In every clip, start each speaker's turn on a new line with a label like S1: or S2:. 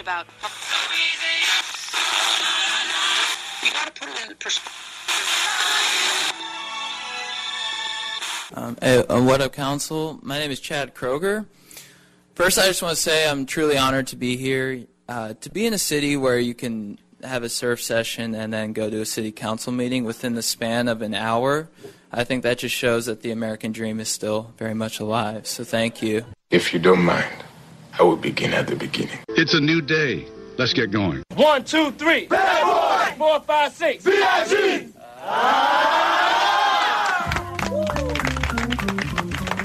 S1: about. You gotta put it in perspective.
S2: Um, hey, uh, what up, Council? My name is Chad Kroger. First, I just want to say I'm truly honored to be here, uh, to be in a city where you can have a surf session and then go to a city council meeting within the span of an hour. I think that just shows that the American dream is still very much alive. So thank you.
S3: If you don't mind, I will begin at the beginning.
S4: It's a new day. Let's get going.
S5: One, two, three. Bad boy. Four, five, six.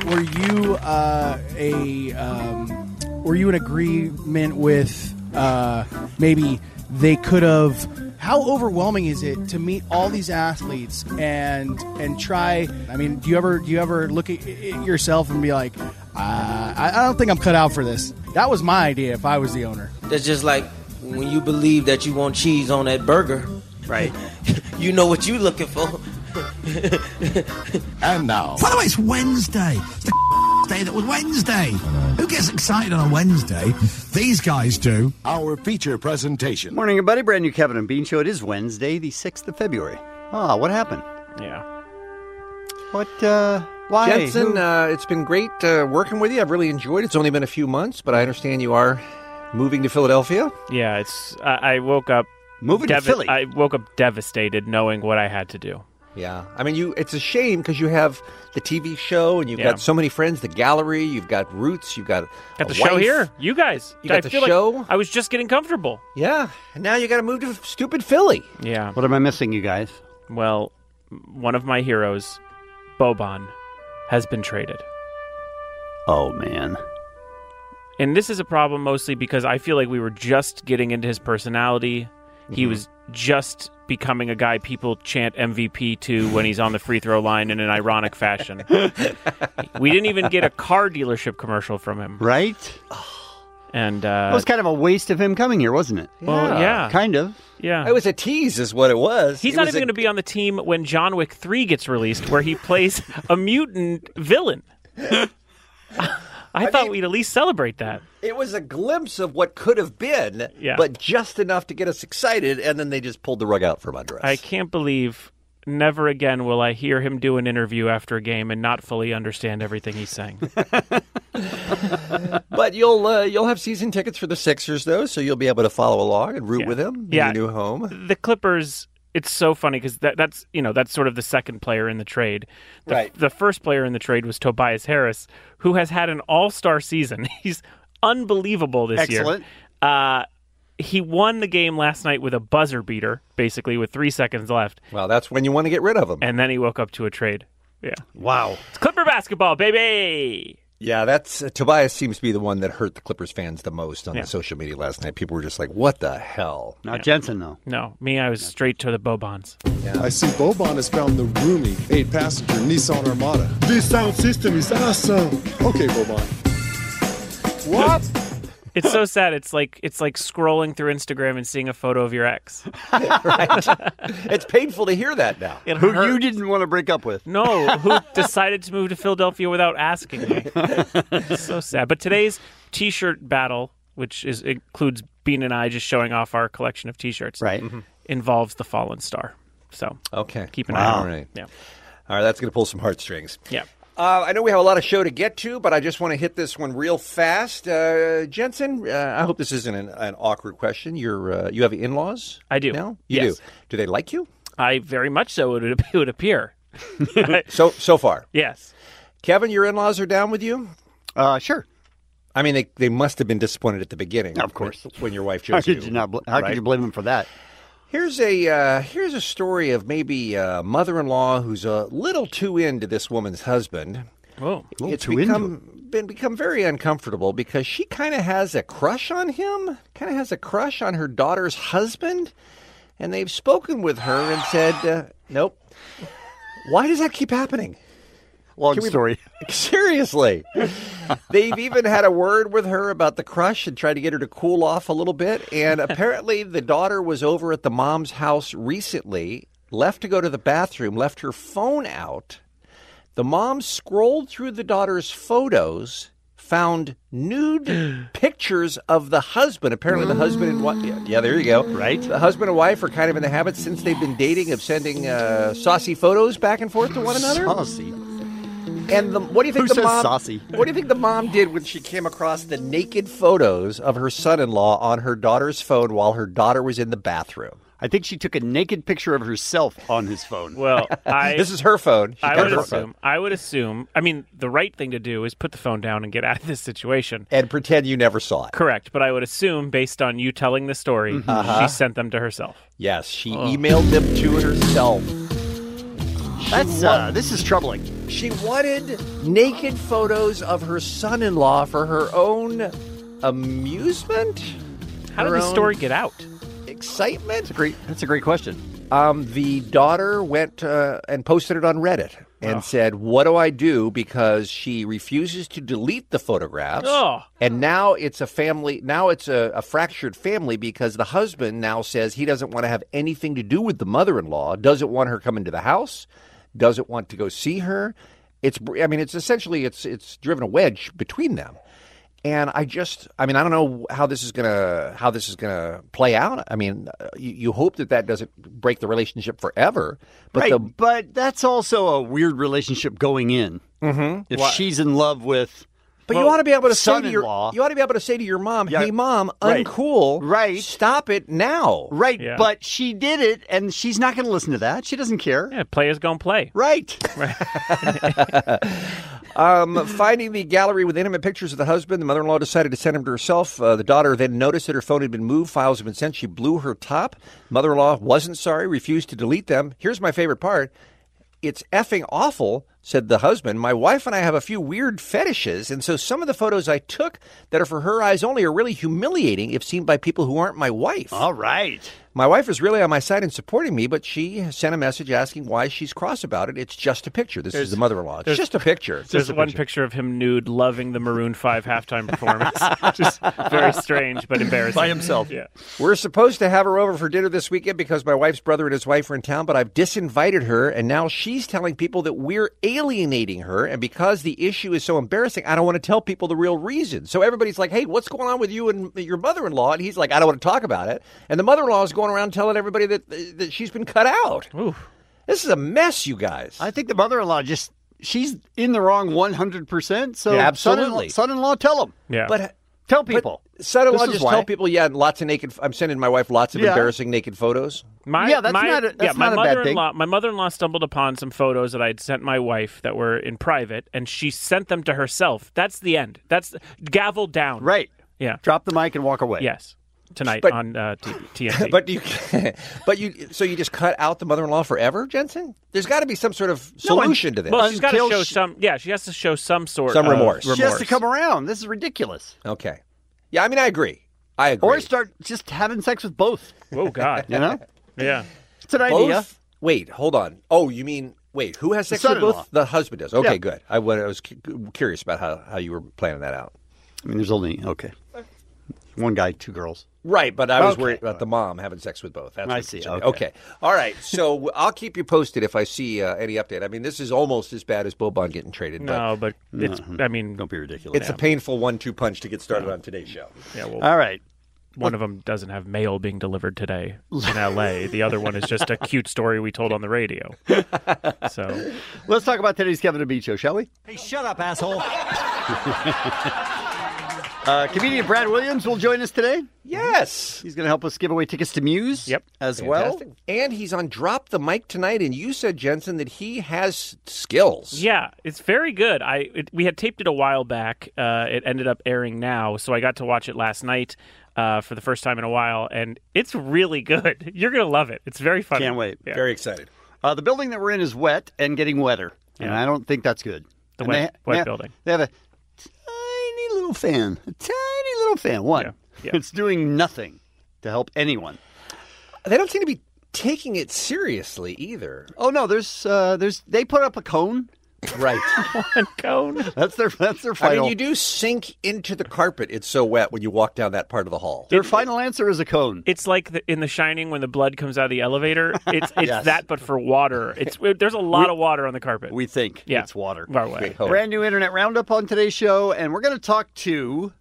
S6: were you uh, a um, were you in agreement with uh, maybe they could have how overwhelming is it to meet all these athletes and and try i mean do you ever do you ever look at at yourself and be like uh, i I don't think i'm cut out for this that was my idea if i was the owner
S7: That's just like when you believe that you want cheese on that burger, right? you know what you looking for.
S4: And now,
S8: By the way, it's Wednesday. It's the day that was Wednesday. Who gets excited on a Wednesday? These guys do.
S4: our feature presentation.
S9: Morning, everybody. Brand new Kevin and Bean Show. It is Wednesday, the 6th of February. Ah, what happened?
S7: Yeah.
S9: What, uh, why?
S8: Jensen,
S9: Who-
S8: uh, it's been great uh, working with you. I've really enjoyed it. It's only been a few months, but I understand you are moving to Philadelphia.
S5: Yeah, it's. I, I woke up.
S9: Moving to
S5: devi-
S9: Philly.
S5: I woke up devastated, knowing what I had to do.
S8: Yeah. I mean, you. it's a shame because you have the TV show and you've
S5: Yeah.
S8: got so many friends, the gallery, you've got Roots, you've got.
S5: Got the
S8: a
S5: show
S8: wife.
S5: here, you guys.
S8: You got
S5: I
S8: the
S5: feel like
S8: show?
S5: I was just getting comfortable.
S8: Yeah. And now you got to move to stupid Philly.
S5: Yeah.
S9: what am I missing, you guys?
S5: Well, one of my heroes, Boban, has been traded.
S9: Oh, man.
S5: And this is a problem mostly because I feel like we were just getting into his personality. He
S9: Mm-hmm.
S5: was just becoming a guy people chant MVP to when he's on the free throw line in an ironic fashion. we didn't even get a car dealership commercial from him.
S9: Right?
S5: And
S9: That
S5: uh
S9: was kind of a waste of him coming here, wasn't it?
S5: well, yeah.
S9: Kind of.
S5: Yeah.
S8: It was a tease, is what it was.
S5: He's
S8: It
S5: not
S8: was
S5: even
S8: a-
S5: going to be on the team when John Wick 3 gets released where he plays a mutant villain. I, thought we'd at least celebrate that.
S8: It was a glimpse of what could have been,
S5: Yeah.
S8: but just enough to get us excited, and then they just pulled the rug out from under us.
S5: I can't believe never again will I hear him do an interview after a game and not fully understand everything he's saying.
S8: but you'll uh, you'll have season tickets for the Sixers though, so you'll be able to follow along and root
S5: Yeah.
S8: with them in
S5: Yeah.
S8: your new home.
S5: the Clippers, it's so funny because that, that's you know that's sort of the second player in the trade. The,
S8: Right.
S5: The first player in the trade was Tobias Harris, who has had an All Star season. He's unbelievable this
S9: Excellent.
S5: year. Uh, he won the game last night with a buzzer beater, basically with three seconds left,
S8: Well, that's when you want to get rid of them.
S5: and then he woke up to a trade. Yeah,
S8: Wow.
S5: it's Clipper basketball, baby.
S8: Yeah, that's uh, Tobias seems to be the one that hurt the Clippers fans the most on
S5: Yeah.
S8: the social media last night. People were just like, "What the hell?"
S9: Not Jensen, though.
S5: No, me, I was straight to the Bobons.
S4: I see Boban has found the roomy eight passenger Nissan Armada. This sound system is awesome. Okay, Boban. What?
S5: It's so sad. It's like it's like scrolling through Instagram and seeing a photo of your ex.
S8: it's painful to hear that now.
S5: It
S9: Who
S5: hurt.
S9: you didn't want to break up with.
S5: No, who decided to move to Philadelphia without asking me? so sad. But today's t-shirt battle, which is includes Bean and I just showing off our collection of t-shirts,
S9: Right.
S5: involves the fallen star. So
S8: Mm-hmm. Okay,
S5: keep an eye
S8: All
S5: on it.
S8: right,
S5: Yeah,
S8: all right, that's going to pull some heartstrings.
S5: yeah.
S8: Uh, I know we have a lot of show to get to, but I just want to hit this one real fast. Uh, Jensen, uh, I hope this isn't an, an awkward question. You're uh, you have in-laws?
S5: I do.
S8: Now you
S5: Yes.
S8: do. Do they like you?
S5: I very much so it would, it would appear.
S8: So so far,
S5: Yes.
S8: Kevin, your in-laws are down with you.
S9: Uh, sure.
S8: I mean, they, they must have been disappointed at the beginning,
S9: Of course.
S8: when- when your wife chose
S9: How could
S8: you.
S9: you not? Bl- how could
S8: right?
S9: you blame him for that?
S8: Here's a uh, here's a story of maybe uh, a mother-in-law who's a little too into this woman's husband.
S5: Oh,
S9: little
S8: it's
S9: too into
S8: become been become very uncomfortable because she kind of has a crush on him, kind of has a crush on her daughter's husband, and they've spoken with her and said, uh, "Nope." Why does that keep happening?
S9: Long
S8: Can we-
S9: story.
S8: Seriously. They've even had a word with her about the crush and tried to get her to cool off a little bit. And apparently, the daughter was over at the mom's house recently, left to go to the bathroom, left her phone out. The mom scrolled through the daughter's photos, found nude pictures of the husband. Apparently, the husband and wife. Yeah, yeah, there you go. Right. The husband and wife are kind of in the habit since they've been dating of sending uh, saucy photos back and forth to one another.
S9: Saucy.
S8: And the, what do you think
S9: Who
S8: the
S9: says
S8: mom?
S9: saucy?
S8: What do you think the mom did when she came across the naked photos of her son-in-law on her daughter's phone while her daughter was in the bathroom?
S9: I think she took a naked picture of herself on his phone.
S5: Well, I,
S8: This is her phone. She
S5: I
S8: got
S5: would
S8: her
S5: assume. I would assume. I mean, the right thing to do is put the phone down and get out of this situation.
S8: And pretend you never saw it.
S5: Correct, but I would assume, based on you telling the story,
S8: Uh-huh.
S5: she sent them to herself.
S8: Yes, she emailed them to herself.
S9: That's uh, this is troubling.
S8: She wanted naked photos of her son-in-law for her own amusement.
S5: How did
S8: Her
S5: the
S8: own-
S5: story get out?
S8: Excitement. That's
S9: a great. That's a great question.
S8: Um, the daughter went uh, and posted it on Reddit and said, "What do I do?" Because she refuses to delete the photographs,
S5: Oh.
S8: and now it's a family. Now it's a, a fractured family because the husband now says he doesn't want to have anything to do with the mother-in-law. Doesn't want her coming to the house. Doesn't want to go see her. It's. br- I mean, it's essentially it's it's driven a wedge between them. And I just, I mean, I don't know how this is gonna how this is gonna play out. I mean, uh, you, you hope that that doesn't break the relationship forever, but
S9: right,
S8: the
S9: but that's also a weird relationship going in. Mm-hmm. If
S8: Why-
S9: she's in love with,
S8: but you ought to be able to say to your
S9: son-in-law.
S8: you ought to be able to say to your mom,
S9: Yeah,
S8: "Hey, mom,
S9: right.
S8: uncool,
S9: Right.
S8: Stop it now."
S9: right,
S5: Yeah.
S9: but she did it, and she's not going to listen to that. She doesn't care.
S5: Yeah, players gonna play.
S9: Right.
S8: Um, finding the gallery with intimate pictures of the husband, the mother-in-law decided to send them to herself. Uh, the daughter then noticed that her phone had been moved, files had been sent. She blew her top. Mother-in-law wasn't sorry, refused to delete them. Here's my favorite part. It's effing awful, said the husband. My wife and I have a few weird fetishes, and so some of the photos I took that are for her eyes only are really humiliating if seen by people who aren't my wife.
S9: All right.
S8: My wife is really on my side and supporting me, but she sent a message asking why she's cross about it. It's just a picture. This is the mother in law. It's
S5: there's-
S8: just a picture.
S5: There's one picture. of him nude, loving the Maroon Five halftime performance. Just very strange, but embarrassing
S9: By himself.
S5: Yeah.
S8: We're supposed to have her over for dinner this weekend because my wife's brother and his wife are in town, but I've disinvited her, and now she's telling people that we're alienating her. And because the issue is so embarrassing, I don't want to tell people the real reason. So everybody's like, hey, what's going on with you and your mother in law? And he's like, I don't want to talk about it. And the mother in law is going around telling everybody that, that she's been cut out. This is a mess, you guys.
S9: I think the mother-in-law just she's in the wrong one hundred percent. So
S8: Yeah,
S9: son-in-law,
S8: absolutely.
S9: son-in-law, tell him.
S5: Yeah.
S8: But
S9: uh, Tell people.
S8: son in law
S9: This is
S8: just
S9: why.
S8: tell people, yeah, lots of naked, I'm sending my wife lots of
S9: Yeah.
S8: embarrassing naked photos.
S5: My,
S9: Yeah, that's
S5: my,
S9: not a- that's
S5: yeah, my
S9: not a bad thing.
S5: mother-in-law, My mother-in-law stumbled upon some photos that I'd sent my wife that were in private, and she sent them to herself. That's the end. That's gavel down.
S9: Right.
S5: Yeah.
S9: Drop the mic and walk away.
S5: Yes. Tonight
S8: But-
S5: on uh, T- TNT.
S8: But you, but you, so you just cut out the mother-in-law forever, Jensen? There's got to be some sort of solution to this.
S5: well, she's got to
S9: until
S5: show
S9: she-
S5: some. Yeah, she has to show some sort
S8: Some
S5: of
S8: remorse. She
S9: She has to come around. This is ridiculous.
S8: okay. Yeah, I mean, I agree. I agree.
S9: Or start just having sex with both.
S5: Oh God.
S9: You know,
S5: Yeah.
S9: it's an
S8: both?
S9: idea.
S8: Wait, hold on. Oh, you mean wait? Who has sex with
S9: son-in-law.
S8: both? The husband does. Okay,
S9: Yeah.
S8: good. I, wa- I was cu- curious about how, how you were planning that out.
S9: I mean, there's only okay, one guy, two girls.
S8: Right, but I was
S9: Okay.
S8: worried about the mom having sex with both. That's
S9: I
S8: what
S9: see.
S8: concerned me.
S9: Okay.
S8: okay. All right. So I'll keep you posted if I see uh, any update. I mean, this is almost as bad as Bobon getting traded.
S5: No, but it's. I mean,
S9: Don't be
S8: But
S9: ridiculous.
S8: it's a painful one-two punch to get started on today's show.
S5: yeah. Well,
S9: All right.
S5: one of them doesn't have mail being delivered today in L.A. The other one is just a cute story we told on the radio. So
S9: Let's talk about today's Kevin and Bean show, shall we?
S10: Hey, shut up, asshole.
S9: Uh, comedian Brad Williams will join us today.
S8: Yes.
S9: He's going to help us give away tickets to Muse.
S5: Yep.
S9: As
S8: Fantastic. And he's on Drop the Mic tonight, and you said, Jensen, that he has skills.
S5: Yeah, it's very good. I it, we had taped it a while back. Uh, it ended up airing now, so I got to watch it last night uh, for the first time in a while, and it's really good. You're gonna love it. It's very funny.
S9: Can't wait.
S5: Yeah.
S8: Very excited.
S9: well. Uh, the building that we're in is wet and getting wetter, and I don't think that's good.
S5: The
S9: And
S5: wet-
S9: ha-
S5: wet
S9: ha-
S5: building.
S9: They have a little fan, a tiny little fan. One. It's doing nothing to help anyone.
S8: They don't seem to be taking it seriously either.
S9: Oh no, there's uh, there's they put up a cone.
S8: Right.
S9: One
S5: cone.
S9: That's their that's their
S8: I
S9: final.
S8: mean, you do sink into the carpet. It's so wet when you walk down that part of the hall.
S9: Their final answer is a cone.
S5: It's like the, in The Shining when the blood comes out of the elevator. It's it's
S9: Yes.
S5: that, but for water. It's there's a lot of water on the carpet.
S9: We think
S5: yeah.
S9: it's water.
S5: Our way.
S9: Brand new internet roundup on today's show, and we're going to talk to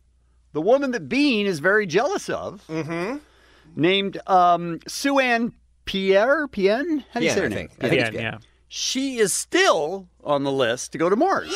S9: the woman that Bean is very jealous of, mm-hmm. named um, Sue Ann Pierre. Pien? How do you
S8: Pien,
S9: say her
S8: I
S9: name?
S8: think. I think
S5: Pien, yeah.
S9: She is still on the list to go to Mars.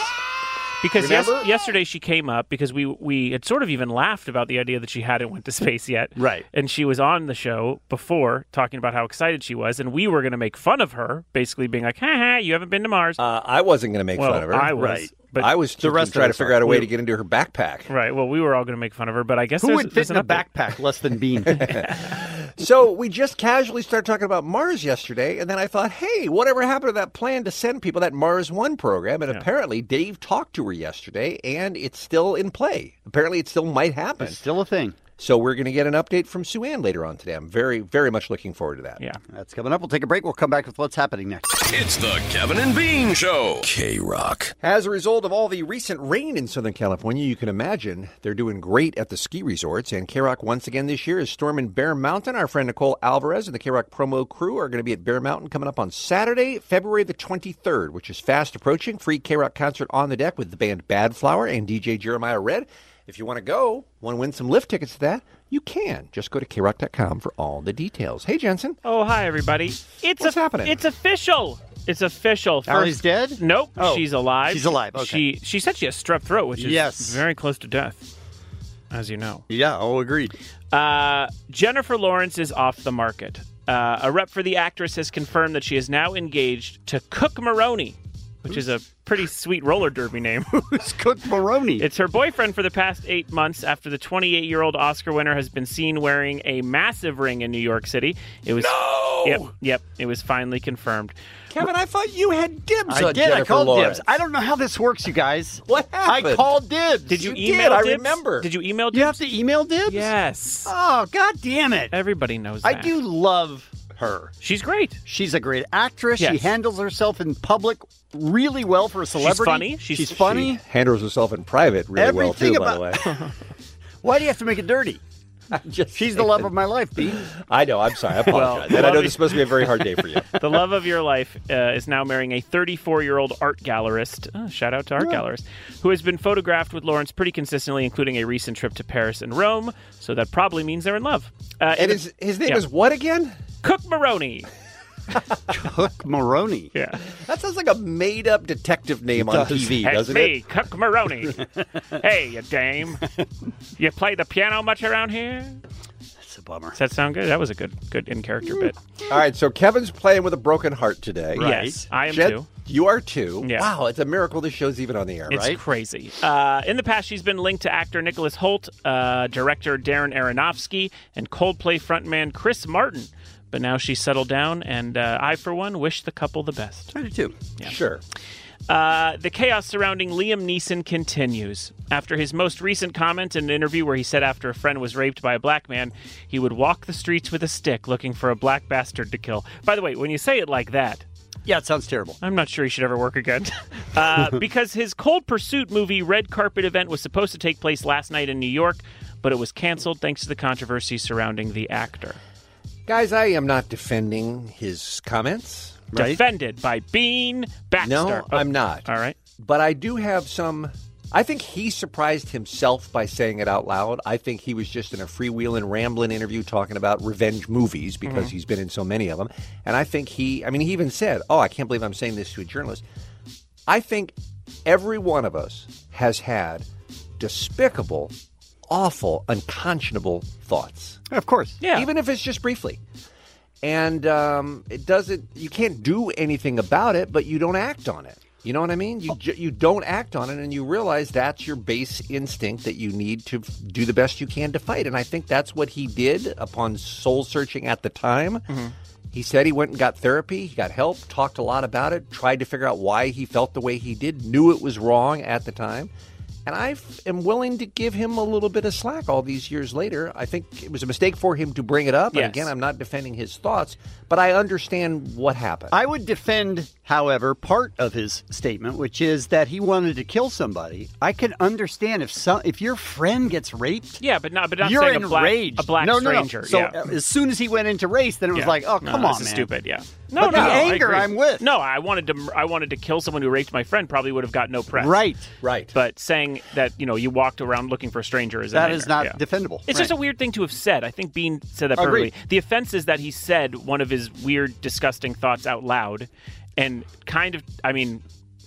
S5: Because yes,
S9: Remember?
S5: yesterday she came up because we we had sort of even laughed about the idea that she hadn't went to space yet.
S9: Right.
S5: And she was on the show before talking about how excited she was, and we were going to make fun of her, basically being like, "Ha ha, you haven't been to Mars."
S8: Uh, I wasn't going to make
S5: Well,
S8: fun of her.
S5: I was,
S8: Right.
S5: but
S8: I was
S5: the
S8: just
S5: rest of
S8: trying to
S5: us
S8: figure out a
S5: are.
S8: way to
S5: We-
S8: get into her backpack.
S5: right. Well, we were all going to make fun of her, but I guess
S8: Who
S5: there's,
S8: would fit
S5: there's
S8: in a
S5: an update.
S9: Backpack less than Bean.
S8: So we just casually started talking about Mars yesterday, and then I thought, hey, whatever happened to that plan to send people that Mars One program? And apparently, Dave talked to her yesterday, and it's still in play. Apparently, it still might happen. It's
S9: still a thing.
S8: So we're going to get an update from Sue Ann later on today. I'm very, very much looking forward to that.
S5: Yeah.
S9: That's coming up. We'll take a break. We'll come back with what's happening next.
S10: It's the Kevin and Bean Show. K Rock.
S8: As a result of all the recent rain in Southern California, you can imagine they're doing great at the ski resorts. And K Rock once again this year is storming Bear Mountain. Our friend Nicole Alvarez and the K Rock promo crew are going to be at Bear Mountain coming up on Saturday, February the 23rd, which is fast approaching. Free K Rock concert on the deck with the band Bad Flower and DJ Jeremiah Red. If you want to go, want to win some lift tickets to that, you can. Just go to krock.com for all the details. Hey, Jensen.
S5: Oh, hi everybody. It's
S8: What's
S5: a-
S8: happening?
S5: It's official. It's official.
S8: Allie's
S9: dead?
S5: Nope.
S8: Oh.
S5: She's alive.
S9: She's alive, okay.
S5: She she said she has strep throat, which is
S9: Yes.
S5: very close to death, as you know.
S9: Yeah, all agreed.
S5: Uh, Jennifer Lawrence is off the market. Uh, a rep for the actress has confirmed that she is now engaged to Cook Maroney, which is a pretty sweet roller derby name.
S9: Who's Cook Maroney?
S5: It's her boyfriend for the past eight months after the 28 year old Oscar winner has been seen wearing a massive ring in New York City. It was.
S8: No!
S5: Yep, yep. It was finally confirmed.
S8: Kevin, I thought you had dibs
S9: I
S8: on
S9: did. I
S8: Jennifer
S9: called
S8: Lawrence.
S9: dibs. I don't know how this works, you guys.
S8: What
S9: I
S8: happened?
S9: called dibs.
S5: Did you,
S8: You did,
S5: email
S8: I
S5: dibs?
S8: remember.
S5: Did you email dibs?
S9: You have to email dibs?
S5: Yes.
S9: Oh, god damn it.
S5: Everybody knows
S9: I
S5: that.
S9: do love her.
S5: She's great.
S9: She's a great actress. She
S5: Yes.
S9: handles herself in public really well for a celebrity.
S5: funny. She's-
S9: She's funny.
S8: She handles herself in private really
S9: Everything
S8: well, too, by the way.
S9: Why do you have to make it dirty?
S8: just
S9: She's the love of my life, B.
S8: I know. I'm sorry. I apologize.
S5: Well,
S8: and I know
S5: loving-
S8: this is supposed to be a very hard day for you.
S5: the love of your life uh, is now marrying a 34 year old art gallerist. Oh, shout out to art gallerist, who has been photographed with Lawrence pretty consistently, including a recent trip to Paris and Rome. So that probably means they're in love. Uh,
S8: And his, his name
S5: yeah.
S8: is what again?
S5: Cook Maroney.
S9: Cook Maroney.
S5: Yeah,
S8: That sounds like a made up detective name on TV,
S5: It's
S8: doesn't
S5: me,
S8: it?
S5: Cook Maroney. hey, you dame. You play the piano much around here?
S9: That's a bummer.
S5: Does that sound good? That was a good, good in character bit.
S8: All right. So Kevin's playing with a broken heart today.
S5: Right. Yes, I am
S8: Jen,
S5: too.
S8: You are too.
S5: Yeah.
S8: Wow. It's a miracle this show's even on the air,
S5: It's
S8: right?
S5: crazy. Uh, in the past, she's been linked to actor Nicholas Holt, uh, director Darren Aronofsky, and Coldplay frontman Chris Martin. But now she's settled down, and uh, I, for one, wish the couple the best.
S9: I do too.
S8: Sure.
S5: Uh, the chaos surrounding Liam Neeson continues. After his most recent comment in an interview where he said after a friend was raped by a black man, he would walk the streets with a stick looking for a black bastard to kill. By the way, when you say it like that,
S9: Yeah, it sounds terrible.
S5: I'm not sure he should ever work again. uh, because his Cold Pursuit movie red carpet event was supposed to take place last night in New York, but it was canceled thanks to the controversy surrounding the actor.
S8: Guys, I am not defending his comments. Right?
S5: Defended by Bean Baxter.
S8: No,
S5: Oh,
S8: I'm not.
S5: All right.
S8: But I do have some. I think he surprised himself by saying it out loud. I think he was just in a freewheeling, rambling interview talking about revenge movies because
S5: Mm-hmm.
S8: he's been in so many of them. And I think he, I mean, he even said, Oh, I can't believe I'm saying this to a journalist. I think every one of us has had despicable, awful, unconscionable thoughts.
S9: Of course.
S5: Yeah.
S8: Even if it's just briefly. And um, it doesn't, you can't do anything about it, but you don't act on it. You know what I mean? You, ju- you don't act on it, and you realize that's your base instinct that you need to f- do the best you can to fight. And I think that's what he did upon soul searching at the time. He said he went and got therapy, he got help, talked a lot about it, tried to figure out why he felt the way he did, knew it was wrong at the time. And And I f- am willing to give him a little bit of slack all these years later. I think it was a mistake for him to bring it up.
S9: Yes.
S8: And again, I'm not defending his thoughts, but I understand what happened.
S9: I would defend, however, part of his statement, which is that he wanted to kill somebody. I can understand if some, if your friend gets raped.
S5: Yeah, but not but not
S9: you're
S5: saying a black,
S9: enraged.
S5: a black
S9: no, no, no.
S5: stranger.
S9: So
S5: yeah.
S9: uh, as soon as he went into race, then it was
S5: Yeah.
S9: like, oh,
S5: No,
S9: come
S5: this
S9: on,
S5: is
S9: man.
S5: stupid. Yeah.
S9: No, but
S5: no,
S9: the
S5: no, I
S9: anger
S5: agree.
S9: I'm with.
S5: No, I wanted to. I wanted to kill someone who raped my friend. Probably would have got no press.
S9: Right.
S8: Right.
S5: But saying that you know you walked around looking for a stranger is a
S9: That is
S5: nightmare.
S9: not
S5: Yeah.
S9: defendable.
S5: It's just a weird thing to have said. I think Bean said that perfectly.
S9: Agreed.
S5: The offense is that he said one of his weird, disgusting thoughts out loud, and kind of, I mean,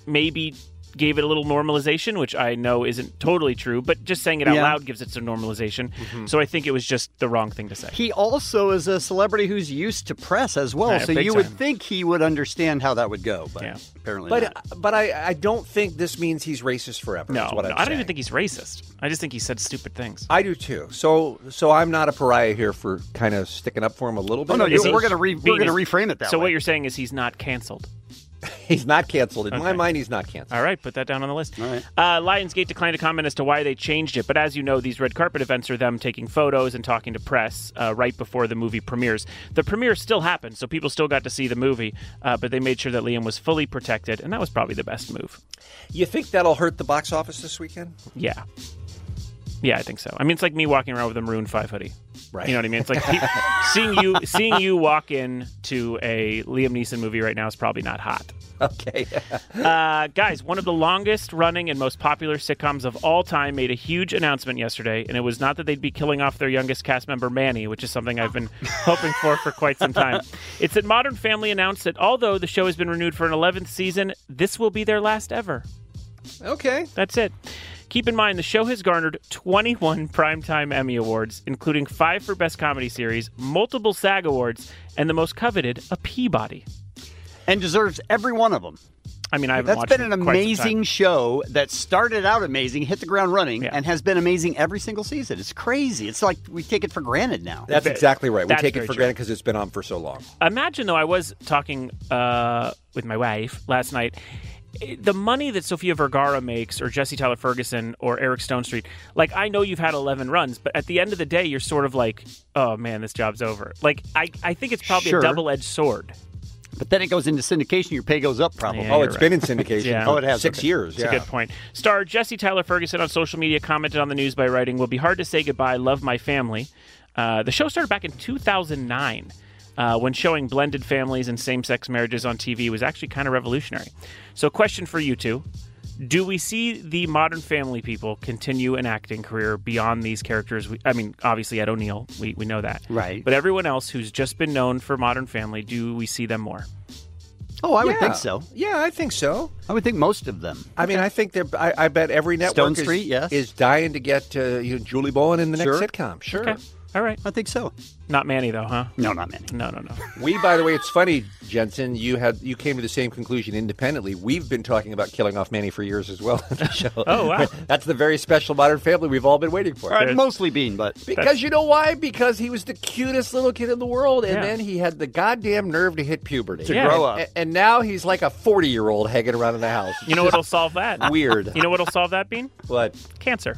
S5: maybe gave it a little normalization, which I know isn't totally true, but just saying it out
S9: Yeah. Mm-hmm.
S5: loud gives it some normalization. So I think it was just the wrong thing to say.
S9: He also is a celebrity who's used to press as well,
S5: Yeah,
S9: so
S5: big
S9: you would
S5: time.
S9: think he would understand how that would go. But apparently,
S8: But
S9: not.
S8: but I, I don't think this means he's racist forever.
S5: No,
S8: is what
S5: no,
S8: I'm
S5: I don't
S8: saying.
S5: even think he's racist. I just think he said stupid things.
S8: I do too. So so I'm not a pariah here for kind of sticking up for him a little bit.
S5: Is he- Bean is- So
S8: way.
S5: what you're saying is he's not canceled.
S8: He's not canceled. In my
S5: Okay.
S8: mind, he's not canceled.
S5: All right, put that down on the list. All right. Uh, Lionsgate declined to comment as to why they changed it, but as you know, these red carpet events are them taking photos and talking to press uh, right before the movie premieres. The premiere still happened, so people still got to see the movie, uh, but they made sure that Liam was fully protected, and that was probably the best move.
S8: You think that'll hurt the box office this weekend?
S5: Yeah. Yeah, I think so. I mean, it's like me walking around with a Maroon Five hoodie.
S8: Right.
S5: You know what I mean? It's like pe- seeing you seeing you walk in to a Liam Neeson movie right now is probably not hot.
S8: Okay.
S5: uh, guys, one of the longest running and most popular sitcoms of all time made a huge announcement yesterday, and it was not that they'd be killing off their youngest cast member, Manny, which is something I've been hoping for for quite some time. It's that Modern Family announced that although the show has been renewed for an 11th season, this will be their last ever.
S8: Okay.
S5: That's it. Keep in mind, the show has garnered 21 Primetime Emmy Awards, including five for Best Comedy Series, multiple SAG Awards, and the most coveted, a Peabody.
S9: And deserves every one of them.
S5: I mean, I haven't
S9: That's
S5: watched
S9: been
S5: it
S9: an
S5: in quite some time.
S9: amazing show that started out amazing, hit the ground running, and has been amazing every single season. It's crazy. It's like we take it for granted now.
S8: That's exactly right. We
S5: That's
S8: take it
S5: very
S8: for
S5: true.
S8: granted because it's been on for so long.
S5: Imagine though, I was talking uh, with my wife last night. The money that Sofia Vergara makes, or Jesse Tyler Ferguson, or Eric Stone Street, like I know you've had eleven runs, but at the end of the day, you're sort of like, oh man, this job's over. Like I, I think it's probably
S9: Sure.
S5: a double-edged sword.
S9: But then it goes into syndication. Your pay goes up probably.
S5: Yeah, Oh, you're
S8: it's right. been in syndication
S5: Yeah.
S8: for Oh, it has, six okay. years,
S5: That's
S8: yeah.
S5: a good point. Star Jesse Tyler Ferguson on social media commented on the news by writing, "Will be hard to say goodbye. Love my family." Uh, the show started back in 2009. Uh, when showing blended families and same-sex marriages on TV was actually kind of revolutionary. So, question for you two: Do we see the Modern Family people continue an acting career beyond these characters? We, I mean, obviously Ed O'Neill, we, we know that, right? But everyone else who's just been known for Modern Family, do we see them more?
S9: Oh, I would
S8: Yeah.
S9: think so.
S8: Yeah, I think so.
S9: I would think most of them.
S8: I mean, I think that I, I bet every network
S9: Stone
S8: is,
S9: Street, yes.
S8: is dying to get uh, you know, Julie Bowen in the next
S9: Sure.
S8: sitcom. Sure.
S5: Okay. All right.
S9: I think so.
S5: Not Manny though, huh?
S9: No, not Manny.
S5: No, no, no.
S8: We, by the way, it's funny, Jensen. You had you came to the same conclusion independently. We've been talking about killing off Manny for years as well. on the show.
S9: Oh, wow.
S8: That's the very special Modern Family we've all been waiting for.
S9: All right, mostly Bean, but
S8: Because you know why? Because he was the cutest little kid in the world, and
S9: Yeah.
S8: then he had the goddamn nerve to hit puberty
S5: To Yeah. grow
S8: And-
S5: up.
S8: and now he's like a forty-year-old hanging around in the house.
S5: You know what'll solve that?
S8: Weird.
S5: You know what'll solve that, Bean?
S8: What?
S5: Cancer.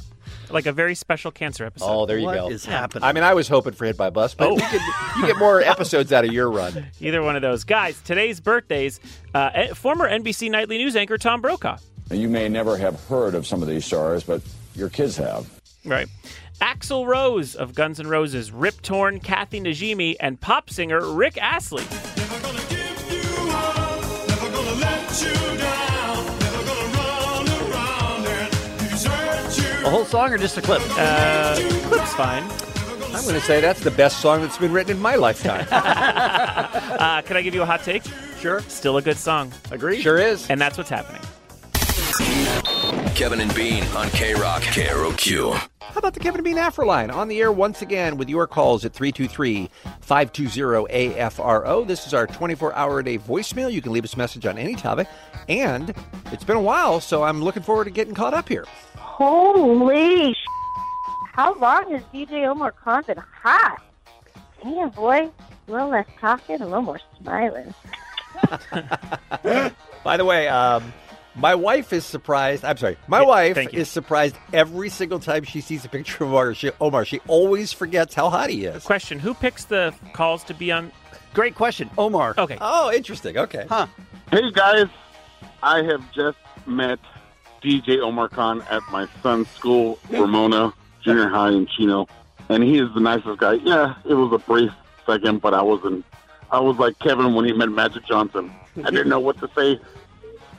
S5: Like a very special cancer episode.
S8: Oh, there you go.
S5: Yeah. Oh.
S8: I mean, I was hoping for hit by bus, but you, get, you get more episodes out of your run.
S5: Either one of those. Guys, today's birthdays, uh, eh, former NBC Nightly News anchor Tom Brokaw.
S11: And you may never have heard of some of these stars, but your kids have.
S5: Right. Axel Rose of Guns N' Roses, Rip Torn, Kathy Najimy, and pop singer Rick Astley.
S9: A whole song or just a clip?
S5: Uh, clip's fine.
S8: I'm going to say that's the best song that's been written in my lifetime.
S5: Uh, can I give you a hot take?
S8: Sure.
S5: Still a good song.
S8: Agree. Sure is.
S5: And that's what's happening.
S10: Kevin and Bean on K Rock. K R O Q.
S8: How about the Kevin and Bean Afro line? On the air once again with your calls at 323 520 AFRO. This is our 24 hour a day voicemail. You can leave us a message on any topic. And it's been a while, so I'm looking forward to getting caught up here.
S12: Holy sh! How long has DJ Omar Khan been hot? Damn, boy. A little less talking, a little more smiling.
S8: By the way, um, My wife is surprised. I'm sorry. My
S13: Yeah,
S8: wife
S13: thank you.
S8: is surprised every single time she sees a picture of Omar. She, Omar, she always forgets how hot he is.
S5: Question: Who picks the calls to be on?
S9: Great question, Omar.
S5: Okay.
S8: Oh, interesting. Okay.
S9: Huh.
S14: Hey guys, I have just met DJ Omar Khan at my son's school, Ramona Junior High in Chino, and he is the nicest guy. Yeah, it was a brief second, but I wasn't. I was like Kevin when he met Magic Johnson. I didn't know what to say,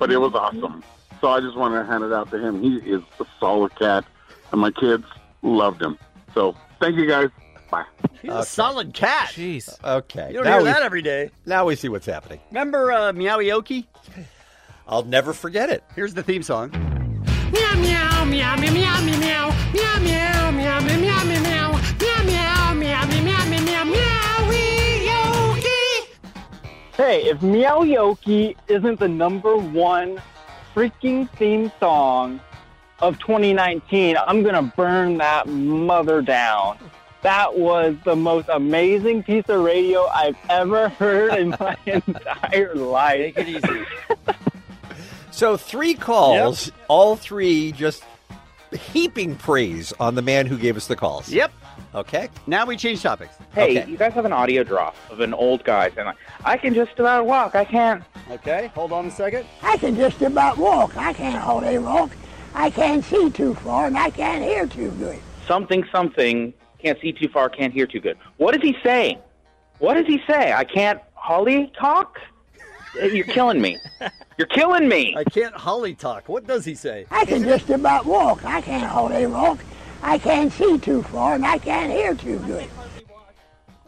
S14: but it was awesome. So I just wanted to hand it out to him. He is a solid cat, and my kids loved him. So thank you guys. Bye.
S9: He's a solid cat.
S5: Jeez.
S8: Uh, Okay.
S9: You don't
S8: Now
S9: hear
S8: we-
S9: that every day.
S8: Now we see what's happening.
S9: Remember uh, Meowioki?
S8: I'll never forget it.
S9: Here's the theme song.
S13: Meow meow meow meow meow meow meow meow meow meow meow meow meow meow meow meow meow meow meow meow
S15: Hey, if Meow Yoki isn't the number one freaking theme song of 2019, I'm going to burn that mother down. That was the most amazing piece of radio I've ever heard in my entire life. Take it easy.
S8: So three calls, all three just heaping praise on the man who gave us the calls.
S9: Yep.
S8: Okay.
S9: Now we change topics.
S16: Hey, you guys have an audio drop of an old guy saying, like, I can just about walk. I can't.
S9: Okay, hold on a second.
S17: I can just about walk. I can't hardly walk. I can't see too far, and I can't hear too good.
S16: Something, something. Can't see too far. Can't hear too good. What is he saying? What does he say? I can't Holly talk? You're killing me. You're killing me.
S9: I can't Holly talk. What does he say?
S17: I can just about walk. I can't hardly walk. I can't see too far, and I can't hear too good.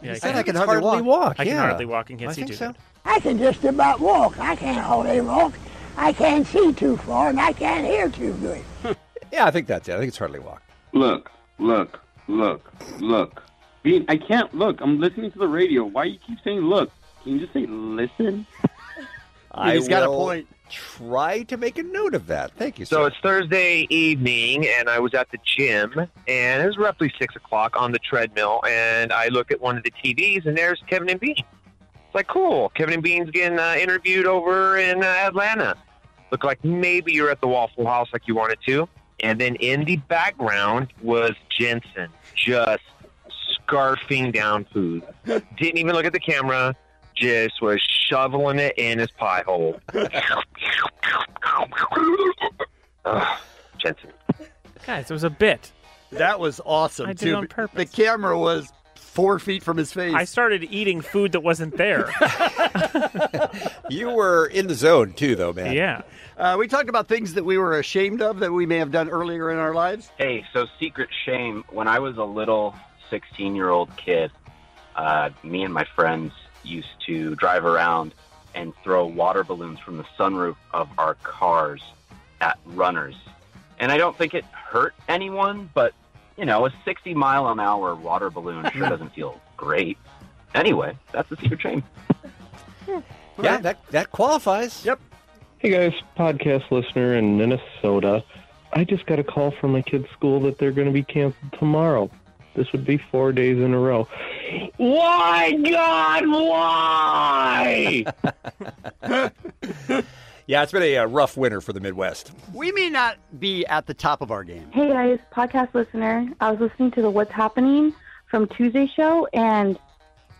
S5: Yeah,
S8: said I can hardly walk,
S5: I can
S8: yeah.
S5: hardly walk and can't
S8: I
S5: see
S8: think
S5: too
S8: so.
S5: good.
S17: I can just about walk. I can't hardly walk. I can't see too far, and I can't hear too good.
S8: Yeah, I think that's it. I think it's hardly walk.
S14: Look, look, look, look. Bean, I can't look. I'm listening to the radio. Why you keep saying look? Can you just say listen?
S8: I
S14: He's got a
S8: will
S14: point.
S8: Try to make a note of that. Thank you.
S18: So it's Thursday evening, and I was at the gym, and it was roughly six o'clock on the treadmill, and I look at one of the TVs, and there's Kevin and Bean. It's like, cool, Kevin and Bean's getting uh, interviewed over in uh, Atlanta. Looked like maybe you're at the Waffle House like you wanted to, and then in the background was Jensen just scarfing down food. Didn't even look at the camera. Just was shoveling it in his pie hole. Ugh, Jensen.
S5: Guys, it was a bit.
S9: That was awesome.
S5: I did
S9: too.
S5: it on purpose.
S9: The camera was four feet from his face.
S5: I started eating food that wasn't there.
S8: you were in the zone too, though, man.
S5: Yeah.
S9: Uh, we talked about things that we were ashamed of that we may have done earlier in our lives.
S11: Hey, so secret shame. When I was a little 16 year old kid, uh, me and my friends used to drive around and throw water balloons from the sunroof of our cars at runners. And I don't think it hurt anyone, but, you know, a 60 mile an hour water balloon sure doesn't feel great. Anyway, that's the secret shame.
S8: Yeah, that that qualifies.
S9: Yep.
S19: Hey guys, podcast listener in Minnesota. I just got a call from my kid's school that they're going to be canceled tomorrow. This would be four days in a row.
S13: Why, God, why?
S8: Yeah, it's been a, uh rough winter for the Midwest.
S9: We may not be at the top of our game.
S20: Hey guys, podcast listener. I was listening to the What's Happening from Tuesday show, and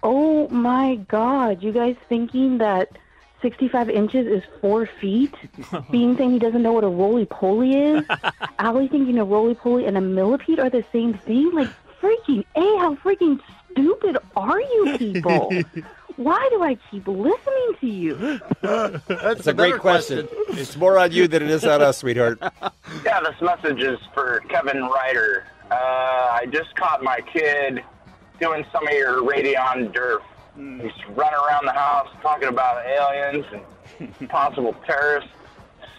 S20: oh my God, you guys thinking that 65 inches is four feet? Bean saying he doesn't know what a roly poly is. Ali thinking a roly poly and a millipede are the same thing. Like, freaking A, how freaking stupid are you people? Why do I keep listening to you?
S8: That's a great question. it's more on you than it is on us, sweetheart.
S21: Yeah, this message is for Kevin Ryder. Uh, I just caught my kid doing some of your Radeon Durf. He's running around the house talking about aliens and possible terrorist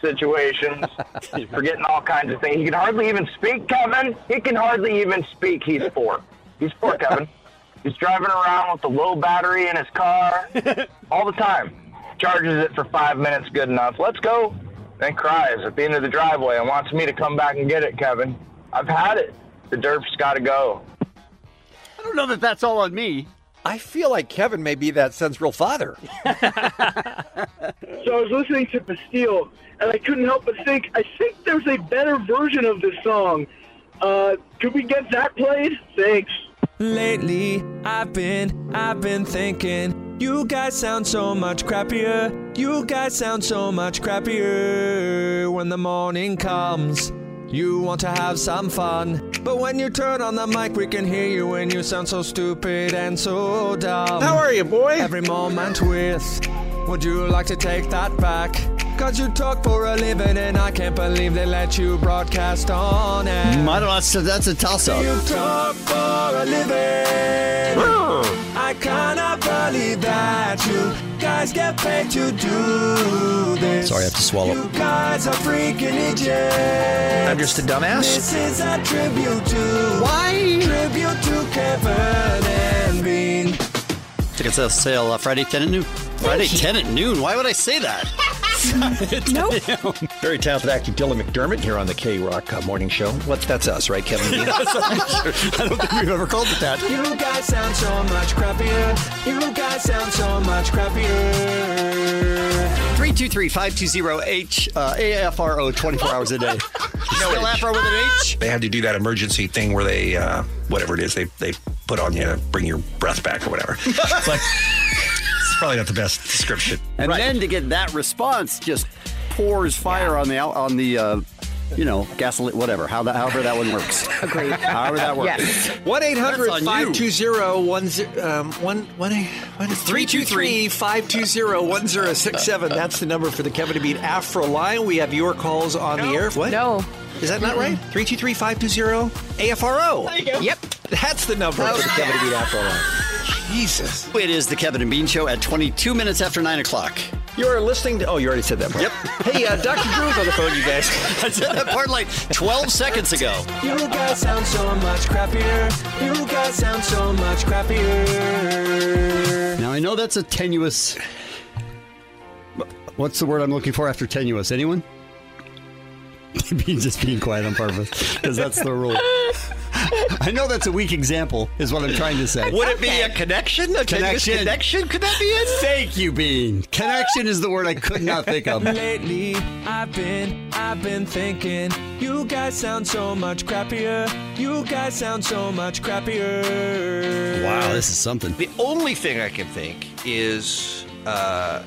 S21: situations. He's forgetting all kinds of things. He can hardly even speak, Kevin. He can hardly even speak. He's four. He's four, Kevin. He's driving around with a low battery in his car all the time. Charges it for five minutes, good enough. Let's go. Then cries at the end of the driveway and wants me to come back and get it, Kevin. I've had it. The derp's got to go.
S9: I don't know that that's all on me.
S8: I feel like Kevin may be that son's real father.
S19: So I was listening to Bastille, and I couldn't help but think, I think there's a better version of this song. Uh, could we get that played? Thanks.
S22: Lately, I've been, I've been thinking, you guys sound so much crappier. You guys sound so much crappier when the morning comes. You want to have some fun, but when you turn on the mic, we can hear you and you sound so stupid and so dumb.
S8: How are you, boy?
S22: Every moment with. Would you like to take that back? Cause you talk for a living and I can't believe they let you broadcast on air.
S9: Mm, I don't know. That's a, that's a toss up.
S22: You talk for a living. I cannot believe that you guys get paid to do this.
S9: Sorry, I have to swallow.
S22: You guys are freaking idiots.
S9: I'm just a
S22: This
S9: dumbass.
S22: is a tribute to why tribute to Kevin and Bean.
S9: Tickets on sale uh, Friday 10 at noon. Friday 10 at noon. Why would I say that? nope.
S8: Very talented actor Dylan McDermott here on the K Rock uh, Morning Show. What? That's us, right, Kevin?
S9: I don't think we've ever called it that.
S22: You guys sound so much crappier. You guys sound so much crappier.
S9: 323-520-H, uh, AFRO 24 hours a day. Still Afro with an H?
S23: They had to do that emergency thing where they, uh, whatever it is, they, they put on you to bring your breath back or whatever. it's like, it's probably not the best description.
S24: And then to get that response just pours fire on the out- on the uh, you know gasoline whatever how that however that one works. Agreed. however that works.
S8: One eight hundred
S24: That's on
S8: five
S24: you.
S8: two zero one um one one three two three five two zero one zero six seven. That's the number for the Kevin to beat Afro line. We have your calls on the air. What? No. Is that not right? Three two three five two zero AFRO. There you go. Yep. That's the number for the Kevin to beat Afro line. Jesus.
S9: It is the Kevin and Bean Show at 22 minutes after 9 o'clock.
S8: You are listening to. Oh, you already said that part. Yep. Hey, uh, Dr. Drew's on the phone, you guys.
S9: I said that part like 12 seconds ago.
S22: You guys sound so much crappier. You guys sound so much crappier.
S9: Now,
S24: I know that's a tenuous.
S9: What's the word I'm looking for after tenuous? Anyone? Bean just being quiet on purpose because that's the rule. I know that's a weak example, is what I'm trying to say.
S8: Would it be a connection? A tenuous
S9: Connection.
S8: connection? Could that be it?
S9: Thank you, Bean. Connection is the word I could not think of.
S22: Lately, I've been, I've been thinking. You guys sound so much crappier. You guys sound so much crappier.
S9: Wow, this is something.
S8: The only thing I can think is uh,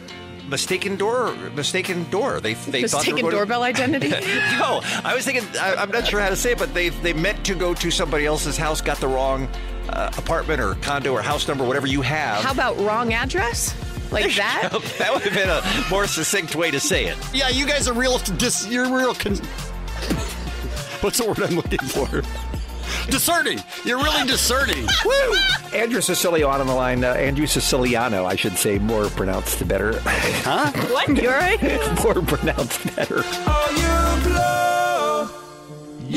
S8: mistaken door. Mistaken door. They they thought they
S25: Mistaken
S8: were going
S25: doorbell identity?
S8: To, no, I was thinking. I, I'm not sure how to say it, but they they meant to go to somebody else's house, got the wrong uh, apartment or condo or house number, whatever you have.
S25: How about wrong address? Like that?
S8: that would have been a more succinct way to say it.
S9: Yeah, you guys are real. Dis- you're real. Con- What's the word I'm looking for? discerning. You're really discerning.
S8: Woo! Andrew Siciliano on the line. Uh, Andrew Siciliano, I should say, more pronounced the better. Huh?
S25: What? You all right?
S8: more pronounced better.
S22: Oh, you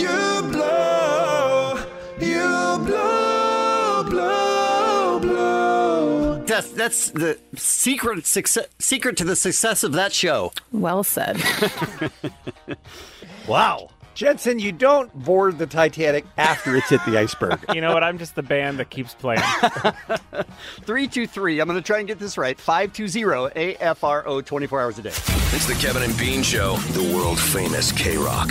S22: blow, you blow, you blow, blow, blow.
S9: That's that's the secret success, secret to the success of that show.
S25: Well said.
S8: Wow. Jensen, you don't board the Titanic after it's hit the iceberg.
S26: You know what? I'm just the band that keeps playing.
S24: 323, I'm going to try and get this right. 520 AFRO 24 hours a day.
S10: It's the Kevin and Bean Show, the world famous K Rock.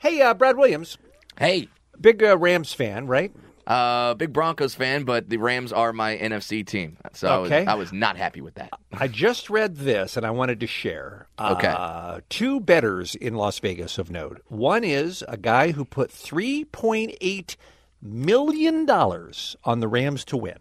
S8: hey, uh, Brad Williams,
S27: Hey,
S8: big uh, Rams fan, right?
S27: uh, big Broncos fan, but the Rams are my NFC team, so I was-
S8: Okay.
S27: I, was, not happy with that.
S8: I just read this and I wanted to share.
S27: Okay.
S8: Uh, two betters in Las Vegas of note. One is a guy who put $3.8 million on the Rams to win.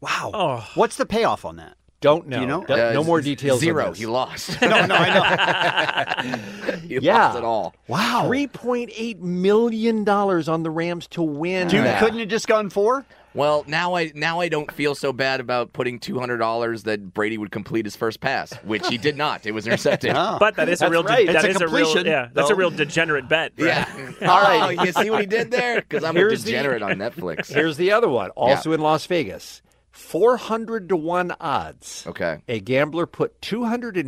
S24: Wow.
S26: Oh.
S24: What's the payoff on that?
S8: Don't know.
S24: Do you know?
S8: Don't- no more details.
S27: Uh,
S8: on
S27: Zero.
S8: this.
S27: He lost.
S24: no, no, I know.
S27: he
S8: Yeah.
S27: lost it all.
S8: Wow. $3.8 million on the Rams to win.
S24: Dude,
S8: that.
S24: couldn't have just gone four?
S27: Well, now I now I don't feel so bad about putting two hundred dollars that Brady would complete his first pass, which he did not. It was intercepted.
S5: But that is a real, de- that is a real, yeah, that's a real degenerate bet. Brad.
S27: Oh. Yeah. All right. Oh, you see what he did there? Because I'm a
S8: Here's the-
S27: degenerate on Netflix.
S8: Here's the other one, also in Las Vegas. 400 to 1 odds.
S27: Okay.
S8: A gambler put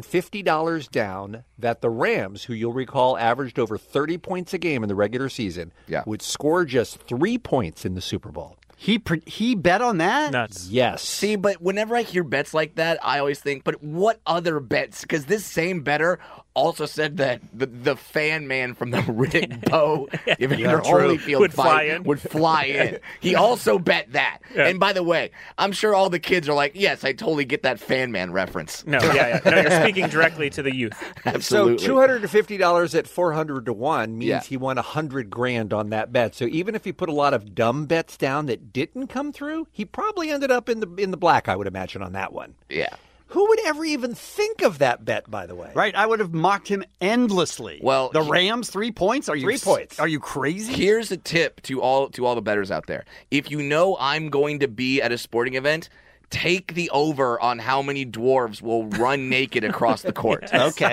S8: $250 down that the Rams, who you'll recall averaged over 30 points a game in the regular season, would score just 3 points in the Super Bowl.
S9: He he bet on that?
S5: Nuts.
S8: Yes.
S27: See, but whenever I hear bets like that, I always think, but what other bets? Because this same better also said that the, the fan man from the Riddick Bow Evander
S8: Yeah, true.
S27: Holyfield
S8: Would
S27: fight
S8: fly in.
S27: would fly in. He also bet that.
S8: Yeah.
S27: And by the way, I'm sure all the kids are like, yes, I totally get that fan man reference.
S5: No, yeah, yeah. No, you're speaking directly to the youth.
S8: So two hundred and fifty dollars at four hundred to one means
S27: Yeah.
S8: he won a hundred grand on that bet. So even if he put a lot of dumb bets down that didn't come through, he probably ended up in the in the black. I would imagine on that one.
S27: Yeah.
S8: Who would ever even think of that bet? By the way,
S9: Right, I would have mocked him endlessly.
S27: Well,
S9: the
S27: he-
S9: Rams three points. Are you
S27: Three
S9: s-
S27: points.
S9: Are you crazy?
S27: Here's a tip to all to all the betters out there. If you know I'm going to be at a sporting event, take the over on how many dwarves will run naked across the court.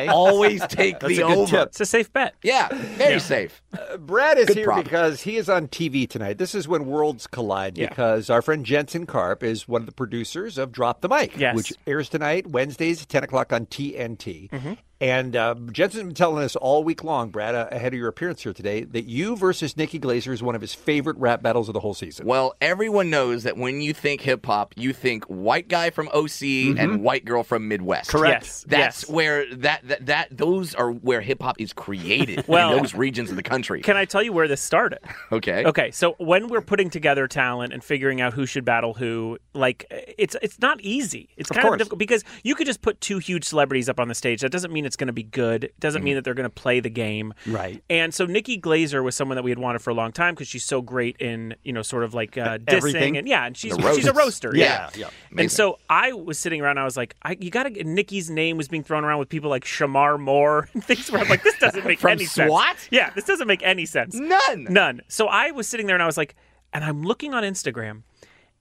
S27: Always take the over.
S5: It's a safe bet.
S27: Yeah, very safe.
S8: Uh, Brad is
S27: Good
S8: here
S27: prop.
S8: because he is on TV tonight. This is when worlds collide
S27: Yeah.
S8: because our friend Jensen Karp is one of the producers of Drop the Mic,
S5: Yes.
S8: which airs tonight, Wednesdays, 10 o'clock on TNT.
S5: Mm-hmm.
S8: And uh, Jensen's been telling us all week long, Brad, uh, ahead of your appearance here today, that you versus Nikki Glazer is one of his favorite rap battles of the whole season.
S27: Well, everyone knows that when you think hip hop, you think white guy from OC
S9: Mm-hmm.
S27: and white girl from Midwest.
S5: Correct. Yes,
S27: That's
S5: yes.
S27: where that, that that those are where hip hop is created
S5: Well-
S27: in those regions of the country.
S5: Can I tell you where this started?
S27: Okay.
S5: Okay, so when we're putting together talent and figuring out who should battle who, like it's it's not easy. It's
S27: Of
S5: kind of,
S27: course.
S5: difficult because you could just put two huge celebrities up on the stage. That doesn't mean it's going to be good. It doesn't mean that they're going to play the game.
S9: Mm-hmm. Right.
S5: And so Nikki Glazer was someone that we had wanted for a long time because she's so great in you know sort of like uh, dissing
S9: E-, Everything.
S5: and yeah, and she's
S9: The
S5: she's a
S9: roasts.
S5: roaster.
S9: Yeah, yeah.
S5: And so I was sitting around. and I was like, I, you got to. Nikki's name was being thrown around with people like Shamar Moore and things where I'm like, this doesn't make
S27: From
S5: any
S27: SWAT?
S5: sense. Yeah, this doesn't make any sense.
S27: None.
S5: None. So I was sitting there and I was like, and I'm looking on Instagram,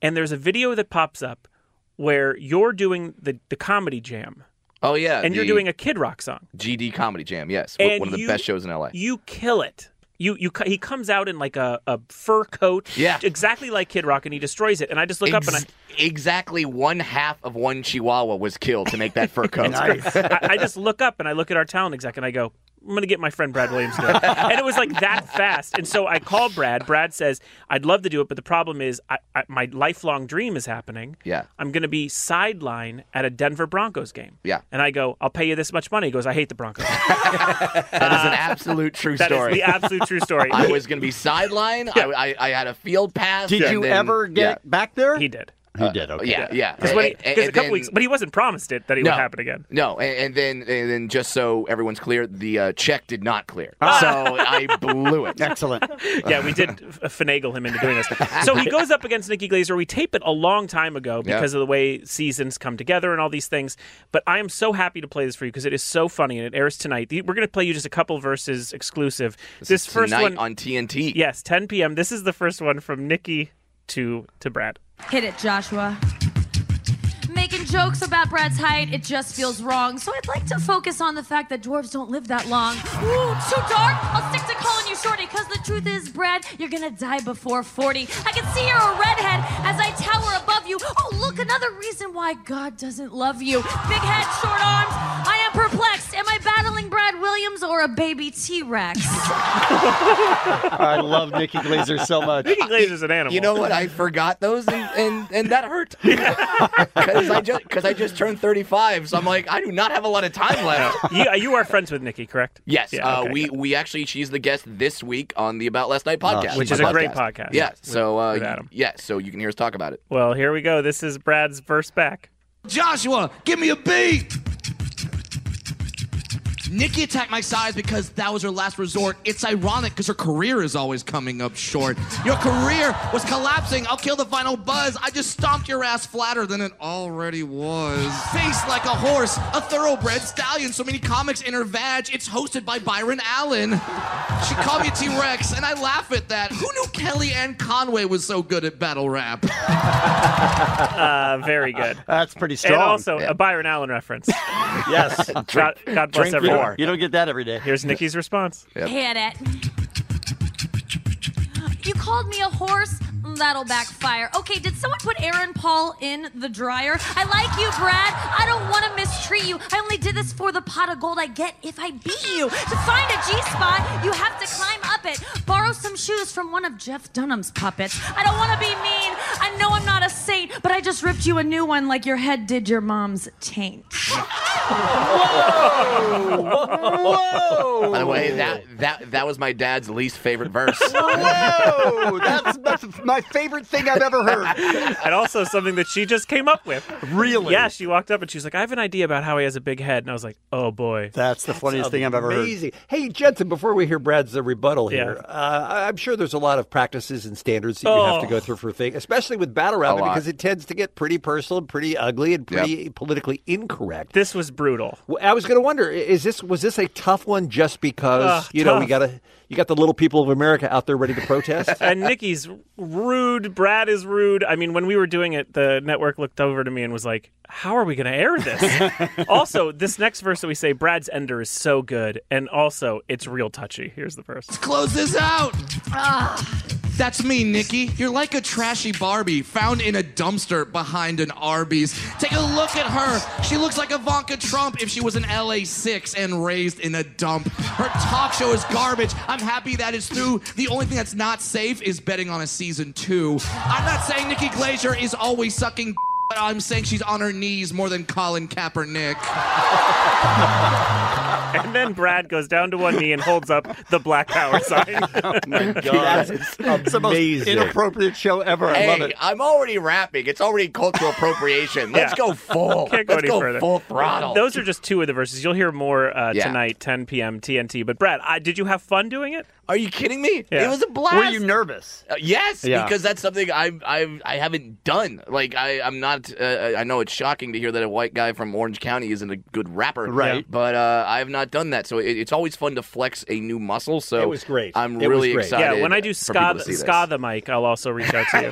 S5: and there's a video that pops up where you're doing the the comedy jam.
S27: Oh yeah,
S5: and you're
S27: the-
S5: doing a Kid Rock song.
S27: GD Comedy Jam, yes,
S5: And
S27: one of the
S5: you-
S27: best shows in LA.
S5: You kill it. You you co- he comes out in like a, a fur coat, yeah, exactly like Kid Rock, and he destroys it. And I just look up and I.
S27: exactly one half of one Chihuahua was killed to make that fur coat.
S5: It's great. I, I just look up and I look at our talent exec and I go, I'm going to get my friend Brad Williams to do it. and it was like that fast. And so I call Brad. Brad says, I'd love to do it, but the problem is I, I, my lifelong dream is happening.
S27: Yeah.
S5: I'm going to be sideline at a Denver Broncos game.
S27: Yeah.
S5: And I go, I'll pay you this much money. He goes, I hate the Broncos.
S27: That is an
S5: Uh,
S27: absolute true
S5: That is
S27: story.
S5: the absolute true story.
S27: I was going to be sideline. I, I, I had a field pass.
S5: Did
S27: and
S5: you
S27: then-
S5: ever get
S9: back there?
S5: He did.
S27: He did.
S9: okay.
S27: Yeah. Yeah.
S5: Because when he-
S27: And-
S5: 'cause a
S27: and
S5: couple
S27: then-
S5: weeks, but he wasn't promised it that it would happen again.
S27: No, and, and then and then just so everyone's clear, the uh, check did not clear,
S5: Ah.
S27: so I blew it.
S9: Excellent.
S5: yeah, we did f- finagle him into doing this. So he goes up against Nikki Glazer. We tape it a long time ago
S27: Yeah.
S5: because of the way seasons come together and all these things. But I am so happy to play this for you because it is so funny and it airs tonight. The- We're going to play you just a couple verses exclusive. This,
S27: is
S5: first
S27: tonight
S5: one
S27: on TNT.
S5: Yes, 10 p.m. This is the first one from Nikki to to Brad.
S28: Hit it, Joshua. Making jokes about Brad's height, it just feels wrong. So I'd like to focus on the fact that dwarves don't live that long. Ooh, too dark? I'll stick to calling you shorty, because the truth is, Brad, you're gonna die before 40. I can see you're a redhead as I tower above you. Oh, look, another reason why God doesn't love you. Big head, short arms. I am perplexed. Am I battling Brad Williams or a baby T Rex?
S9: I love Nikki Glazer so much.
S5: Nikki Glazer's an animal.
S27: You know what? I forgot those, and and, and that hurt because I just because I just turned thirty five. So I'm like, I do not have a lot of time left.
S5: you, you are friends with Nikki, correct?
S27: Yes,
S5: Yeah,
S27: uh,
S5: okay,
S27: we
S5: yeah.
S27: we actually she's the guest this week on the About Last Night podcast,
S5: Uh, Ah, Which is
S27: my
S5: a great podcast.
S27: Yeah,
S5: With-
S27: so uh,
S5: with
S27: y-
S5: Adam.
S27: yeah, so you can hear us talk about it.
S5: Well, here we go. This is Brad's verse back.
S29: Joshua, give me a beat. Nikki attacked my size because that was her last resort. It's ironic because her career is always coming up short. Your career was collapsing. I'll kill the final buzz. I just stomped your ass flatter than it already was. Face like a horse, a thoroughbred stallion. So many comics in her vag. It's hosted by Byron Allen. She called me a T-Rex, and I laugh at that. Who knew Kelly Ann Conway was so good at battle rap?
S5: Uh, very good.
S9: That's pretty
S5: And
S9: strong.
S5: also
S9: Yeah.
S5: a Byron Allen reference.
S9: Yes.
S5: God, God bless
S9: Drink
S5: everyone.
S9: more. You don't get that every day.
S5: Here's Nikki's response.
S28: Hit it. You called me a horse. That'll backfire. Okay, did someone put Aaron Paul in the dryer? I like you, Brad. I don't want to mistreat you. I only did this for the pot of gold I get if I beat you. To find a G spot, you have to climb up it. Borrow some shoes from one of Jeff Dunham's puppets. I don't want to be mean. I know I'm not a saint, but I just ripped you a new one like your head did your mom's taint.
S27: By the way, that that that was my dad's least favorite verse.
S9: Whoa! That's my- my favorite thing I've ever heard.
S5: and also something that she just came up with.
S9: Really?
S5: Yeah, she walked up and she's like, I have an idea about how he has a big head. And I was like, oh boy.
S9: That's the funniest thing I've ever heard.
S8: Amazing. Hey, Jensen, before we hear Brad's uh, rebuttal
S5: Yeah.
S8: here, uh, I- I'm sure there's a lot of practices and standards that you have to
S5: Oh.
S8: go through for things, especially with battle rap,
S5: A lot.
S8: because it tends to get pretty personal and pretty ugly and pretty politically incorrect.
S5: This was brutal.
S8: Well, I was going to wonder, i- is this was this a tough one just because
S5: Ugh,
S8: you know we
S5: tough.
S8: got to you got the little people of America out there ready to protest?
S5: and Nikki's rude. Brad is rude. I mean, when we were doing it, the network looked over to me and was like, "How are we going to air this?" also, this next verse that we say, Brad's ender is so good, and also it's real touchy. Here's the verse.
S29: Close this out. That's me, Nikki. You're like a trashy Barbie found in a dumpster behind an Arby's. Take a look at her. She looks like Ivanka Trump if she was an LA 6 and raised in a dump. Her talk show is garbage. I'm happy that it's through. The only thing that's not safe is betting on a season two. I'm not saying Nikki Glazier is always sucking, but I'm saying she's on her knees more than Colin Kaepernick.
S5: And then Brad goes down to one knee and holds up the black power sign. oh my
S9: God. It's the most inappropriate show ever. I love
S27: Hey,
S9: it.
S27: I'm already rapping. It's already cultural appropriation. Let's go full.
S5: Can't go
S27: Let's
S5: any
S27: go
S5: further.
S27: full throttle.
S5: Those are just two of the verses. You'll hear more uh,
S27: Yeah.
S5: tonight, 10 p.m. TNT. But Brad, I, did you have fun doing it?
S27: Are you kidding me?
S5: Yeah.
S27: It was a blast.
S9: Were you nervous?
S27: Uh, yes,
S5: Yeah.
S27: because that's something I've I've I haven't done. Like I I'm not. Uh, I know it's shocking to hear that a white guy from Orange County isn't a good rapper,
S9: Right.
S27: But uh, I have not done that, so it, it's always fun to flex a new muscle. So
S8: It was great.
S27: I'm
S8: It was
S27: really
S8: great.
S27: excited.
S5: yeah, when I do
S27: for people
S5: ska,
S27: to see this.
S5: ska the mic, I'll also reach out to you.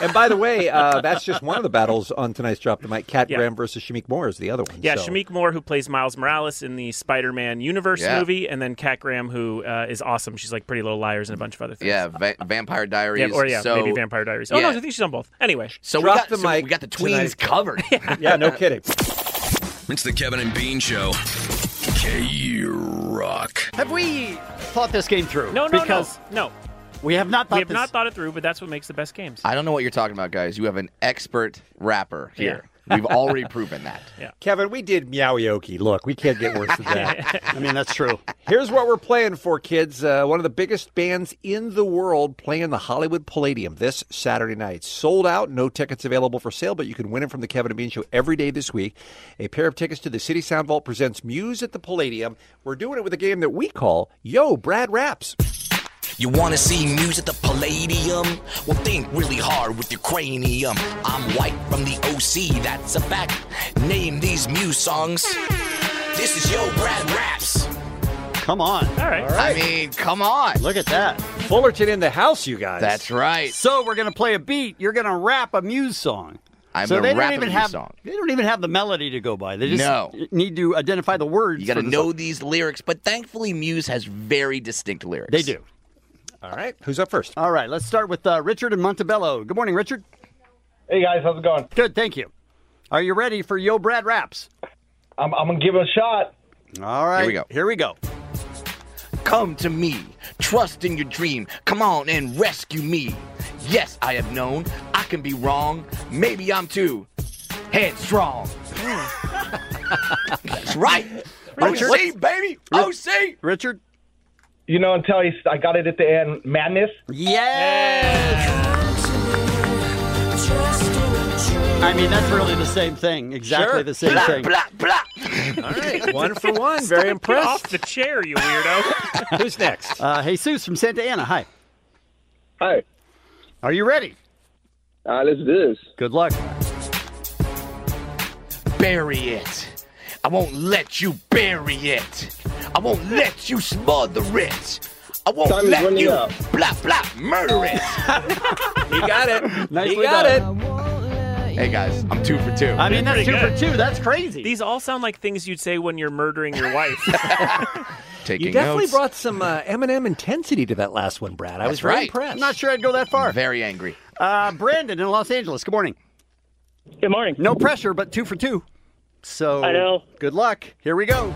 S8: and by the way, uh, that's just one of the battles on tonight's drop the mic. Cat Graham versus Shamik Moore is the other one.
S5: Yeah,
S8: so.
S5: Shamik Moore, who plays Miles Morales in the Spider-Man universe
S27: Yeah.
S5: movie, and then Kat Graham, who uh, is awesome. She's like Pretty Little Liars and a bunch of other things.
S27: Yeah, va- Vampire Diaries.
S5: Yeah, or yeah,
S27: so,
S5: maybe Vampire Diaries. Oh no, I think she's on both. Anyway,
S27: So we got the so we got the tweens covered.
S8: yeah, no kidding.
S10: It's the Kevin and Bean Show. K Rock.
S9: Have we thought this game through?
S5: No, no,
S9: because
S5: no, no.
S9: We have not thought
S5: we have
S9: this-
S5: not thought it through, but that's what makes the best games.
S27: I don't know what you're talking about, guys. You have an expert rapper here. We've already proven that.
S8: Kevin, we did meowyoki. Look, we can't get worse than that.
S9: I mean, that's true.
S8: Here's what we're playing for, kids. Uh, one of the biggest bands in the world playing the Hollywood Palladium this Saturday night. Sold out, no tickets available for sale, but you can win it from the Kevin and Bean Show every day this week. A pair of tickets to the City Sound Vault presents Muse at the Palladium. We're doing it with a game that we call Yo, Brad Raps.
S6: You wanna see news at the Palladium? Well, think really hard with your cranium. I'm white from the OC, that's a fact. Name these Muse songs. This is Yo Brad Raps.
S9: Come on.
S5: All right.
S27: I mean, come on.
S9: Look at that.
S8: Fullerton in the house, you guys.
S27: That's right.
S9: So we're gonna play a beat. You're gonna rap a Muse song.
S27: I'm
S9: so
S27: gonna
S9: they
S27: rap a
S9: don't even
S27: Muse
S9: have
S27: song.
S9: they don't even have the melody to go by. They just
S27: No.
S9: need to identify the words.
S27: You got to
S9: for the
S27: know
S9: song.
S27: these lyrics, but thankfully, Muse has very distinct lyrics.
S9: They do.
S8: All right. Who's up first?
S9: All right. Let's start with uh, Richard and Montebello. Good morning, Richard.
S30: Hey guys, how's it going?
S9: Good. Thank you. Are you ready for Yo Brad Raps?
S30: I'm, I'm gonna give it a shot.
S9: All right.
S27: Here we go.
S9: Here we go.
S27: Come to me, trust in your dream. Come on and rescue me. Yes, I have known I can be wrong. Maybe I'm too headstrong. That's right.
S30: Richard?
S27: OC, baby.
S30: Oh,
S27: OC.
S9: Richard?
S30: You know, until I, I got it at the end, madness.
S9: I mean, that's really the same thing. Exactly
S30: Sure.
S9: the same
S30: Blah,
S9: thing.
S30: blah,
S27: blah.
S8: All right, one for one. Very impressed.
S9: off
S8: the chair, you weirdo. Who's next?
S9: Uh, Jesus from Santa Ana. Hi.
S11: Hi.
S9: Are you ready?
S11: Uh, let's do this.
S9: Good luck.
S27: bury it. I won't let you bury it. I won't let you smother it. I won't
S11: Time is
S27: let
S11: running
S27: you
S11: out.
S27: blah blah murder it.
S8: you got it.
S27: Nicely
S8: you got
S27: done.
S8: it.
S27: Hey guys, I'm two for two.
S8: I mean,
S5: You're
S8: that's
S5: pretty
S8: two
S5: good.
S8: for two. That's crazy.
S5: These all sound like things you'd say when you're murdering your wife.
S8: You definitely brought some uh, Eminem intensity to that last one, Brad. I was very impressed.
S9: I'm not sure I'd go that far.
S27: Very angry.
S9: Uh, Brandon in Los Angeles. Good morning.
S12: Good morning.
S9: No pressure, but two for two. So
S27: I know.
S9: Good luck. Here we go.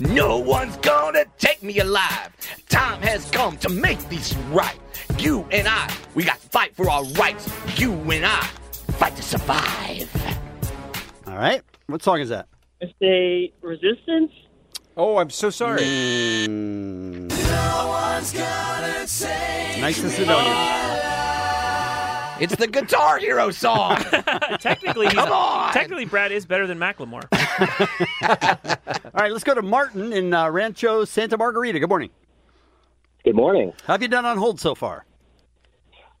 S27: No one's gonna take me alive. Time has come to make these right. You and I, we got to fight for our rights. You and I, fight to survive.
S9: All right. What song is that?
S12: Say resistance.
S8: Oh, I'm so sorry.
S9: Mm. Nice to sit on you.
S27: It's the Guitar Hero song.
S5: technically, he's-
S27: Come on!
S5: technically, Brad is better than Macklemore.
S9: All right, let's go to Martin in uh, Rancho Santa Margarita. Good morning.
S12: Good morning.
S9: How have you done on hold so far?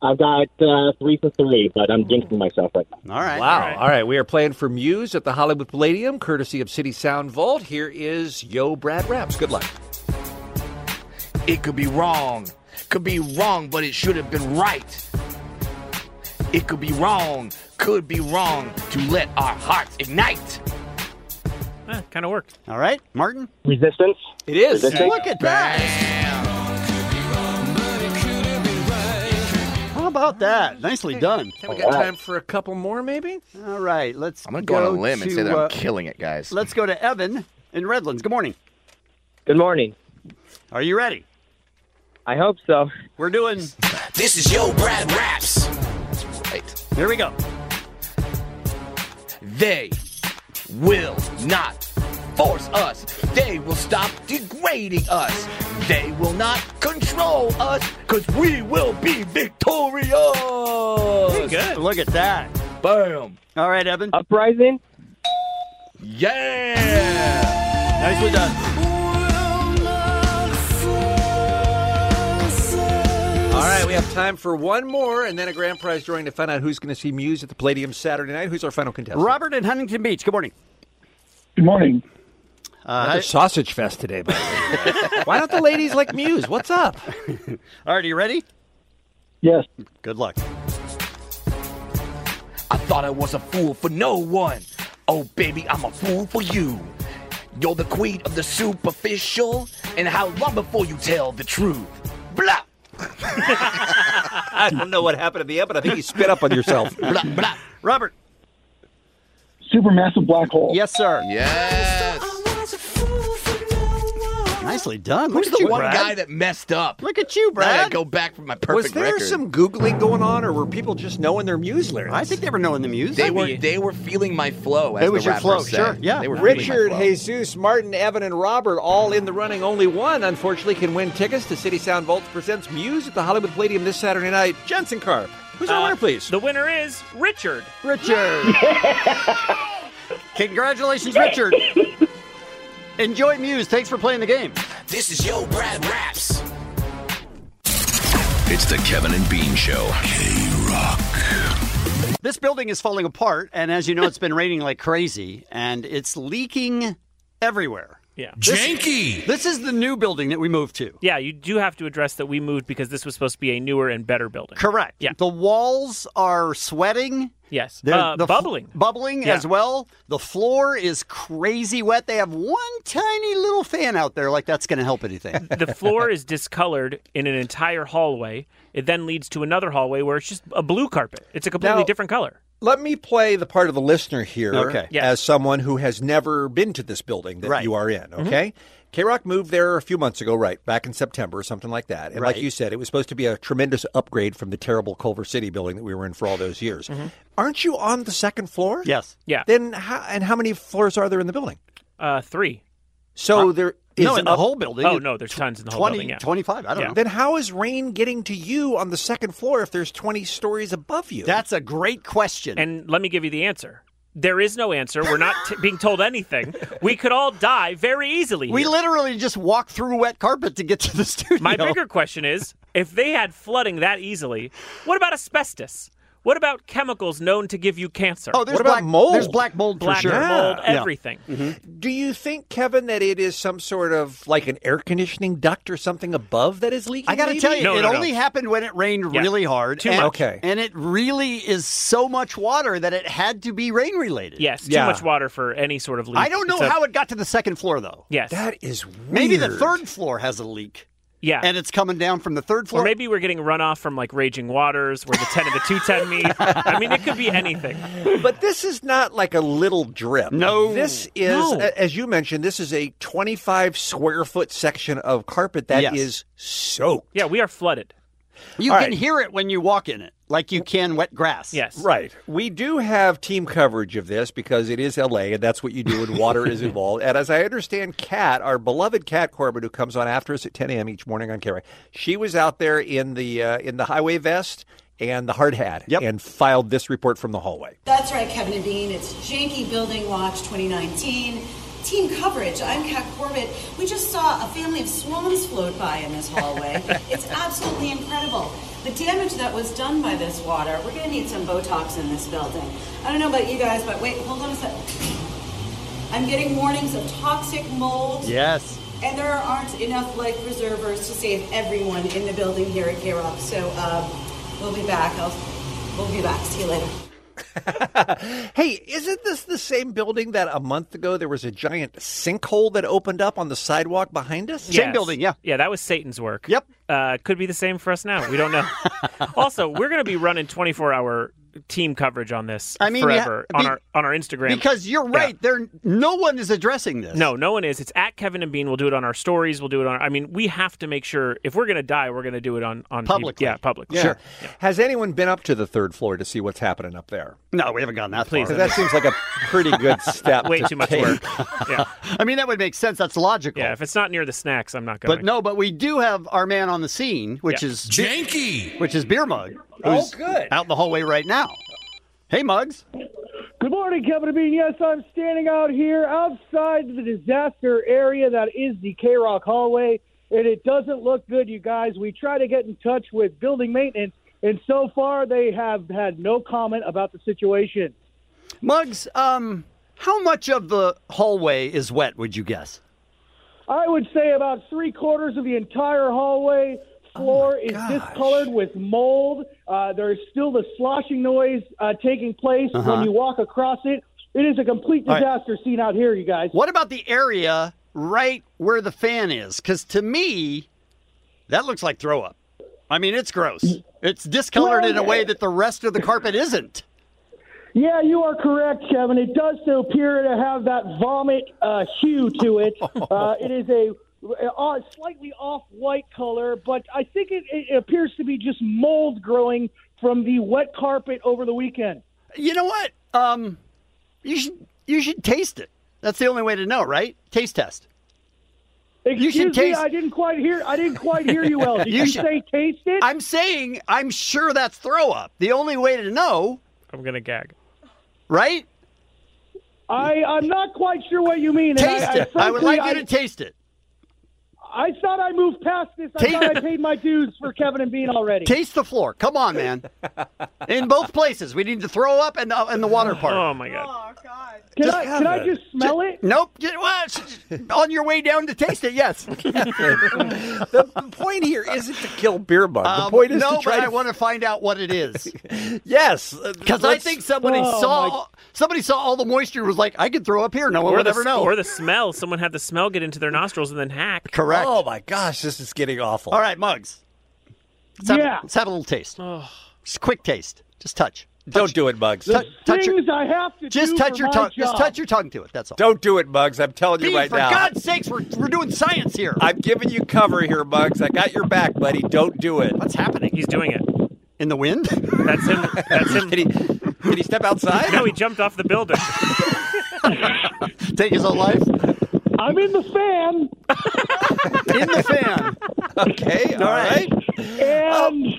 S12: I've got uh, three for three, but I'm jinxing myself right now.
S9: All right.
S8: Wow. All right. We are playing for Muse at the Hollywood Palladium, courtesy of City Sound Vault. Here is Yo Brad Raps. Good luck.
S27: It could be wrong. Could be wrong, but it should have been right. It could be wrong. Could be wrong to let our hearts ignite.
S5: kind of worked.
S9: All right, Martin.
S12: Resistance.
S8: It is.
S9: Resistance. Look at that. How about that? Nicely done.
S8: We got time for a couple more, maybe?
S9: All right, let's. I'm
S27: gonna go on a limb and say that I'm killing it, guys.
S9: Let's go to Evan in Redlands. Good morning.
S12: Good morning.
S9: Are you ready?
S12: I hope so.
S9: We're doing.
S27: This is Yo Brad Raps. That's right.
S9: Here we go.
S27: They will not force us. They will stop degrading us. They will not control us because we will be victorious.
S9: Good. Look at that.
S27: Boom.
S9: All right, Evan.
S12: Uprising.
S27: Yeah.
S9: Nicely done.
S8: All right. We have time for one more and then a grand prize drawing to find out who's going to see Muse at the Palladium Saturday night. Who's our final contestant?
S9: Robert in Huntington Beach. Good morning.
S12: Good morning.
S8: Another
S9: Uh,
S8: sausage fest today, by the way. Why don't the ladies like Muse? What's up?
S9: All right, are you ready?
S12: Yes.
S9: Good luck.
S27: I thought I was a fool for no one. Oh, baby, I'm a fool for you. You're the queen of the superficial, and how long before you tell the truth? Blah,
S8: I don't know what happened at the end, but I think you spit up on yourself.
S27: blah, blah.
S9: Robert.
S12: Supermassive black hole.
S9: Yes, sir.
S27: Yes.
S9: Nicely done.
S27: Who's
S9: Look at
S27: the
S9: you,
S27: one
S9: Brad.
S27: guy that messed up?
S9: Look at you,
S27: I
S9: Brad.
S27: gotta go back for my perfect
S8: Was there
S27: record.
S8: some Googling going on, or were people just knowing their Muse lyrics?
S9: I think they were knowing the music.
S27: They were they were feeling my flow. As
S8: It was
S27: the
S8: your
S27: rappers
S8: flow,
S27: say.
S8: sure,
S9: yeah.
S27: They were feeling my
S8: Richard,
S27: flow.
S8: Jesus, Martin, Evan, and Robert all in the running. Only one, unfortunately, can win tickets to City Sound Vault presents Muse at the Hollywood Palladium this Saturday night. Jensen Carp, who's our
S5: Uh,
S8: winner, please?
S5: The winner is Richard.
S9: Richard. Congratulations, Richard. Enjoy Muse. Thanks for playing the game.
S27: This is Yo Brad Raps.
S10: It's the Kevin and Bean Show. K Rock.
S9: This building is falling apart, and as you know, it's been raining like crazy, and it's leaking everywhere.
S5: Yeah.
S10: Janky.
S9: This is the new building that we moved to.
S5: Yeah, you do have to address that we moved because this was supposed to be a newer and better building.
S9: Correct.
S5: Yeah.
S9: The walls are sweating.
S5: Yes.
S9: They're
S5: Uh,
S9: the f-
S5: bubbling.
S9: bubbling
S5: Yeah.
S9: as well. The floor is crazy wet. They have one tiny little fan out there, like that's going to help anything.
S5: the floor is discolored in an entire hallway. It then leads to another hallway where it's just a blue carpet. It's a completely
S8: Now-
S5: different color.
S8: Let me play the part of the listener here
S9: Okay.
S5: Yes.
S8: as someone who has never been to this building that
S9: Right. Mm-hmm.
S8: you are in, okay? K Rock moved there a few months ago, right? Back in September or something like that. And like
S9: Right.
S8: you said, it was supposed to be a tremendous upgrade from the terrible Culver City building that we were in for all those years. Aren't you on the second floor?
S9: Mm-hmm. yes.
S5: Yeah.
S8: Then how, and how many floors are there in the building?
S5: Uh, three.
S8: So there is
S9: no, in the
S8: up-
S9: whole building.
S5: Oh no, there's tons in the whole
S9: 20,
S5: building. Yeah.
S9: 25, I don't
S5: Yeah.
S9: know.
S8: Then how is rain getting to you on the second floor if there's 20 stories above you?
S9: That's a great question.
S5: And let me give you the answer. There is no answer. We're not t- being told anything. We could all die very easily.
S9: We
S5: here.
S9: literally just walk through wet carpet to get to the studio.
S5: My bigger question is if they had flooding that easily, what about asbestos? What about chemicals known to give you cancer?
S9: Oh, there's What about black- mold? there's black mold for
S5: Black
S9: sure.
S5: mold,
S8: Yeah.
S5: everything.
S8: Do you think, Kevin, that it is some sort of like an air conditioning duct or something above that is leaking?
S9: I got to
S8: maybe?
S9: tell you, it only happened when it rained
S8: Yeah.
S9: really hard.
S8: Too
S9: and,
S8: much. Okay.
S9: And it really is so much water that it had to be rain related.
S5: Yes,
S9: Yeah.
S5: too much water for any sort of leak.
S9: I don't know how it got to the second floor, though.
S5: Yes.
S8: That is
S9: Maybe the third floor has a leak.
S5: Yeah.
S9: And it's coming down from the third floor.
S5: Or maybe we're getting runoff from like raging waters where the 10 and the 210 meet. I mean, it could be anything.
S8: But this is not like a little drip.
S5: No.
S8: This is,
S5: No.
S8: a- as you mentioned, this is a 25 square foot section of carpet that
S9: Yes.
S8: is soaked.
S5: Yeah, we are flooded.
S9: You
S8: All
S9: can
S8: right.
S9: hear it when you walk in it, like you can wet grass.
S5: Yes.
S8: Right. We do have team coverage of this because it is LA and that's what you do when water is involved. And as I understand, Kat, our beloved Kat Corbin, who comes on after us at 10 a.m. each morning on KRI, she was out there in the uh, in the highway vest and the hard hat and filed this report from the hallway.
S31: That's right, Kevin and Bean. It's Janky Building Watch 2019. Team coverage. I'm Kat Corbett. We just saw a family of swans float by in this hallway. it's absolutely incredible. The damage that was done by this water, we're going to need some Botox in this building. I don't know about you guys, but wait, hold on a sec. I'm getting warnings of toxic mold.
S9: Yes.
S31: And there aren't enough life preservers to save everyone in the building here at K Rock. So um, we'll be back. I'll, we'll be back. See you later.
S8: Hey, isn't this the same building that a month ago there was a giant sinkhole that opened up on the sidewalk behind us?
S5: Yes. Yeah, that was Satan's work.
S9: Yep.
S5: Uh, could be the same for us now. We don't know. also, we're going to be running 24 hour team coverage on this
S9: I mean, yeah,
S5: forever on
S9: be-
S5: our on our Instagram
S9: Because you're right, there no one is addressing this.
S5: No, no one is. It's at Kevin and Bean. We'll do it on our stories. We'll do it on. I mean, we have to make sure if we're going to die, we're going to do it on on people-
S8: Publicly.
S5: Yeah, publicly.
S8: Sure. Has anyone been up to the third floor to see what's happening up there?
S5: Oh,
S9: No, we haven't gotten that
S8: Please.
S9: far.
S8: That seems like a pretty good step.
S5: Way
S8: to
S5: too much
S8: take.
S5: work. Yeah.
S9: I mean, that would make sense. That's logical.
S5: Yeah, if it's not near the snacks, I'm not going.
S9: But no, but we do have our man on the scene, which
S5: Yeah.
S9: is Janky, which is Beer Mug,
S5: Oh,
S9: who's
S5: good.
S9: out in the hallway right now. Hey, Mugs.
S19: Good morning, Kevin and Bean. Yes, I'm standing out here outside the disaster area that is the K Rock hallway, and it doesn't look good, you guys. We try to get in touch with building maintenance, and so far they have had no comment about the situation.
S9: Mugs, um, how much of the hallway is wet? Would you guess?
S19: I would say about three quarters of the entire hallway
S9: Oh
S19: floor is discolored with mold. Uh, there's still the sloshing noise uh, taking place
S9: Uh-huh.
S19: when you walk across it. It is a complete
S9: All right.
S19: disaster scene out here, you guys.
S9: What about the area right where the fan is? Because to me, that looks like throw up. I mean, it's gross. It's discolored in a way that the rest of the carpet isn't.
S19: Yeah, you are correct, Kevin. It does appear to have that vomit uh, hue to it. Uh, it is a uh, slightly off-white color, but I think it, it appears to be just mold growing from the wet carpet over the weekend.
S9: You know what? Um, you should you should taste it. That's the only way to know, right? Taste test.
S19: Excuse
S9: you should
S19: me,
S9: taste.
S19: I didn't quite hear. I didn't quite hear you well. Did you,
S9: should-
S19: say taste it?
S9: I'm saying I'm sure that's throw up. The only way to know,
S5: I'm going to gag.
S9: right?
S19: I, I'm not quite sure what you mean. and
S9: Taste
S19: I,
S9: it. I, would
S19: frankly,
S9: like you
S19: I-
S9: to taste it.
S19: I thought I moved past this. I thought I paid my dues for Kevin and Bean already.
S9: Taste the floor. Come on, man. In both places, we need to throw up and uh, and the water part.
S5: Oh my god.
S19: Can I- can I just smell it?
S9: Nope. Ju- well, it's- on your way down to taste it, yes.
S8: the point here isn't to kill beer mug. The
S9: Um,
S8: point is
S9: no,
S8: to try
S9: but
S8: to
S9: I want to find out what it is.
S8: yes, Uh,
S9: because I
S8: let's-
S9: think somebody
S8: Oh,
S9: saw somebody saw all the moisture and was like, I could throw up here. No one would
S5: the,
S9: ever know.
S5: Or the smell. Someone had the smell get into their nostrils and then hack.
S9: Correct.
S8: Oh my gosh, this is getting awful.
S9: All right, mugs. Let's have,
S19: Yeah.
S9: let's have a little taste. Just a quick taste. Just touch.
S8: Don't do it, Bugs.
S9: Touch, touch your,
S19: Things I have to
S9: just
S19: do
S9: touch
S19: for
S9: your
S19: my
S9: tongue. Just
S19: job.
S9: touch your tongue to it. That's all.
S8: Don't do it, Bugs. I'm telling you
S9: Bean,
S8: right
S9: for
S8: now.
S9: God's sakes, we're, we're doing science here.
S8: I'm giving you cover here, Bugs. I got your back, buddy. Don't do it.
S9: What's happening?
S5: He's doing it.
S9: In the wind?
S5: That's him. That's him.
S8: Did he, did he step outside?
S5: No, he jumped off the building.
S9: Take his own life.
S19: I'm in the fan.
S9: In the fan.
S8: Okay. All right.
S19: And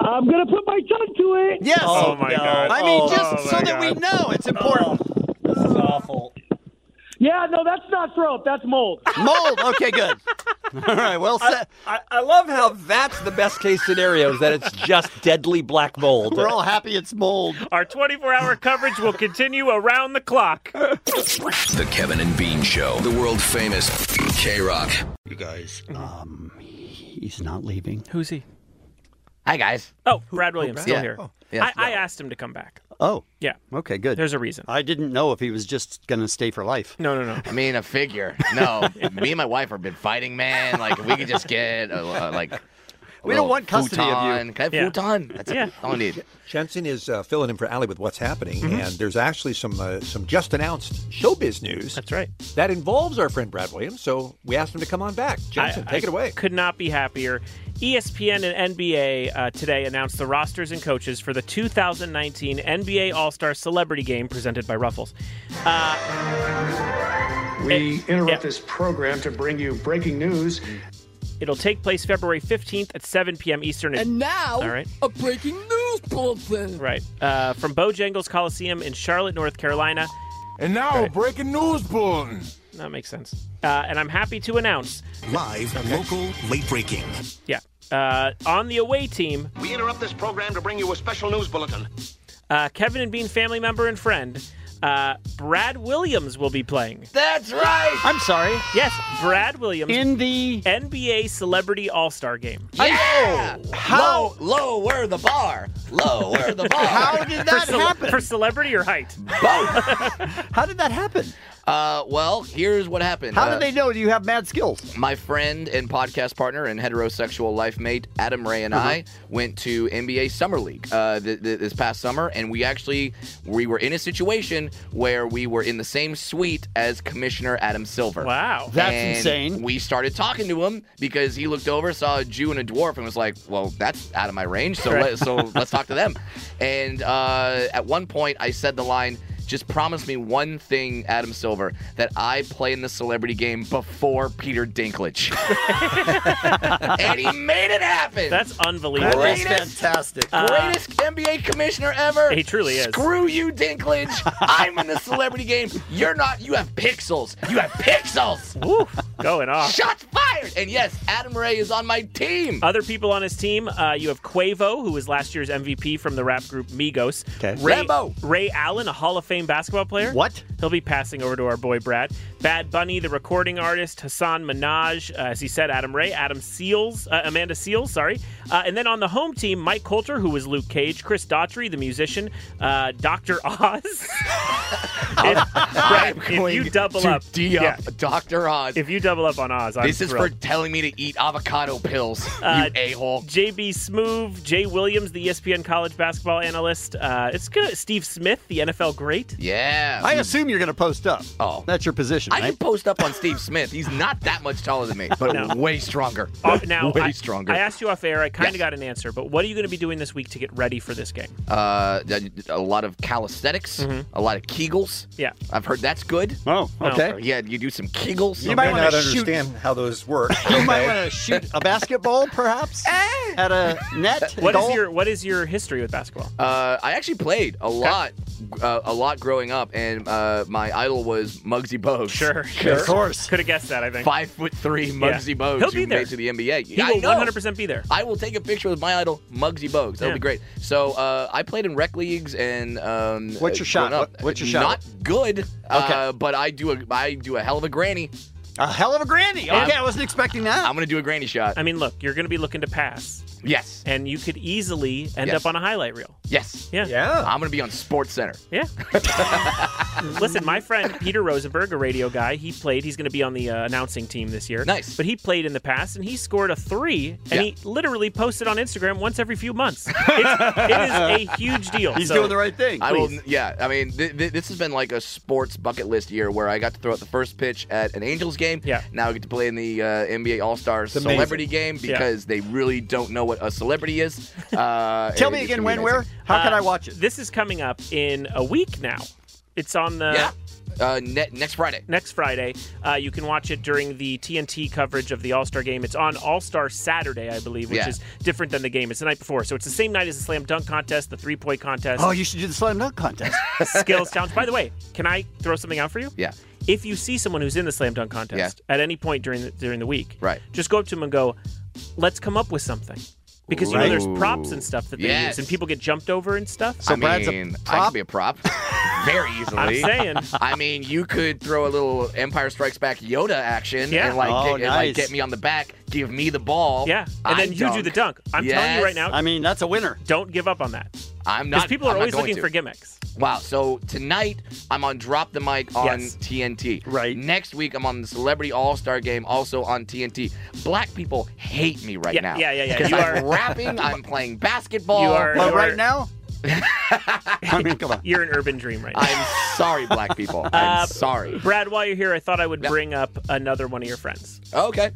S19: I'm gonna put my tongue to it.
S9: Oh. Yes.
S19: Oh
S9: my god. I mean, just so that we know it's important.
S32: This is awful.
S19: Yeah, no, that's not throat. That's mold.
S8: Mold. Okay, good. All right. Well, I, I, I love how that's the best case scenario is that it's just deadly black mold.
S5: We're all
S9: happy it's mold.
S5: Our 24 hour coverage will continue around the clock.
S10: The Kevin and Bean Show, the world famous K Rock.
S32: You guys. Um, he's not leaving.
S5: Who's he?
S27: Hi, guys.
S5: Oh, Brad Williams,
S32: Brad?
S5: still
S32: Yeah.
S5: here.
S32: Oh, yes.
S5: I, I asked him to come back.
S32: Oh.
S5: Yeah.
S32: Okay, good.
S5: There's a reason.
S32: I didn't know if he was just going to stay for life.
S5: No, no, no.
S27: I mean, a figure. No, me and my wife have been fighting, man. Like, if we could just get a, a- like. a
S8: We
S27: little
S8: don't want custody of you.
S27: futon. Can I have
S8: Yeah.
S27: futon? That's it. all I need.
S33: Jensen is uh, filling in for Ali with what's happening,
S27: Mhm.
S33: and there's actually some uh, some just announced showbiz news. That's
S5: right.
S33: That involves our friend Brad Williams, so we asked him to come on back. Jensen,
S5: I-
S33: take
S5: I
S33: it away.
S5: Could not be happier. E ESPN and NBA uh, today announced the rosters and coaches for the 2019 NBA All Star Celebrity Game presented by Ruffles. Uh,
S7: We interrupt this program to bring you breaking news.
S5: it'll take place February 15th at 7 p.m. Eastern.
S17: And now,
S5: All right.
S17: a breaking news bulletin.
S5: Right. Uh, from Bojangles Coliseum in Charlotte, North Carolina.
S18: And now, breaking news bulletin.
S5: That makes sense. Uh, and I'm happy to announce
S18: Live, local, late breaking.
S5: Yeah. Uh, on the away team,
S25: We interrupt this program to bring you a special news bulletin.
S5: uh, Kevin and Bean family member and friend, uh, Brad Williams will be playing.
S27: That's right.
S5: I'm sorry. Yes, Brad Williams in the NBA Celebrity All Star Game.
S27: Yeah. How low, lower the bar? Lower the bar. How
S5: did that For cele- happen? for celebrity or height?
S27: Both.
S9: How did that happen?
S27: Uh, well, here's what happened.
S9: How
S27: Uh,
S9: do they know you have mad skills?
S27: My friend and podcast partner and heterosexual life mate Adam Ray and I
S9: Uh-huh.
S27: went to NBA Summer League uh, th- th- this past summer, and we actually we were in a situation where we were in the same suite as Commissioner Adam Silver.
S5: Wow,
S9: That's
S27: And
S9: insane.
S27: We started talking to him because he looked over, saw a Jew and a dwarf, and was like, "Well, that's out of my range." So
S4: Right.
S27: let, so let's talk to them. And uh, at one point, I said the line. Just promise me one thing, Adam Silver, that I play in the celebrity game before Peter Dinklage. and he made it happen.
S5: That's unbelievable.
S27: That is
S9: fantastic.
S27: Greatest NBA commissioner ever.
S5: Uh, He truly is.
S27: Screw you, Dinklage. I'm in the celebrity game. You're not. You have pixels. You have pixels.
S5: Woo, going off.
S27: Shots fired. And yes, Adam Ray is on my team.
S5: Other people on his team, uh, you have Quavo, who was last year's MVP from the rap group Migos. Ray,
S27: Rambo.
S5: Ray Allen, a Hall of Fame basketball player.
S9: What?
S5: He'll be passing over to our boy Brad. Bad Bunny, the recording artist. Hassan Minaj, uh, as he said, Adam Ray. Adam Seals, uh, Amanda Seals, sorry. Uh, and then on the home team, Mike Coulter, who was Luke Cage. Chris Daughtry, the musician. Uh, Dr. Oz. if, Brad, if you double
S27: to
S5: up.
S27: D up Dr. Oz.
S5: If you double up on Oz, I'm
S27: this is
S5: thrilled.
S27: for telling me to eat avocado pills.
S5: Uh,
S27: you a-hole.
S5: JB Smoove, Jay Williams, the E ESPN college basketball analyst. Uh, it's good. Steve Smith, the NFL great.
S27: Yeah.
S9: I assume you're going to post up.
S27: Oh.
S9: That's your position,
S27: I
S9: right?
S27: can post up on Steve Smith. He's not that much taller than me, but
S5: No.
S27: way stronger.
S5: Uh, now,
S27: way
S5: I,
S27: stronger.
S5: I asked you off air. I kind of
S27: Yes.
S5: got an answer, but what are you going to be doing this week to get ready for this game?
S27: uh, d- d- a lot of calisthenics, a lot of Kegels.
S5: Mm-hmm. Yeah.
S27: I've heard that's good.
S9: Oh, okay.
S27: Yeah, you do some Kegels.
S33: You, might not understand how those work.
S9: You might want to shoot a basketball, perhaps, at a net.
S27: What is
S9: goal?
S5: Your, what is your history with basketball?
S27: Uh, I actually played a lot, uh, a lot growing up, and uh, my idol was Muggsy Bogues. Sure,
S5: Of course. Could have guessed that. I think
S27: Five foot three, Muggsy
S5: Yeah.
S27: Bogues,
S5: He'll be
S27: who
S5: there.
S27: made it to the NBA.
S5: He
S27: I
S5: will
S27: know.
S5: 100% be there.
S27: I will take a picture with my idol, Muggsy Bogues. That'll
S5: Yeah.
S27: be great. So uh, I played in rec leagues and. Um,
S9: What's your
S27: uh,
S9: shot?
S27: growing up.
S9: What- what's your shot?
S27: Not good. Okay. Uh, but I do a I do a hell of a granny.
S9: A hell of a granny. Okay, I wasn't expecting that.
S27: I'm gonna do a granny shot.
S5: I mean, look, you're going to be looking to pass.
S27: Yes.
S5: And you could easily end
S27: Yes.
S5: up on a highlight reel.
S27: Yes.
S5: Yeah.
S27: Yeah. I'm gonna be on Sports Center.
S5: Yeah. Listen, my friend Peter Rosenberg, a radio guy, he played. He's going to be on the uh, announcing team this year. Nice. But he played in the past, and he scored a three, and
S27: Yeah.
S5: he literally posted on Instagram once every few months. It's, it is a huge deal. So-
S27: I will. Yeah, I mean, th- th- this has been like a sports bucket list year where I got to throw out the first pitch at an Angels game. Yeah. Now I get to play in the uh, NBA All Star
S9: amazing.
S27: Celebrity Game
S9: Yeah.
S27: because they really don't know what a celebrity is. Uh,
S9: Tell
S27: and
S9: me
S27: it's gonna
S9: again
S27: be
S9: when,
S27: amazing.
S9: where? How can
S5: Uh,
S9: I watch it?
S5: This is coming up in a week now. It's on the.
S27: Uh, ne- next Friday.
S5: Next Friday. Uh, you can watch it during the TNT coverage of the All Star game. It's on All Star Saturday, I believe, which
S27: Yeah.
S5: is different than the game. It's the night before. So it's the same night as the slam dunk contest, the three point contest.
S9: Oh, you should do the slam dunk contest.
S5: skills challenge. By the way, can I throw something out for you?
S27: Yeah.
S5: If you see someone who's in the slam dunk contest at any point during the, during the week,
S27: right.
S5: just go up to them and go, "Let's come up with something," because you know
S27: Right.
S5: there's props and stuff that they
S27: Yes.
S5: use, and people get jumped over and stuff.
S27: I mean, I could be a prop very easily.
S5: I'm saying.
S27: I mean, you could throw a little Empire Strikes Back Yoda action
S5: Yeah.
S27: and like,
S5: Oh,
S27: get, and, like,
S5: nice.
S27: get me on the back, give me the ball.
S5: Yeah, and then
S27: I
S5: you do the dunk. I'm telling you
S27: Yes.
S5: right now.
S9: mean, that's a winner.
S5: Don't give up on that.
S27: I'm
S5: 'Cause
S27: not.
S5: people are
S27: I'm not
S5: always
S27: going
S5: looking
S27: to.
S5: for gimmicks.
S27: Wow. So tonight I'm on Drop the Mic on
S5: Yes.
S27: TNT.
S9: Right.
S27: Next week I'm on the Celebrity All Star Game, also on TNT. Black people hate me right
S5: Yeah,
S27: now.
S5: yeah, yeah, yeah.
S27: Because
S5: You
S27: I'm
S5: are-
S27: rapping. I'm playing basketball.
S5: You are- But you right are-
S9: now.
S5: I mean, come on. You're an urban dream right now. Uh,
S27: I'm sorry, black people. I'm sorry.
S5: Brad, while you're here, I thought I would bring up another one of your friends.
S27: Okay.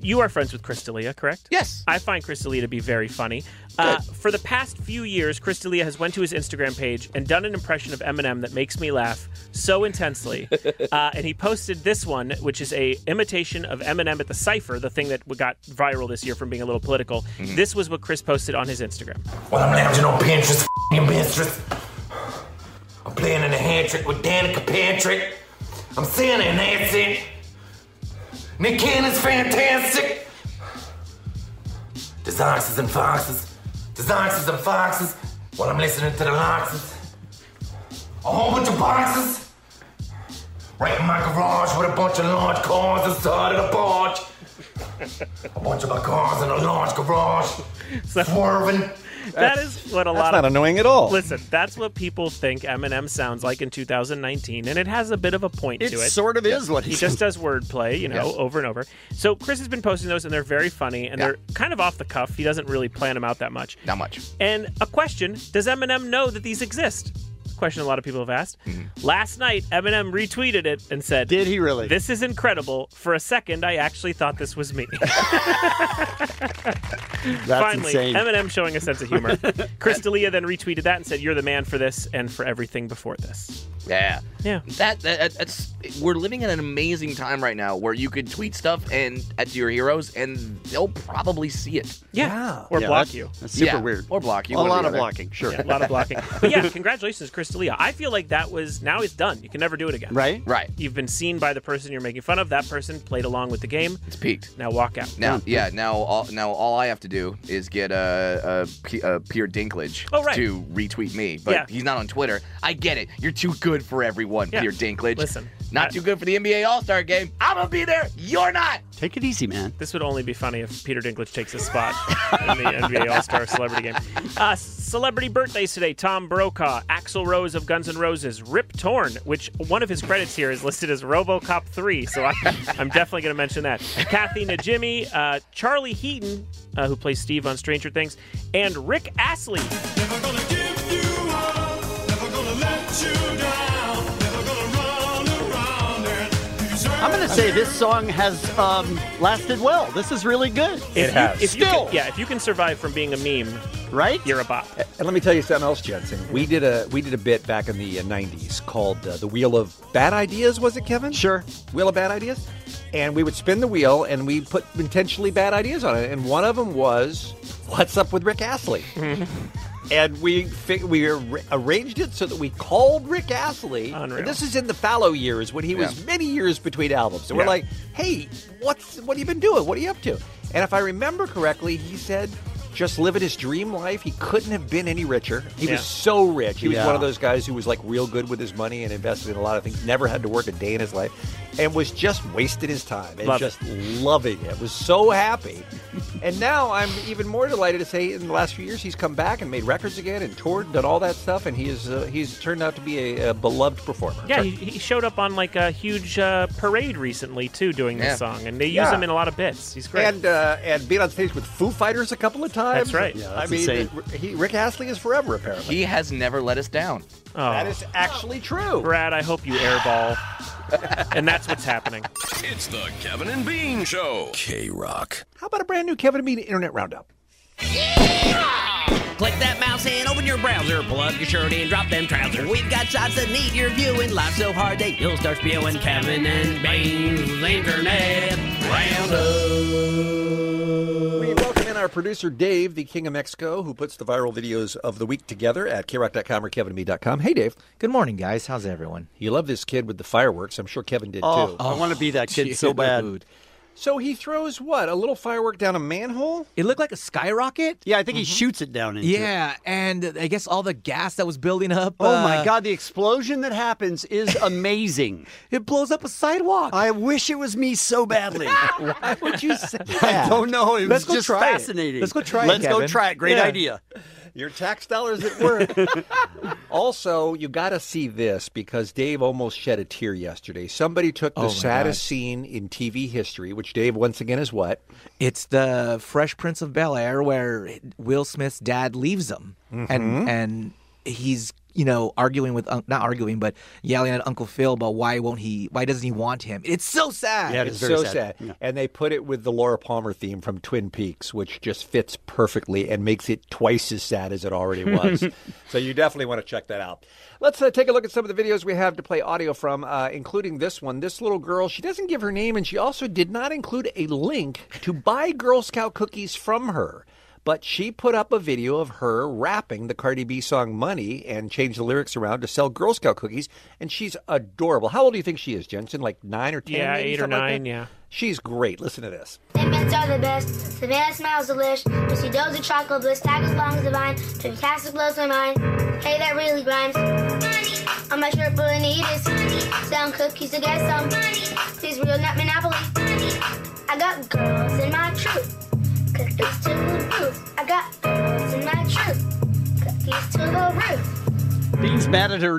S5: You are friends with Chris D'Elia, correct?
S27: Yes.
S5: I find Chris D'Elia to be very funny. Uh, for the past few years, Chris D'Elia has went to his Instagram page and done an impression of Eminem that makes me laugh so intensely. uh, and he posted this one, which is a imitation of Eminem at the Cypher, the thing that got viral this year from being a little political.
S27: Mm-hmm.
S5: This was what Chris posted on his Instagram.
S21: Well, I'm lounging on Pinterest, f***ing Pinterest. I'm playing in a hand trick with Danica Pantrick. I'm seeing an accent. Nick Cannon's fantastic. There's oxes and foxes. There's oxes and foxes. While I'm listening to the loxes. A whole bunch of boxes. Right in my garage with a bunch of large cars inside of the barge. A bunch of my cars in a large garage. swerving.
S5: That is what a
S21: That's
S5: lot
S21: not
S5: of
S21: annoying at all.
S5: Listen, that's what people think Eminem sounds like in 2019, and it has a bit of a point
S9: It
S5: to it.
S9: sort of is what he
S5: just does wordplay, you know,
S9: Yes.
S5: over and over. So Chris has been posting those, and they're very funny, and they're kind of off the cuff. He doesn't really plan them out that much.
S27: Not much.
S5: And a question: Does Eminem know that these exist? Question a lot of people have asked.
S21: Hmm.
S5: Last night, Eminem retweeted it and said,
S9: "Did he really?
S5: This is incredible. For a second, I actually thought this was me."
S9: That's
S5: Finally,
S9: insane.
S5: Eminem showing a sense of humor. Chris D'Elia then retweeted that and said, "You're the man for this and for everything before this."
S27: Yeah.
S5: Yeah.
S27: That, that that's we're living in an amazing time right now where you could tweet stuff and at your heroes and they'll probably see it.
S5: Yeah. Or block you.
S27: Yeah. Or block you.
S5: one
S27: one
S5: or
S27: or
S5: the
S27: the other.
S5: other. Yeah, a lot of blocking. But yeah, congratulations, Chris D'Elia. I feel like that was now it's done. You can never do it again.
S9: Right?
S27: Right.
S5: You've been seen by the person you're making fun of. That person played along with the game. It's
S27: peaked.
S5: Now walk out.
S27: Now, yeah. Now, all, now all I have to do is get a, uh P- uh, Peter Dinklage
S5: Oh, right.
S27: to retweet me, but
S5: Yeah.
S27: he's not on Twitter. I get it. You're too good for everyone,
S5: Yeah.
S27: Peter Dinklage.
S5: Listen,
S27: not too good for the NBA All Star game. I'm gonna be there. You're not.
S9: Take it easy, man.
S5: This would only be funny if Peter Dinklage takes his spot in the NBA All Star Celebrity Game. Uh, celebrity birthdays today: Tom Brokaw, Axl Rose of Guns N' Roses, Rip Torn, which one of his credits here is listed as RoboCop 3, so I, I'm definitely going to mention that. Kathy Najimy, uh, Charlie Heaton, uh, who plays Steve on Stranger Things, and Rick Astley.
S9: I'm going to say this song has um, lasted well. This is really good.
S5: If you- if you can- yeah, if you can survive from being a meme,
S9: right?
S5: You're a bop.
S8: And let me tell you something else, Jensen. We did a we did a bit back in the uh, '90s called uh, the Wheel of Bad Ideas. Was it Kevin?
S9: Sure.
S8: Wheel of Bad Ideas, and we would spin the wheel and we put intentionally bad ideas on it. And one of them was, "What's up with Rick Astley?" and we fi- we ar- arranged it so that we called Rick Astley.
S5: Unreal.
S8: And this is in the fallow years when he was
S5: Yeah.
S8: many years between albums. So
S5: Yeah.
S8: we're like, "Hey, what's what have you been doing? What are you up to?" And if I remember correctly, he said. Just living his dream life. He couldn't have been any richer. He
S9: Yeah.
S8: was so rich. He was
S9: Yeah.
S8: one of those guys who was like real good with his money and invested in a lot of things. Never had to work a day in his life, and was just wasting his time and
S9: Love it.
S8: just loving it. Was so happy. and now I'm even more delighted to say in the last few years he's come back and made records again and toured, done all that stuff, and he is uh, he's turned out to be a, a beloved performer.
S5: Yeah, he, he showed up on like a huge uh, parade recently too, doing this
S8: Yeah.
S5: song, and they use
S8: Yeah.
S5: him in a lot of bits. He's great.
S8: And uh, and being on stage with Foo Fighters a couple of times.
S5: That's right.
S8: Yeah,
S5: Yeah,
S8: I
S5: that's
S8: mean,
S5: insane.
S8: He, Rick Astley is forever apparently.
S27: He has never let us down.
S5: Oh.
S8: That is actually true.
S5: Brad, I hope you airball. and that's what's happening.
S34: It's the Kevin and Bean Show. K Rock.
S8: How about a brand new Kevin and Bean internet roundup?
S22: click that mouse and open your browser. Pull up your shirt and drop them trousers. We've got shots that need your viewing. Live so hard that you'll start spewing. Kevin and Bane's Internet Roundup.
S8: We welcome in our producer, Dave, the king of Mexico, who puts the viral videos of the week together at krock.com or kevinme.com. Hey, Dave.
S1: Good morning, guys. How's everyone?
S8: You love this kid with the fireworks. I'm sure Kevin did,
S9: Oh,
S8: too.
S9: I wanna be that kid so bad.
S8: dude. So he throws what? A little firework down a manhole?
S1: It looked like a skyrocket.
S9: Yeah, I think he
S5: Mm-hmm.
S9: shoots it down into.
S1: Yeah, and I guess all the gas that was building up.
S9: Oh
S1: uh,
S9: my God! The explosion that happens is amazing.
S1: it blows up a sidewalk.
S9: I wish it was me so badly. Why
S1: would you say
S9: I
S1: that?
S9: don't know. It
S1: Let's
S9: was
S1: go
S9: just
S1: try it.
S9: fascinating.
S1: Let's go try it,
S9: Let's go
S1: Kevin.
S9: try it. Great
S8: Yeah.
S9: idea.
S8: Your tax dollars at work. also, you got to see this because Dave almost shed a tear yesterday. Somebody took the
S1: Oh, my
S8: saddest
S1: God.
S8: scene in TV history, which Dave once again is what?
S1: It's the Fresh Prince of Bel Air where Will Smith's dad leaves him,
S8: Mhm.
S1: and and he's you know arguing with un- not arguing but yelling at Uncle Phil about why won't he why doesn't he want him? It's so sad.
S8: it's so sad. And they put it with the Laura Palmer theme from Twin Peaks, which just fits perfectly and makes it twice as sad as it already was. so you definitely want to check that out. Let's uh, take a look at some of the videos we have to play audio from, uh, including this one. This little girl, she doesn't give her name, and she also did not include a link to buy Girl Scout cookies from her. But she put up a video of her rapping the Cardi B song Money and changed the lyrics around to sell Girl Scout cookies. And she's adorable. How old do you think she is, Jensen? Like nine or ten?
S5: Yeah,
S8: maybe,
S5: eight or
S8: something like
S5: nine,
S8: that?
S5: yeah.
S8: She's great. Listen to this.
S35: Dimples are the best. Savannah smells delish. When she does the chocolate bliss, tackles belongs to mine. Fantastic blows my mind. Hey, that really rhymes. I'm not sure if I need this. Selling cookies to get some. Please, real not monopoly. I got girls in my troop. Cookies to the roof. I got girls in my troop. Cookies to the roof.
S9: Bean's mad at her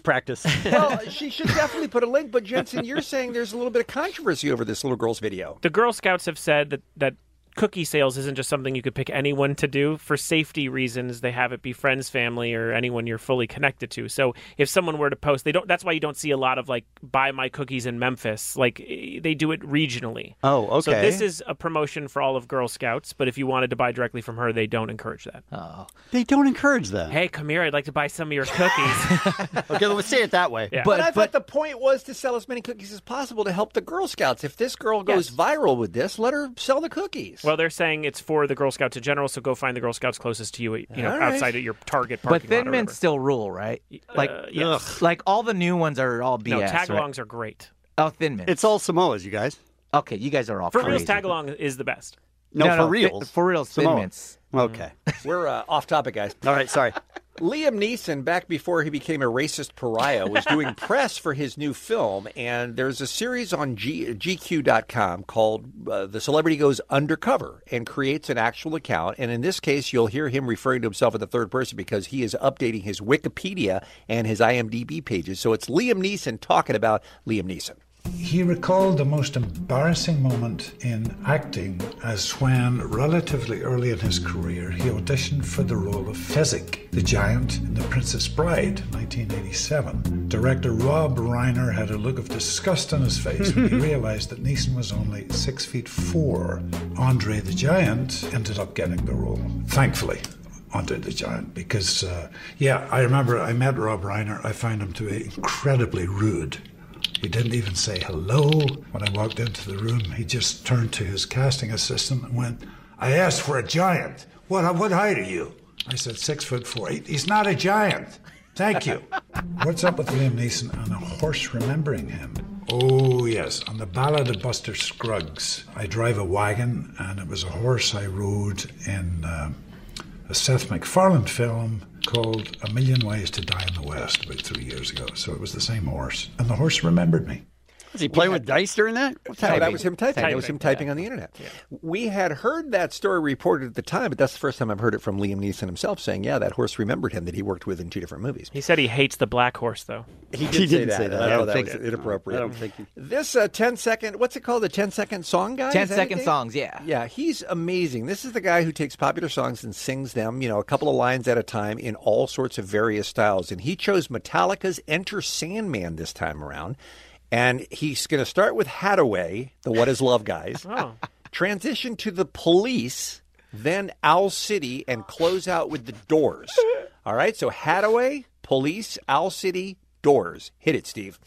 S9: practice.
S8: Well, she should definitely put a link, but Jensen, you're saying there's a little bit of controversy over this little girl's video.
S5: The Girl Scouts have said that that cookie sales isn't just something you could pick anyone to do for safety reasons they have it be friends family or anyone you're fully connected to so if someone were to post they don't that's why you don't see a lot of like buy my cookies in memphis like eh, they do it regionally
S9: Oh,
S5: so
S9: okay.
S5: this is a promotion for all of girl scouts but if you wanted to buy directly from her they don't encourage that
S1: oh
S9: They don't encourage that.
S5: hey come here i'd like to buy some of your cookies
S9: okay let's say it that way
S5: yeah.
S8: But, I thought the point was to sell as many cookies as possible to help the Girl Scouts. If this girl goes viral with this, let her sell the cookies.
S5: well, they're saying it's for the Girl Scouts in general, so go find the Girl Scouts closest to you, you know,
S1: All right.
S5: outside at your Target
S1: But
S5: parking
S1: thin
S5: lot.
S1: men still rule, right? Like
S5: Uh, yes.
S1: like all the new ones are all BS.
S5: no,
S1: right?
S5: tagalongs are great.
S1: Oh, thin men.
S9: It's all Samoas, you guys.
S1: Okay, you guys are all
S5: For reals,
S1: crazy.
S5: tagalong is the best.
S9: Oh, No,
S1: No,
S9: for
S1: no, thi-
S9: reals.
S1: for reals, thin
S9: Samoa.
S1: mints.
S9: Okay.
S8: We're uh, off topic, guys.
S9: All right, sorry.
S8: Liam Neeson, back before he became a racist pariah, was doing press for his new film, and there's a series on G- GQ.com called uh, The Celebrity Goes Undercover and creates an actual account. And in this case, you'll hear him referring to himself in the third person because he is updating his Wikipedia and his IMDb pages. So it's Liam Neeson talking about Liam Neeson.
S4: He recalled the most embarrassing moment in acting as when, relatively early in his career, he auditioned for the role of Fezzik, the giant in The Princess Bride, 1987. Director Rob Reiner had a look of disgust on his face when he realized that Neeson was only six feet four. Andre the Giant ended up getting the role, thankfully. Andre the Giant, because, uh, yeah, I remember I met Rob Reiner. I found him to be incredibly rude. He didn't even say hello. When I walked into the room, he just turned to his casting assistant and went, I asked for a giant. What, what height are you? I said, six foot four. He- he's not a giant. Thank you. What's up with Liam Neeson and a horse remembering him? Oh, yes. On the Ballad of Buster Scruggs, I drive a wagon, and it was a horse I rode in um a Seth MacFarlane film called A Million Ways to Die in the West about three years ago. So it was the same horse. And the horse remembered me.
S9: Was he playing with dice during that? What's
S8: No, that
S9: happening?
S8: was him typing. That was him typing on the internet. We had heard that story reported at the time, but that's the first time I've heard it from Liam Neeson himself saying, yeah, that horse remembered him that he worked with in two different movies.
S5: He said he hates the black horse, though.
S8: He, did say that. I thought that was inappropriate.
S5: I don't think
S8: This uh, 10 second, what's it called? The 10 second song guy?
S1: 10
S8: Is that
S1: second
S8: it, Dave?
S1: songs, yeah.
S8: Yeah, he's amazing. This is the guy who takes popular songs and sings them, you know, a couple of lines at a time in all sorts of various styles. And he chose Metallica's Enter Sandman this time around. And he's going to start with Hadaway, the What Is Love guys,
S5: Oh.
S8: transition to the police. then Owl City, and close out with the doors. All right, so Hadaway, Police, Owl City, Doors. Hit it, Steve.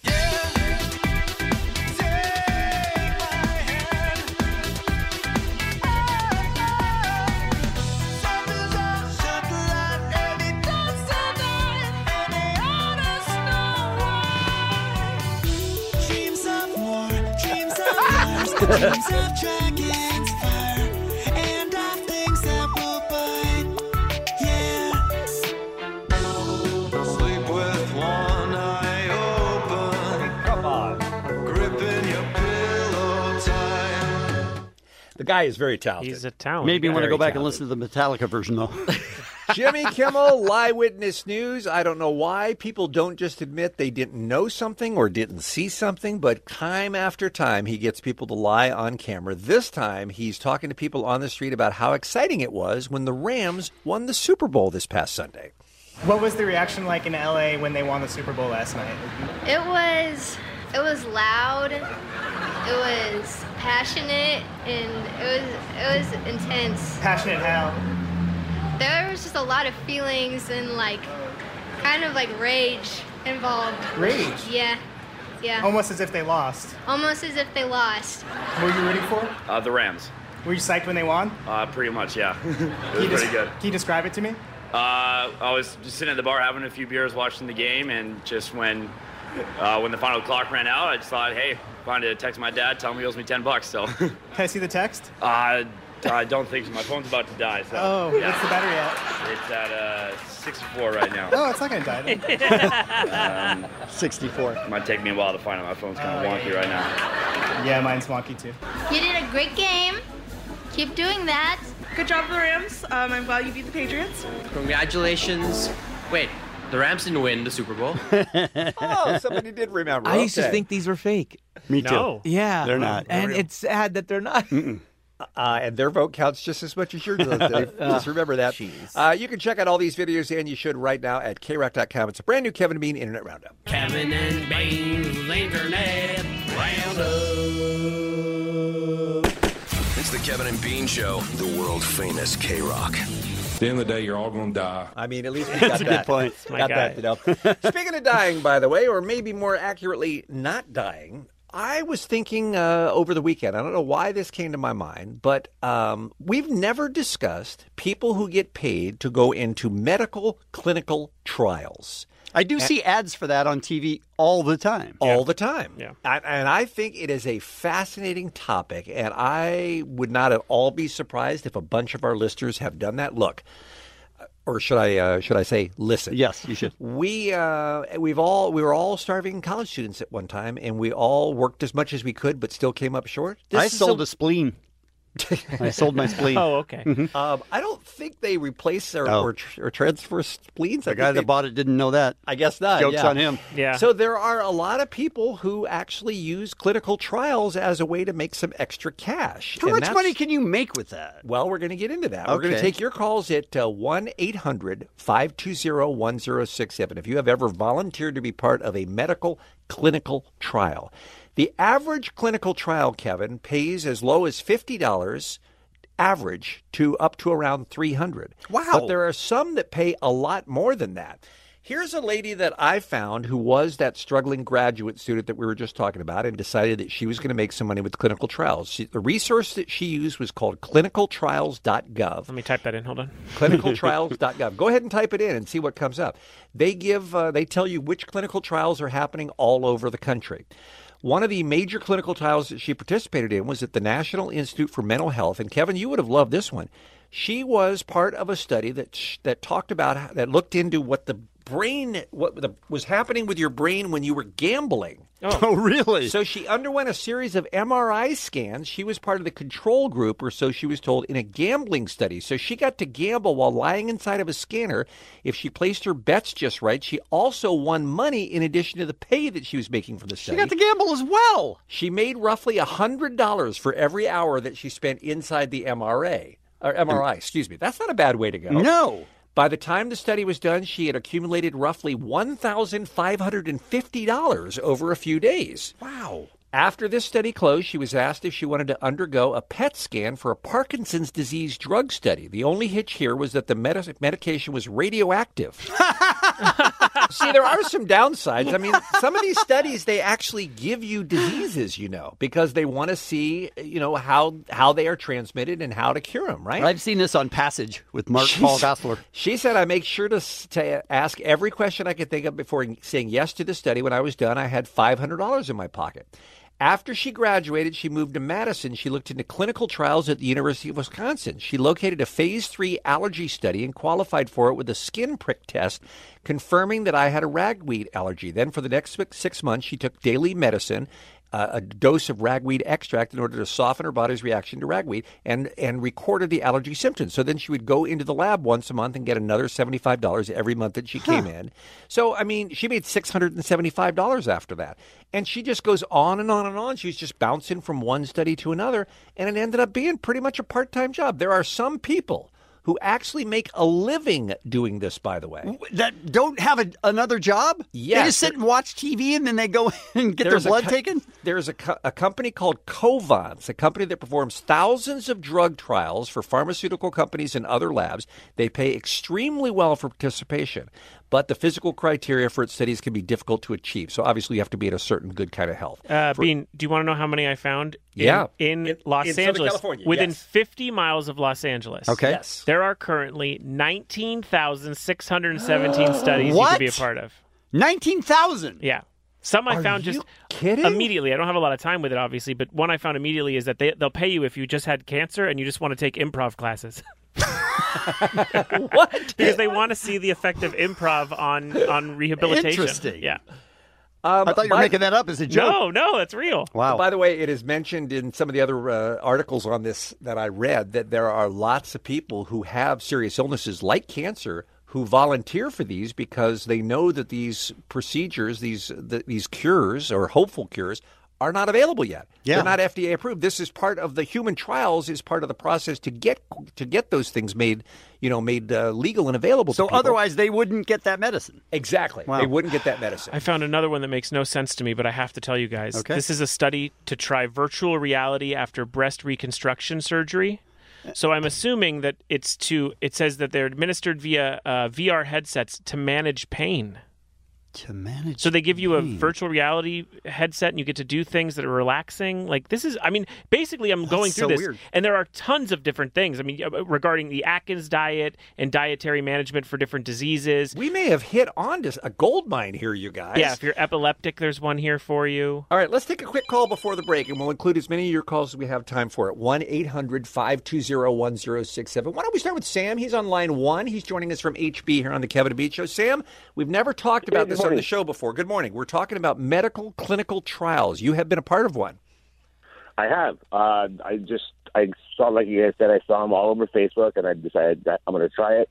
S22: Dreams of war, dreams of arms, dreams of dragons far, and of things that will bite. Yeah. Sleep with one eye open. Come on. Gripping your pillow tight.
S8: The guy is very talented.
S36: He's a talent.
S9: Maybe you want to go back
S8: and
S9: and listen to the Metallica version, though.
S8: Jimmy Kimmel, Lie Witness News. I don't know why people don't just admit they didn't know something or didn't see something, but time after time he gets people to lie on camera. This time he's talking to people on the street about how exciting it was when the Rams won the Super Bowl this past Sunday.
S5: What was the reaction like in LA when they won the Super Bowl last night?
S29: It was it was loud. It was passionate and it was it was intense.
S5: Passionate how?
S29: There was just a lot of feelings and like kind of like rage involved.
S5: Rage?
S29: Yeah. Yeah.
S5: Almost as if they lost.
S29: Almost as if they lost.
S5: Who were you rooting for?
S21: Uh, the Rams.
S5: Were you psyched when they won?
S21: Uh, pretty much, yeah. It was
S5: Can
S21: pretty
S5: you des-
S21: good.
S5: Can you describe it to me?
S21: Uh, I was just sitting at the bar having a few beers, watching the game, and just when uh, when the final clock ran out, I just thought, hey, wanted to text my dad, tell him he owes me ten bucks. So uh,
S5: Can I see the text?
S21: I I don't think so. my phone's about to die. So
S5: Oh, what's the battery at?
S21: It's at uh, 64 right now.
S5: No, it's not gonna die. then.
S21: Um,
S9: 64.
S21: Might take me a while to find it. My phone's kind of wonky right now.
S5: Oh, yeah, mine's wonky too.
S29: You did a great game. Keep doing that.
S37: Good job, the Rams. Um, I'm glad you beat the Patriots. Congratulations. Wait, the Rams didn't win the Super Bowl.
S8: oh, somebody did remember.
S38: I used to think these were fake.
S8: Me too. No.
S38: Yeah.
S8: They're not.
S38: And
S8: Real.
S38: it's sad that they're not.
S8: Uh, and their vote counts just as much as yours does, Dave. Just remember that. Uh, you can check out all these videos, and you should right now at krock.com. It's a brand new Kevin Bean Internet Roundup.
S39: Kevin and Bane's Internet Roundup.
S10: It's the Kevin and Bean Show, the world famous K Rock.
S8: At the end of the day, you're all going to die. I mean, at least we got
S10: That's a good
S8: that.
S10: point.
S8: Got
S10: My
S8: that, you know. Speaking of dying, by the way, or maybe more accurately, not dying, I was thinking uh, over the weekend. I don't know why this came to my mind, but um, we've never discussed people who get paid to go into medical clinical trials.
S9: I do see ads for that on TV all the time.
S8: All the time. Yeah. I, and I think it is a fascinating topic, and I would not at all be surprised if a bunch of our listeners have done that. Look, or should I uh, should I say listen?
S9: Yes, you should.
S8: We uh, we've all we were all starving college students at one time, and we all worked as much as we could, but still came up short.
S9: I sold a spleen. I sold my spleen. Mhm.
S8: Um, I don't think they replace their
S9: Oh.
S8: or, tr- or transfer spleens.
S9: The guy that bought it didn't know that.
S8: I guess not.
S9: Joke's
S8: yeah.
S9: on him.
S8: So there are a lot of people who actually use clinical trials as a way to make some extra cash.
S9: How
S8: And
S9: much
S8: that's-
S9: money can you make with that?
S8: Well, we're going to get into that. We're going to
S9: Okay.
S8: take your calls at uh, 1 800 520 1067. If you have ever volunteered to be part of a medical clinical trial, the average clinical trial, Kevin, pays as low as $50 average to up to around 300 Wow. But there are some that pay a lot more than that. Here's a lady that I found who was that struggling graduate student that we were just talking about and decided that she was going to make some money with clinical trials. She, the resource that she used was called clinicaltrials.gov.
S36: Let me type that in. Hold on.
S8: clinicaltrials.gov. Go ahead and type it in and see what comes up. They give uh, they tell you which clinical trials are happening all over the country. One of the major clinical trials that she participated in was at the National Institute for Mental Health and Kevin you would have loved this one. She was part of a study that sh- that talked about how- that looked into what the brain what the, was happening with your brain when you were gambling.
S9: Oh. really?
S8: So she underwent a series of MRI scans. She was part of the control group, or so she was told, in a gambling study. So she got to gamble while lying inside of a scanner. If she placed her bets just right, she also won money in addition to the pay that she was making from the
S9: She
S8: study.
S9: got to gamble as well.
S8: She made roughly $100 for every hour that she spent inside the MRA or MRI, excuse me. That's not a bad way to go.
S9: No.
S8: By the time the study was done, she had accumulated roughly $1,550 over a few days. Wow. After this study closed, she was asked if she wanted to undergo a PET scan for a Parkinson's disease drug study. The only hitch here was that the medi- medication was radioactive. See, there are some downsides. I mean, some of these studies they actually give you diseases, you know, because they want to see, you know, how how they are transmitted and how to cure them, right?
S9: I've seen this on Passage with Mark
S8: She's-
S9: Paul Gossler.
S8: She said, I make sure to, s- to ask every question I could think of before saying yes to the study. When I was done, I had $500 in my pocket. After she graduated, she moved to Madison. She looked into clinical trials at the University of Wisconsin. She located a phase three allergy study and qualified for it with a skin prick test, confirming that I had a ragweed allergy. Then, for the next six- six months, she took daily medicine uh, a dose of ragweed extract in order to soften her body's reaction to ragweed and, and recorded the allergy symptoms. So then she would go into the lab once a month and get another $75 every month that she came in. So, I mean, she made $675 after that. And she just goes on and on and on. She's just bouncing from one study to another. And it ended up being pretty much a part time job. There are some people who actually make a living doing this, by the way.
S9: That don't have a, another job?
S8: Yes.
S9: They just sit and watch TV and then they go and get
S8: There's a
S9: their blood
S8: co-
S9: taken?
S8: There's a, co- a company called Covance, a company that performs thousands of drug trials for pharmaceutical companies and other labs. They pay extremely well for participation, but the physical criteria for its studies can be difficult to achieve. So obviously, you have to be in a certain good kind of health.
S5: Uh, Bean, do you want to know how many I found? in-
S8: Yeah.
S5: In, Los
S8: in Southern
S5: Angeles.
S8: California,
S5: Within
S8: yes.
S5: 50 miles of Los Angeles.
S8: Okay. Yes.
S5: There are currently 19,617 studies you
S9: What?
S5: could be a part of.
S9: 19,000.
S5: Yeah. Some I
S9: Are
S5: found
S9: you
S5: just
S9: kidding?
S5: immediately. I don't have a lot of time with it, obviously, but one I found immediately is that they, they'll pay you if you just had cancer and you just want to take improv classes. what? Because they want to see the effect of improv on on rehabilitation.
S9: Interesting.
S5: Yeah.
S8: Um,
S9: I thought you were
S8: by-
S9: making that up as a joke.
S5: No, no, that's real.
S8: By the way, it is mentioned in some of the other uh, articles on this that I read that there are lots of people who have serious illnesses like cancer who volunteer for these because they know that these procedures, these th these cures or hopeful cures, are not available yet.
S9: Yeah.
S8: They're not FDA approved. This is part of the human trials is part of the process to get to get those things made, you know, made uh, legal and available.
S9: So otherwise, they wouldn't get that medicine.
S8: Exactly.
S9: Wow.
S8: they wouldn't get that medicine.
S5: I found another one that makes no sense to me, but I have to tell you guys.
S8: Okay.
S5: This is a study to try virtual reality after breast reconstruction surgery. So I'm assuming that it's to. It says that they're administered via uh, VR headsets to manage pain.
S9: To manage.
S5: So they give you a virtual reality headset, and you get to do things that are relaxing. Like this is, I mean, basically, I'm going
S9: so
S5: through this,
S9: weird.
S5: and there are tons of different things. I mean, uh, regarding the Atkins diet and dietary management for different diseases.
S8: We may have hit onto a gold mine here, you guys.
S5: Yeah, if you're epileptic, there's one here for you.
S8: All right, let's take a quick call before the break, and we'll include as many of your calls as we have time for it. 1 800 520 1067. Why don't we start with Sam? He's on line one. He's joining us from HB here on the Kevin and Beach Show. Sam, we've never talked about
S11: good
S8: this on the
S11: morning.
S8: show before. Good morning. We're talking about medical clinical trials. You have been a part of one.
S11: I have. Uh, I just I saw, like you guys said, I saw them all over Facebook, and I decided that I'm going to try it.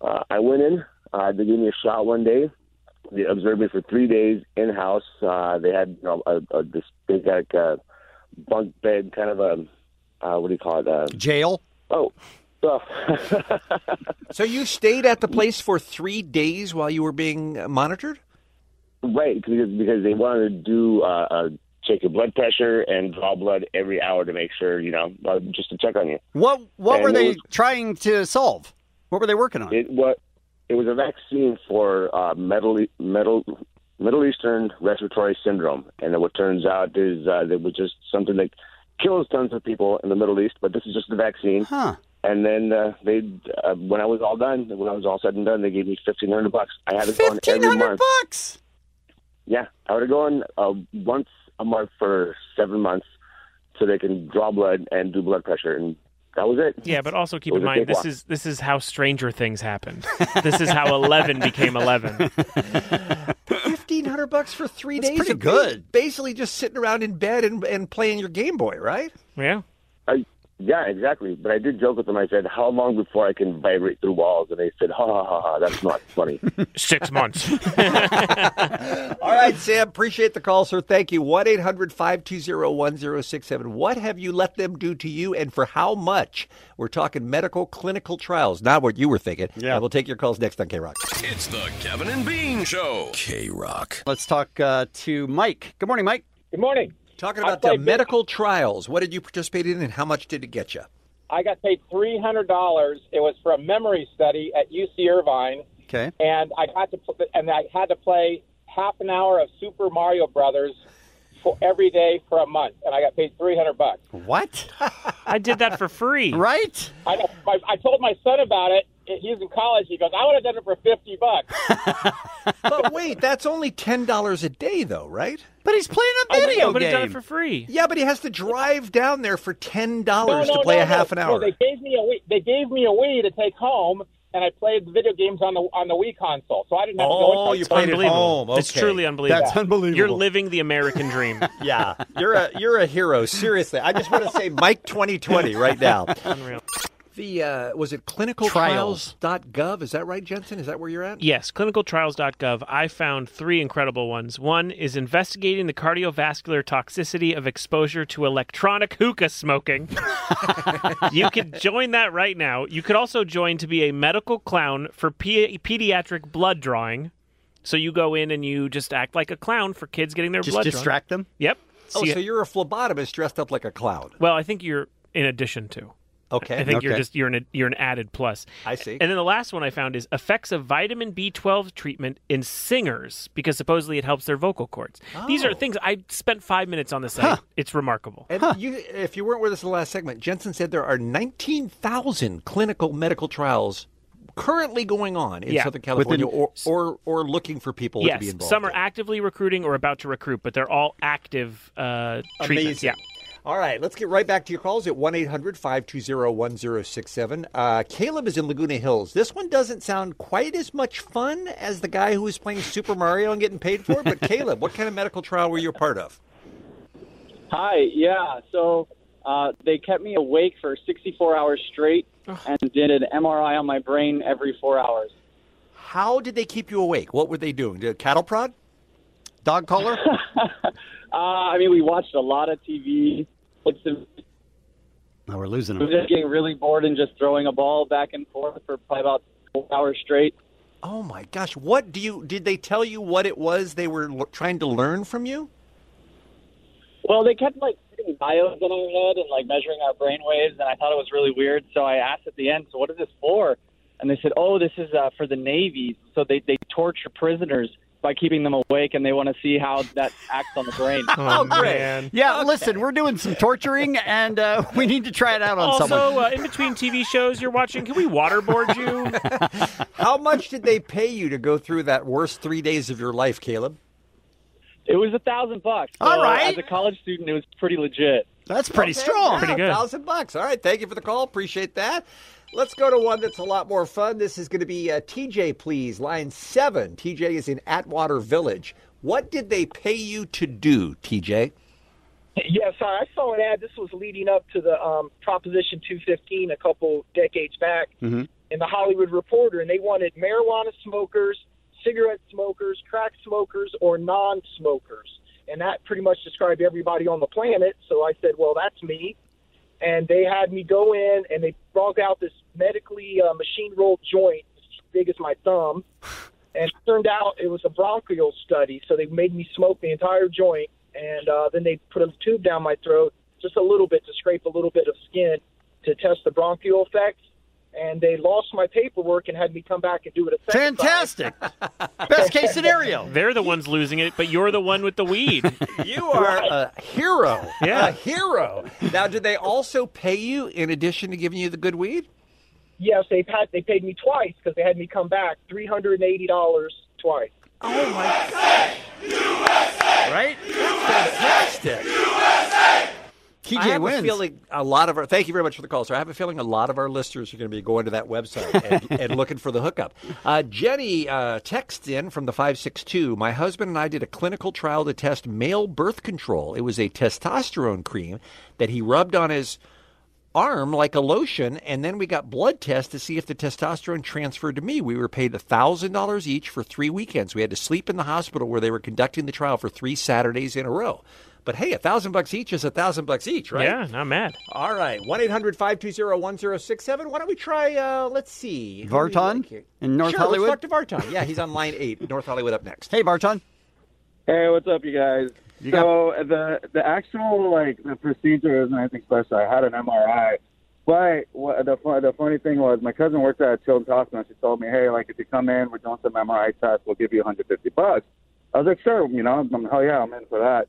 S11: Uh, I went in. Uh, they gave me a shot one day. They observed me for three days in house. Uh, they had you know, a, a, this big like uh, bunk bed, kind of a uh, what do you call it? Uh,
S9: Jail.
S11: Oh, oh.
S8: So you stayed at the place for three days while you were being uh, monitored?
S11: Right, because because they wanted to do uh, uh, check your blood pressure and draw blood every hour to make sure you know uh, just to check on you.
S9: What What
S11: And
S9: were
S11: it
S9: they
S11: was-
S9: trying to solve? What were they working on?
S11: It was it was a vaccine for uh, Middle Middle Middle Eastern respiratory syndrome, and then what turns out is uh, it was just something that kills tons of people in the Middle East. But this is just the vaccine.
S9: Huh.
S11: And then uh, they, uh, when I was all done, when I was all said and done, they gave me fifteen hundred bucks. I had it going every month.
S9: bucks.
S11: Yeah, I would have gone uh, once a month for seven months, so they can draw blood and do blood pressure, and that was it.
S5: Yeah, but also keep
S11: It was
S5: in
S11: a
S5: mind this
S11: cakewalk.
S5: is this is how Stranger Things happened. this is how Eleven became Eleven.
S8: Fifteen hundred bucks for three
S9: That's
S8: days.
S9: pretty
S8: of
S9: good.
S8: ba- Basically, just sitting around in bed and, and playing your Game Boy, right?
S5: Yeah.
S11: I, yeah, exactly. But I did joke with them. I said, "How long before I can vibrate through walls?" And they said, "Ha ha ha ha! That's not funny."
S5: Six months.
S8: All right, Sam. Appreciate the call, sir. Thank you. 1 800 520 1067. What have you let them do to you and for how much? We're talking medical clinical trials, not what you were thinking. Yeah. And we'll take your calls next on K Rock.
S10: It's the Kevin and Bean Show. K Rock.
S9: Let's talk uh, to Mike. Good morning, Mike.
S12: Good morning.
S8: Talking
S12: I
S8: about the
S12: played big-
S8: medical trials, what did you participate in and how much did it get you?
S12: I got paid three hundred dollars. It was for a memory study at UC Irvine,
S9: Okay.
S12: and I got to pl- and I had to play half an hour of Super Mario Brothers for every day for a month, and I got paid three hundred bucks.
S9: What?
S21: I did that for free.
S9: Right?
S12: I, know. I, I told my son about it. He's in college. He goes, "I would have done it for fifty bucks."
S8: but wait, that's only $10 a day, though, right?
S9: But he's playing
S12: a video
S8: but
S12: game.
S21: free.
S8: Yeah, but he has to drive down there for $10
S12: No, no,
S8: to play
S12: no,
S8: a half
S12: no.
S8: an
S12: No,
S8: hour.
S12: they gave me a Wii. They gave me a Wii to take home, and I played the video games on the on the Wii console. So I didn't have to
S8: Oh,
S12: go. inside.
S21: unbelievable. It's truly unbelievable.
S8: That's unbelievable.
S21: You're living the American dream.
S8: yeah, you're a you're a hero. Seriously, I just want to say Mike 2020 right now.
S21: Unreal.
S8: The uh, was it
S21: Trials.
S8: clinicaltrials.gov? Is that right, Jensen? Is that where you're at?
S5: Yes, clinicaltrials.gov. I found three incredible ones. One is investigating the cardiovascular toxicity of exposure to electronic hookah smoking. you could join that right now. You could also join to be a medical clown for pe- pediatric blood drawing. So you go in and you just act like a clown for kids getting their
S8: Just
S5: blood drawn.
S8: distract them?
S5: Yep.
S8: Oh,
S5: See-
S8: so you're a phlebotomist dressed up like a clown.
S5: well, I think you're in addition to.
S8: Okay.
S5: I think you're
S8: Okay.
S5: just you're an you're an added plus.
S8: I see.
S5: And then the last one I found is effects of vitamin B12 treatment in singers because supposedly it helps their vocal cords. These
S8: Oh.
S5: are things I spent five minutes on the site. It's remarkable.
S8: And you, if you weren't with us in the last segment, Jensen said there are 19,000 clinical medical trials currently going on in
S5: Yeah.
S8: Southern California
S5: Within-
S8: or, or or looking for people
S5: yes,
S8: to be involved.
S5: some are actively recruiting or about to recruit, but they're all active uh, treatments.
S8: Amazing.
S5: Yeah.
S8: All right, let's get right back to your calls at 1 800 520 1067. Uh, Caleb is in Laguna Hills. This one doesn't sound quite as much fun as the guy who was playing Super Mario and getting paid for it. But, Caleb, what kind of medical trial were you a part of?
S31: Hi, yeah. So uh, they kept me awake for 64 hours straight and did an MRI on my brain every four hours.
S8: How did they keep you awake? What were they doing? Did cattle prod? Dog collar?
S31: Uh, I mean, we watched a lot of TV. It's the,
S9: Oh,
S40: Now we're losing
S31: we
S40: him.
S31: were just getting really bored and just throwing a ball back and forth for probably about four hours straight.
S8: oh, my gosh. What do you, did they tell you what it was they were l- trying to learn from you?
S31: Well, they kept like putting bios in our head and like measuring our brain waves, and I thought it was really weird. So I asked at the end, "So what is this for?" And they said, "Oh, this is uh, for the Navy. So they they torture prisoners by keeping them awake, and they want to see how that acts on the brain."
S9: Oh, Yeah, listen, we're doing some torturing and uh, we need to try it out on
S5: also,
S9: someone.
S5: uh, in between TV shows you're watching, can we waterboard you?
S8: How much did they pay you to go through that worst three days of your life, Caleb?
S31: It was a thousand bucks. So
S8: All right.
S31: As a college student, it was pretty legit.
S9: That's
S8: Okay, yeah, Thousand bucks. All right. Thank you for the call. Appreciate that. Let's go to one that's a lot more fun. This is going to be uh, TJ, please. Line seven. TJ is in Atwater Village. What did they pay you to do, TJ?
S30: Yeah, sorry. I saw an ad. This was leading up to the um, Proposition 215 a couple decades back
S41: Mm-hmm.
S30: in the Hollywood Reporter, and they wanted marijuana smokers, cigarette smokers, crack smokers, or non smokers. And that pretty much described everybody on the planet. So I said, well, that's me. And they had me go in and they brought out this medically uh, machine rolled joint as big as my thumb. And it turned out it was a bronchial study, so they made me smoke the entire joint, and uh, then they put a tube down my throat just a little bit to scrape a little bit of skin to test the bronchial effects. And they lost my paperwork and had me come back and do it a second
S9: Fantastic. Best case scenario.
S5: They're the ones losing it, but you're the one with the weed.
S8: You are a hero.
S5: Yeah.
S8: A hero. Now, did they also pay you in addition to giving you the good weed?
S30: Yes, they had they paid me twice because they had me come back three hundred and eighty dollars twice.
S8: Oh my Right? Fantastic. TJ I have
S9: wins.
S8: A feeling a lot of our thank you very much for the call, sir. I have a feeling a lot of our listeners are going to be going to that website and, and looking for the hookup. Uh, Jenny uh, texts in from the five six two. My husband and I did a clinical trial to test male birth control. It was a testosterone cream that he rubbed on his arm like a lotion, and then we got blood tests to see if the testosterone transferred to me. We were paid $1,000 each for three weekends. We had to sleep in the hospital where they were conducting the trial for three Saturdays in a row. But hey, a thousand bucks each is a thousand bucks each, right?
S5: Yeah, not mad.
S8: All right, 1 800 520 1067. Why don't we try, uh, let's see. who do we
S9: Vartan
S8: like here?
S9: in North
S8: sure,
S9: Hollywood?
S8: Let's talk to Vartan. Yeah, he's on line eight. North Hollywood up next.
S9: Hey, Barton.
S16: Hey, what's up, you guys? so the the actual like the procedure isn't anything special. I had an MRI, but what, the fu- the funny thing was my cousin worked at a children's hospital. and She told me, hey, like if you come in, we're doing some MRI tests. We'll give you 150 bucks. I was like, sure, you know, I'm, hell yeah, I'm in for that.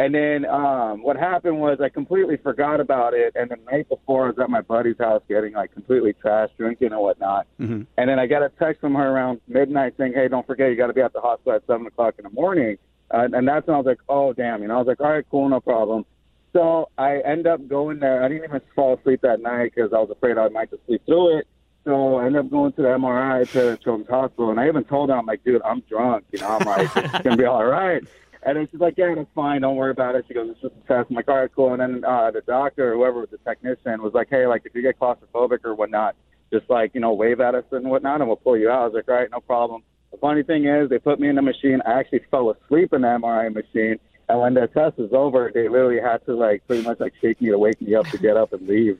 S16: And then um, what happened was I completely forgot about it. And the night before, I was at my buddy's house getting like completely trashed, drinking and whatnot.
S28: Mm-hmm.
S16: And then I got a text from her around midnight saying, "Hey, don't forget, you got to be at the hospital at seven o'clock in the morning." Uh, and that's when I was like, "Oh, damn!" You know, I was like, "All right, cool, no problem." So I end up going there. I didn't even fall asleep that night because I was afraid I might just sleep through it. So I ended up going to the MRI to the Children's Hospital, and I even told her, "I'm like, dude, I'm drunk. You know, I'm like, it's gonna be all right." And then she's like, "Yeah, that's fine. Don't worry about it." She goes, "It's just a test." I'm like, "All right, cool." And then uh, the doctor, whoever the technician, was like, "Hey, like if you get claustrophobic or whatnot, just like you know wave at us and whatnot, and we'll pull you out. I was like, all right, no problem. The funny thing is, they put me in the machine. I actually fell asleep in the MRI machine, and when the test was over, they literally had to like pretty much like shake me to wake me up to get up and leave.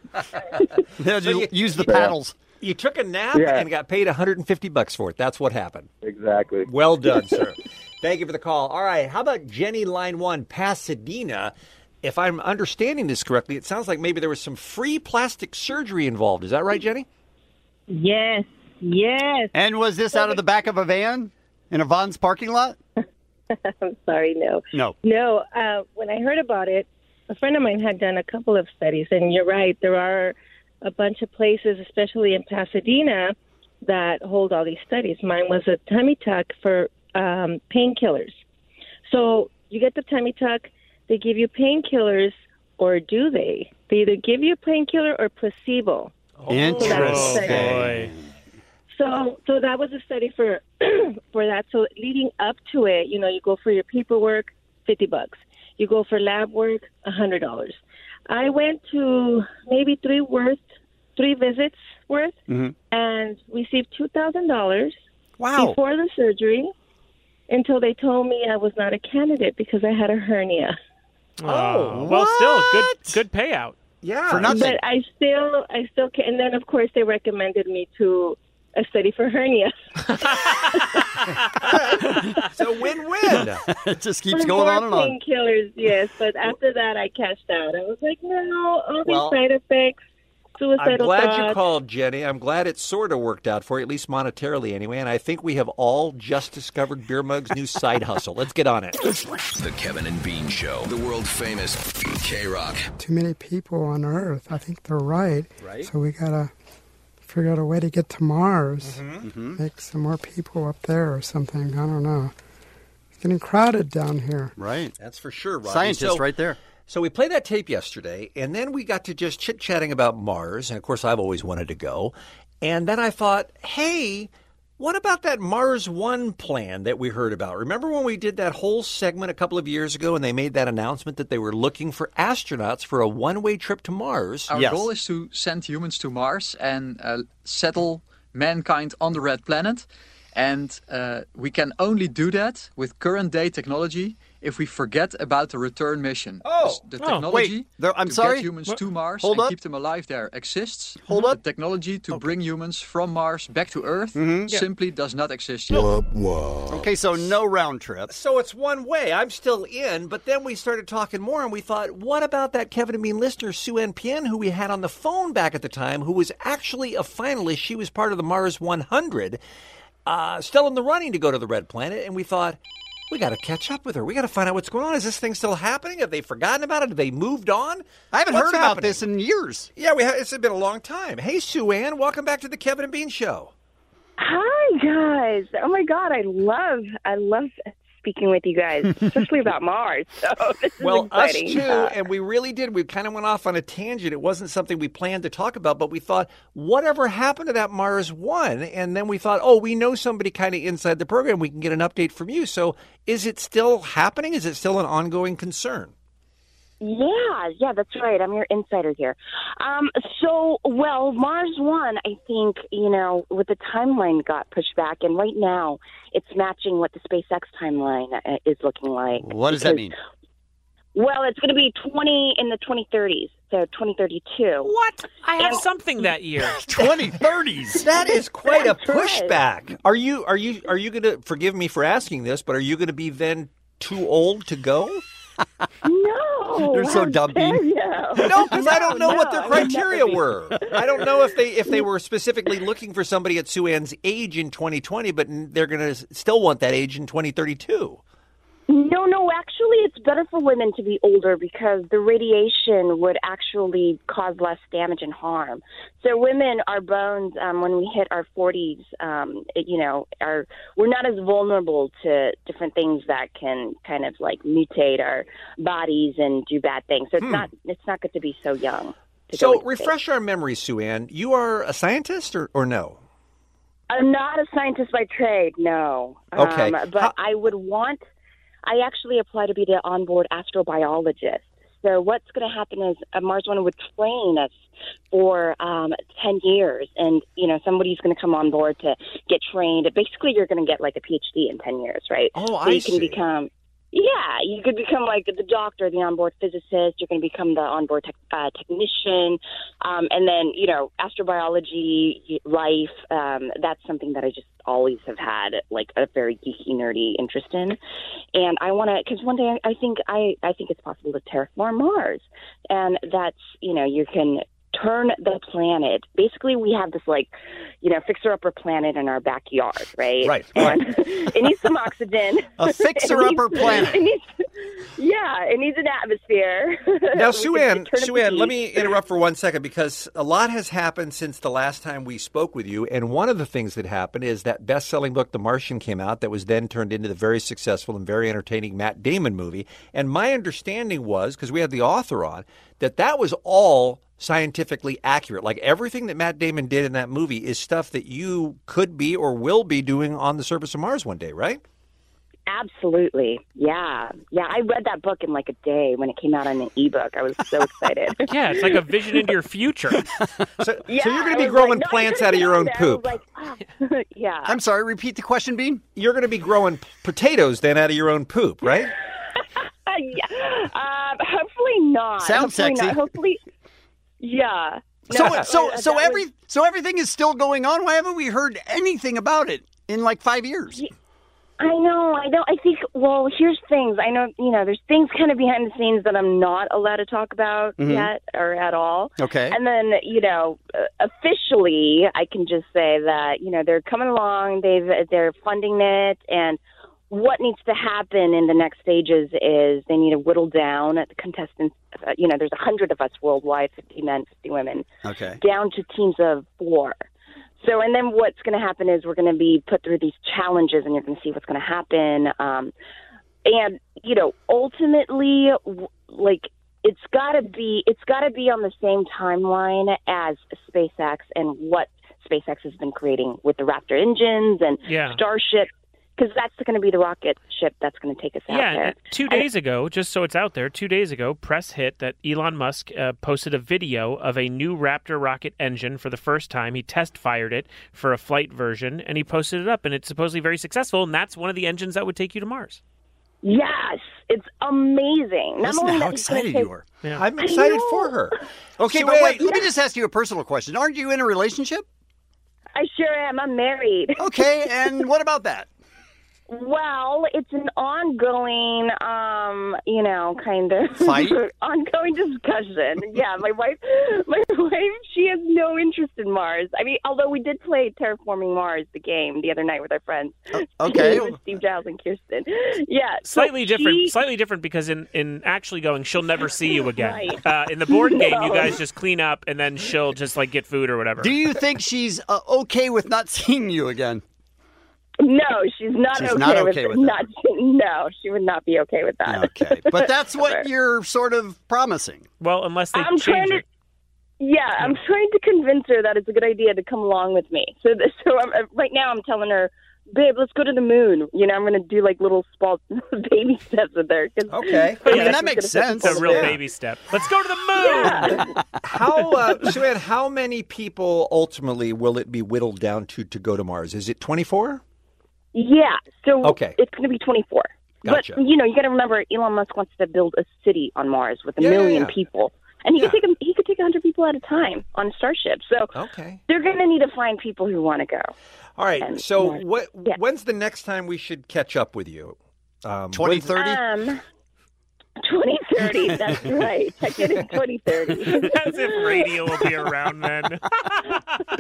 S8: Yeah,
S16: you
S8: use
S16: the paddles.
S8: You took a nap
S16: Yeah.
S8: and got paid 150 bucks for it. That's what happened.
S16: Exactly.
S8: Well done, sir. Thank you for the call. All right, how about Jenny Line 1 Pasadena? If I'm understanding this correctly, it sounds like maybe there was some free plastic surgery involved. Is that right, Jenny?
S9: Yes, yes. And was this out of the back of a van in a Vaughn's parking lot?
S7: I'm sorry, no.
S9: No.
S7: No, uh, when I heard about it, a friend of mine had done a couple of studies, and you're right, there are a bunch of places, especially in Pasadena, that hold all these studies. Mine was a tummy tuck for um, painkillers. So you get the tummy tuck, they give you painkillers, or do they? They either give you a painkiller or placebo.
S28: Interesting.
S7: So, so that was a study for for that. So, leading up to it, you know, you go for your paperwork, fifty bucks. You go for lab work, a hundred dollars. I went to maybe three worth, three visits worth,
S9: Mm-hmm.
S7: and received two thousand dollars.
S28: Wow.
S7: Before the surgery, until they told me I was not a candidate because I had a hernia.
S22: Oh, well, still good, good payout.
S8: Yeah,
S7: But I still, I still can. And then, of course, they recommended me to a study for hernia.
S8: so win-win.
S9: it just
S7: For more Painkillers, yes. But after that, I cashed out. I was like, no, all these
S8: Well,
S7: side effects,
S8: I'm
S7: suicidal
S8: glad you
S7: thoughts.
S8: called, Jenny. I'm glad it sort of worked out for you, at least monetarily anyway. And I think we have all just discovered Beer Mug's new side hustle. Let's get on it.
S10: The Kevin and Bean Show, the world famous K Rock.
S17: Too many people on Earth. I think they're right.
S10: Right.
S17: So we gotta figure out a way to get to Mars. Make some more people up there or something. I don't know. It's getting crowded down here.
S8: Right. That's for sure, Robbie.
S17: Scientist right
S8: there. So we played that tape yesterday, and then we got to just chit chatting about Mars. And of course, I've always wanted to go. And then I thought, hey, what about that Mars One plan that we heard about? Remember when we did that whole segment a couple of years ago and they made that announcement that they were looking for astronauts for a one way trip to Mars?
S18: Our goal is to send humans to Mars and uh, settle mankind on the red planet. And uh, we can only do that with current day technology if we forget about the return mission.
S9: Oh,
S18: the
S9: oh,
S18: technology
S9: wait, there- I'm
S18: to
S9: sorry.
S18: get humans
S9: What?
S18: to Mars
S9: Hold
S18: and
S9: up.
S18: keep them alive there exists.
S9: Hold up.
S18: The technology to bring humans from Mars back to Earth
S9: Yeah.
S18: simply does not exist yet.
S9: Okay, so no round trip.
S8: So it's one way. I'm still in, but then we started talking more, and we thought, what about that Kevin and Bean listener Sue Ann Pien, who we had on the phone back at the time, who was actually a finalist. She was part of the Mars 100, uh, still in the running to go to the Red Planet, and we thought. We got to catch up with her. We got to find out what's going on. Is this thing still happening? Have they forgotten about it? Have they moved on? I
S9: haven't heard about this
S8: in years. Yeah, we ha- it's been a long time. Hey, Sue Ann, welcome back to the Kevin and Bean Show.
S7: Hi guys! Oh my god, I love, I love speaking with you guys, especially about Mars. So this is
S8: Well, us
S7: exciting.
S8: too,
S7: Uh,
S8: and we really did. We kind of went off on a tangent. It wasn't something we planned to talk about, but we thought, whatever happened to that Mars One? And then we thought, oh, we know somebody kind of inside the program. We can get an update from you. So, is it still happening? Is it still an ongoing concern?
S25: Yeah, yeah, that's right. I'm your insider here. Um, so, well, Mars One, I think, you know, with the timeline got pushed back, and right now it's matching what the SpaceX timeline uh, is looking like.
S9: What does that
S25: Because-
S9: mean?
S25: Well, it's going to be 20 in the 2030s, so 2032.
S22: What? I have
S25: And-
S22: something that year.
S8: 2030s. that is quite a
S25: That's right.
S8: pushback. Are you are you are you going to forgive me for asking this, but are you going to be then too old to go?
S7: Oh,
S25: No.
S8: They're so
S25: Oh, how
S8: dumb,
S25: dare
S8: Bean.
S25: you.
S8: No, because I don't know
S25: No,
S8: what their
S25: I would
S8: criteria
S25: never be-
S8: were. I don't know if they if they were specifically looking for somebody at Sue Ann's age in 2020, but n- they're going to still want that age in 2032.
S25: No, no, actually, it's better for women to be older because the radiation would actually cause less damage and harm. So, women, our bones, um, when we hit our 40s, um, it, you know, are we're not as vulnerable to different things that can kind of like mutate our bodies and do bad things. So,
S8: Hmm.
S25: it's not it's not good to be so young. to go
S8: So
S25: into space.
S8: refresh our memories, Sue Ann. You are a scientist or, or no?
S25: I'm not a scientist by trade, no.
S8: Okay.
S25: Um, but I would want, I actually apply to be the onboard astrobiologist. So what's going to happen is uh, Mars One would train us for um, 10 years, and, you know, somebody's going to come on board to get trained. Basically, you're going to get like a PhD in 10 years, right?
S8: Oh,
S25: so
S8: I
S25: you can
S8: see.
S25: become. Yeah, you could become like the doctor, the onboard physicist. You're going to become the onboard tech, uh, technician, um, and then you know astrobiology, life. Um, that's something that I just always have had like a very geeky, nerdy interest in, and I want to because one day I think I I think it's possible to terraform Mars, and that's you know you can turn the planet. Basically, we have this like you know fixer upper planet in our backyard, right?
S28: Right.
S25: And it needs some oxygen.
S8: A fixer-upper
S25: It needs-
S8: planet.
S25: it needs- yeah, it needs an atmosphere.
S8: Now,
S25: We
S8: Sue
S25: could
S8: Ann,
S25: turn it
S8: Sue Ann, let
S25: to
S8: me
S25: heat.
S8: interrupt for one second because a lot has happened since the last time we spoke with you. And one of the things that happened is that best selling book, The Martian, came out that was then turned into the very successful and very entertaining Matt Damon movie. And my understanding was, because we had the author on, that that was all scientifically accurate. Like everything that Matt Damon did in that movie is stuff that you could be or will be doing on the surface of Mars one day, right?
S25: Absolutely. Yeah. Yeah. I read that book in like a day when it came out on an ebook. I was so excited.
S22: Yeah, it's like a vision into your future.
S8: so,
S25: Yeah,
S8: so you're going
S25: I
S8: to be
S25: was
S8: growing
S25: like, no, I
S8: plants
S25: couldn't
S8: out of
S25: get
S8: your
S25: out
S8: own
S25: of
S8: poop.
S25: there. I was like, oh, yeah.
S8: I'm sorry, repeat the question, Bean. Uh, You're going to be growing p- potatoes then out of your own poop, right?
S25: yeah. Um, hopefully not.
S8: Sounds
S25: hopefully
S8: sexy.
S25: Not. Hopefully. Yeah.
S9: so
S25: No,
S9: so
S25: uh,
S9: so
S25: that
S9: every so everything is still going on. Why haven't we heard anything about it in like five years?
S25: I know, I know. I think. Well, here's things. I know, you know. There's things kind of behind the scenes that I'm not allowed to talk about
S8: Mm-hmm.
S28: Mhm.
S25: yet or at all.
S28: Okay.
S25: And then, you know, uh, officially, I can just say that you know they're coming along. They've they're funding it, and what needs to happen in the next stages is they need to whittle down the contestants. Uh, you know, there's a hundred of us worldwide, 50 men, 50 women
S28: Okay.
S25: down to teams of four. So, and then what's going to happen is we're going to be put through these challenges, and you're going to see what's going to happen. Um, and you know, ultimately, w- like it's got to be, it's got to be on the same timeline as SpaceX and what SpaceX has been creating with the Raptor engines and
S22: Yeah.
S25: Starship, because that's going to be the rocket ship that's going to take us
S22: Yeah,
S25: out there.
S22: and two days ago, just so it's out there, two days ago, press hit that Elon Musk uh, posted a video of a new Raptor rocket engine for the first time. He test fired it for a flight version, and he posted it up, and it's supposedly very successful. And that's one of the engines that would take you to Mars.
S25: Yes, it's amazing. Not
S9: Listen
S25: only
S9: to how
S25: that it's gonna
S9: excited
S25: take-
S9: you are.
S22: Yeah.
S8: I'm
S25: I
S8: excited
S25: know.
S8: for her.
S9: Okay,
S8: Sue
S9: but wait,
S8: Ann-
S9: let me just ask you a personal question. Aren't you in a relationship?
S25: I sure am. I'm married.
S9: Okay, and what about that?
S25: Well, it's an ongoing, um, you know, kind of
S28: Fight?
S25: ongoing discussion. Yeah, my wife, my wife, she has no interest in Mars. I mean, although we did play Terraforming Mars, the game, the other night with our friends.
S9: Oh,
S22: okay.
S25: with Steve Giles and Kirsten. Yeah, so
S22: Slightly different,
S25: she-
S22: slightly different because in, in actually going, she'll never see you again.
S25: Right.
S22: Uh, in the board game, you
S9: No.
S22: guys just clean up, and then she'll just like get food or whatever.
S9: Do you think she's uh, okay with not seeing you again?
S25: No, she's not
S9: She's
S25: okay,
S9: not okay with that.
S25: not, No, she would not be okay with that.
S9: Okay, But that's what you're sort of promising.
S22: Well, unless
S9: they
S25: I'm trying to. Yeah, I'm trying to convince her that it's a good idea to come along with me. So, th- so I'm, uh, right now I'm telling her, babe, let's go to the moon. You know, I'm going to do like little small baby steps with her. Cause
S8: Okay.
S25: Yeah, she's gonna put
S22: It's a real
S8: Yeah.
S22: baby step. Let's go to the moon.
S8: how, uh, Sue Ann, how many people ultimately will it be whittled down to to go to Mars? Is it 24?
S25: Yeah. So
S8: Okay.
S25: it's going to be 24.
S8: Gotcha.
S25: But you know, you got to remember, Elon Musk wants to build a city on Mars with a
S28: Yeah, yeah,
S25: million
S28: yeah.
S25: people, and he could take a, he could take 100 people at a time on a Starship. So
S8: okay.
S25: they're going to need to find people who want to go.
S8: Oh. All right.
S25: And
S8: so
S25: Mars.
S8: what? when's the next time we should catch up with you? Um, when's-
S25: Um, 2030. That's right. Check in in 2030.
S5: As if radio will be around then.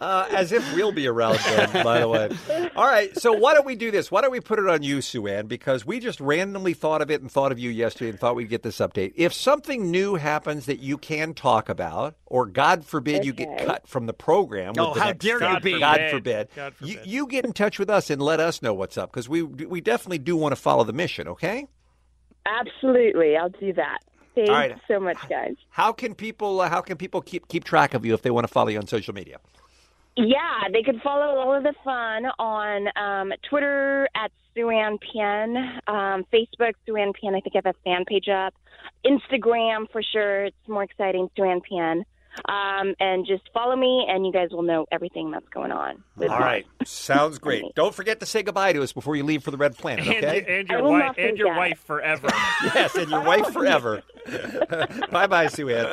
S8: Uh, as if we'll be around then, by the way. All right, so why don't we do this? Why don't we put it on you, Sue Ann? Because we just randomly thought of it and thought of you yesterday and thought we'd get this update. If something new happens that you can talk about, or God forbid you get
S9: Okay.
S8: cut from the program, with
S9: Oh,
S8: the
S9: how
S8: next-
S9: dare you God be. forbid.
S8: God forbid.
S9: God
S8: You, you get in touch with us and let us know what's up because we we definitely do want to follow the mission. Okay.
S25: Absolutely. I'll do that. Thanks
S8: All right.
S25: so much, guys.
S8: How can people uh, how can people keep keep track of you if they want to follow you on social media?
S25: Yeah, they could follow all of the fun on um, Twitter at Sue Ann Pien, um, Facebook Sue Ann Pien. I think I have a fan page up. Instagram for sure. It's more exciting, Sue Ann Pien. Um, and just follow me, and you guys will know everything that's going on. with
S8: All
S25: me.
S8: right, sounds great. Don't forget to say goodbye to us before you leave for the Red Planet,
S5: And,
S8: okay?
S5: and your wife and your wife forever.
S8: yes, and your wife forever. bye bye, Sue Ann.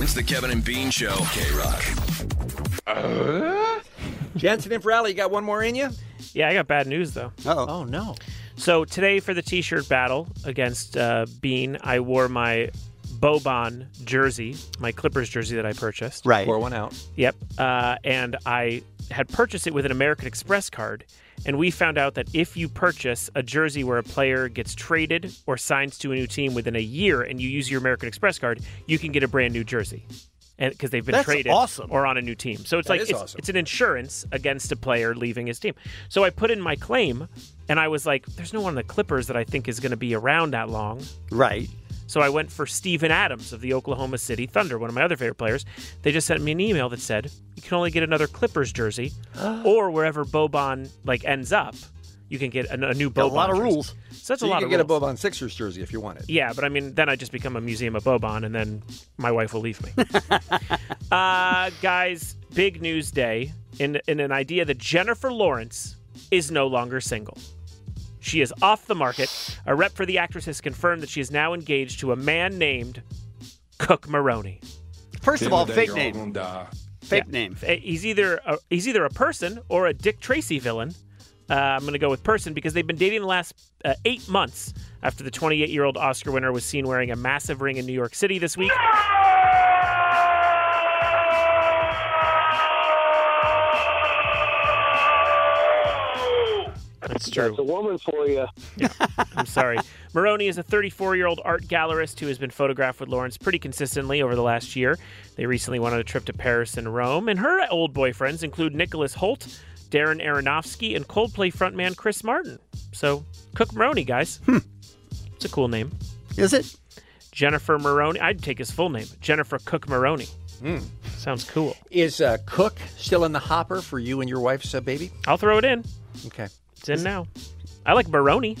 S10: It's the Kevin and Bean Show. K Rock.
S8: Jensen and Rally, you got one more in you?
S5: Yeah, I got bad news though.
S8: Oh, oh no.
S5: So today for the T-shirt battle against uh, Bean, I wore my Boban jersey, my Clippers jersey that I purchased.
S8: Right. Pour one out.
S5: Yep. Uh, and I had purchased it with an American Express card, and we found out that if you purchase a jersey where a player gets traded or signs to a new team within a year, and you use your American Express card, you can get a brand new jersey. And because they've been
S27: That's
S5: traded
S27: awesome.
S5: or on a new team, so it's
S27: That
S5: like
S27: is
S5: it's,
S27: awesome.
S5: it's an insurance against a player leaving his team. So I put in my claim, and I was like, "There's no one in the Clippers that I think is going to be around that long."
S8: Right.
S5: So I went for Steven Adams of the Oklahoma City Thunder, one of my other favorite players. They just sent me an email that said, "You can only get another Clippers jersey, or wherever Boban like ends up, you can get a, a new Boban."
S8: Got a lot of
S5: jersey."
S8: rules.
S5: So that's
S8: So
S5: a
S8: you
S5: lot
S8: can
S5: of
S8: get
S5: rules.
S8: a Boban Sixers jersey if you want it.
S5: Yeah, but I mean, then I just become a museum of Boban, and then my wife will leave me. uh, guys, big news day in, in an idea that Jennifer Lawrence is no longer single. She is off the market. A rep for the actress has confirmed that she is now engaged to a man named Cook Maroney.
S9: First of all, fake name. Fake name.
S5: Uh, He's either a, he's either a person or a Dick Tracy villain. Uh, I'm going to go with person because they've been dating the last uh, eight months after the 28 year old Oscar winner was seen wearing a massive ring in New York City this week. That's true. That's a
S19: woman for you.
S5: I'm sorry. Maroney is a 34 year old art gallerist who has been photographed with Lawrence pretty consistently over the last year. They recently went on a trip to Paris and Rome, and her old boyfriends include Nicholas Holt, Darren Aronofsky, and Coldplay frontman Chris Martin. So, Cook Maroney, guys.
S8: Hmm.
S5: It's a cool name.
S9: Is it?
S5: Jennifer Maroney. I'd take his full name, Jennifer Cook Maroney.
S8: Mm.
S5: Sounds cool.
S8: Is uh, Cook still in the hopper for you and your wife's uh, baby?
S5: I'll throw it in.
S8: Okay.
S5: It's in now. I like Maroney.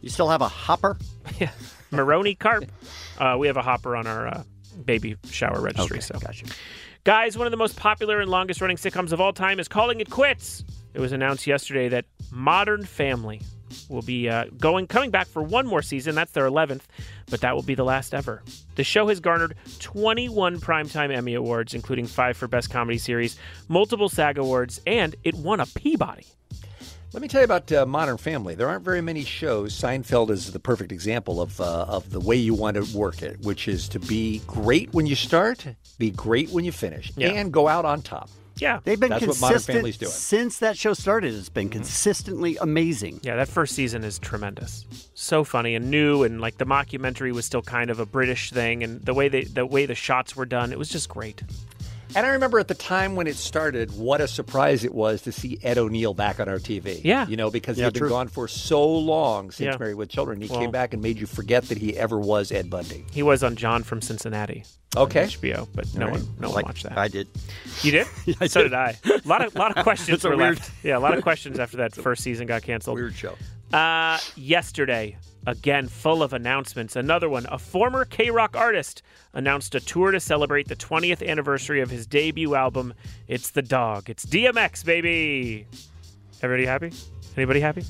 S9: You still have a hopper?
S5: Yeah. Maroney carp. Uh, we have a hopper on our uh, baby shower registry. so, guys, one of the most popular and longest running sitcoms of all time is calling it quits. It was announced yesterday that Modern Family will be uh, going coming back for one more season. That's their 11th, but that will be the last ever. The show has garnered 21 Primetime Emmy Awards, including five for Best Comedy Series, multiple SAG Awards, and it won a Peabody.
S8: Let me tell you about uh, Modern Family. There aren't very many shows. Seinfeld is the perfect example of uh, of the way you want to work it, which is to be great when you start, be great when you finish,
S9: Yeah.
S8: and go out on top.
S5: Yeah,
S9: They've been
S8: That's what
S9: consistent
S8: Modern Family's doing.
S9: since that show started. It's been consistently amazing.
S5: Mm-hmm. Yeah, that first season is tremendous. So funny and new, and like the mockumentary was still kind of a British thing, and the way they, the way the shots were done, it was just great.
S8: And I remember at the time when it started, what a surprise it was to see Ed O'Neill back on our TV.
S5: Yeah.
S8: You know, because
S5: Yeah,
S8: he'd been
S5: true.
S8: gone for so long since
S5: Yeah.
S8: Married with Children. He
S5: Well-
S8: came back and made you forget that he ever was Ed Bundy.
S5: He was on John from Cincinnati. on
S8: Okay.
S5: HBO, but no
S8: All right.
S5: one, no one
S8: Like
S5: watched that.
S8: I did.
S5: You did?
S8: I
S5: so
S8: did.
S5: did I. A lot of lot of questions
S8: It's a
S5: were
S8: weird-
S5: left. Yeah, a lot of questions after that first season got canceled. Weird
S8: show.
S5: Uh, yesterday, again, full of announcements. Another one. A former K Rock artist announced a tour to celebrate the 20th anniversary of his debut album, It's the Dog. It's DMX, baby. Everybody happy? Anybody happy?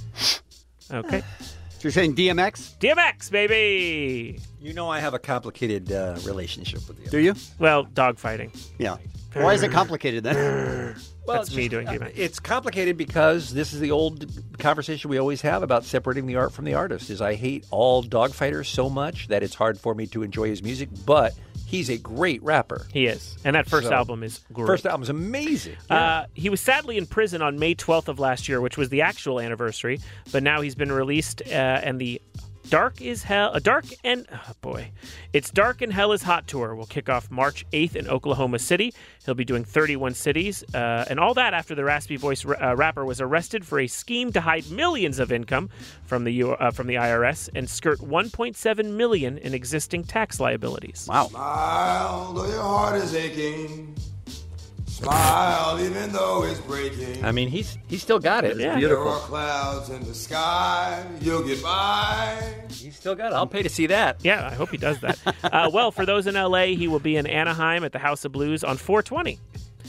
S5: Okay.
S9: So you're saying DMX?
S5: DMX, baby.
S8: You know, I have a complicated uh, relationship with the
S9: Do you?
S5: Well, dogfighting.
S9: Yeah. Why is it complicated then?
S5: That's me doing human.
S8: It's complicated because this is the old conversation we always have about separating the art from the artist. Is I hate all dogfighters so much that it's hard for me to enjoy his music, but he's a great rapper.
S5: He is, and that first
S8: So-
S5: album is great.
S8: First album's amazing.
S5: Uh, he was sadly in prison on May 12th of last year, which was the actual anniversary. But now he's been released, uh, and the Dark is Hell, a Dark and oh boy, it's Dark and Hell is Hot tour will kick off March 8th in Oklahoma City. He'll be doing 31 cities, uh, and all that after the raspy voice uh, rapper was arrested for a scheme to hide millions of income from the U- uh, from the IRS and skirt 1.7 million in existing tax liabilities.
S9: Wow.
S8: Ah.
S10: Smile, though your heart is aching. Smile, even though it's breaking.
S8: I mean, he's he's still got it.
S10: There are clouds in the sky. You'll get by.
S8: He's still got it. I'll pay to see that.
S5: Yeah, I hope he does that. uh, well, for those in LA, he will be in Anaheim at the House of Blues on 420.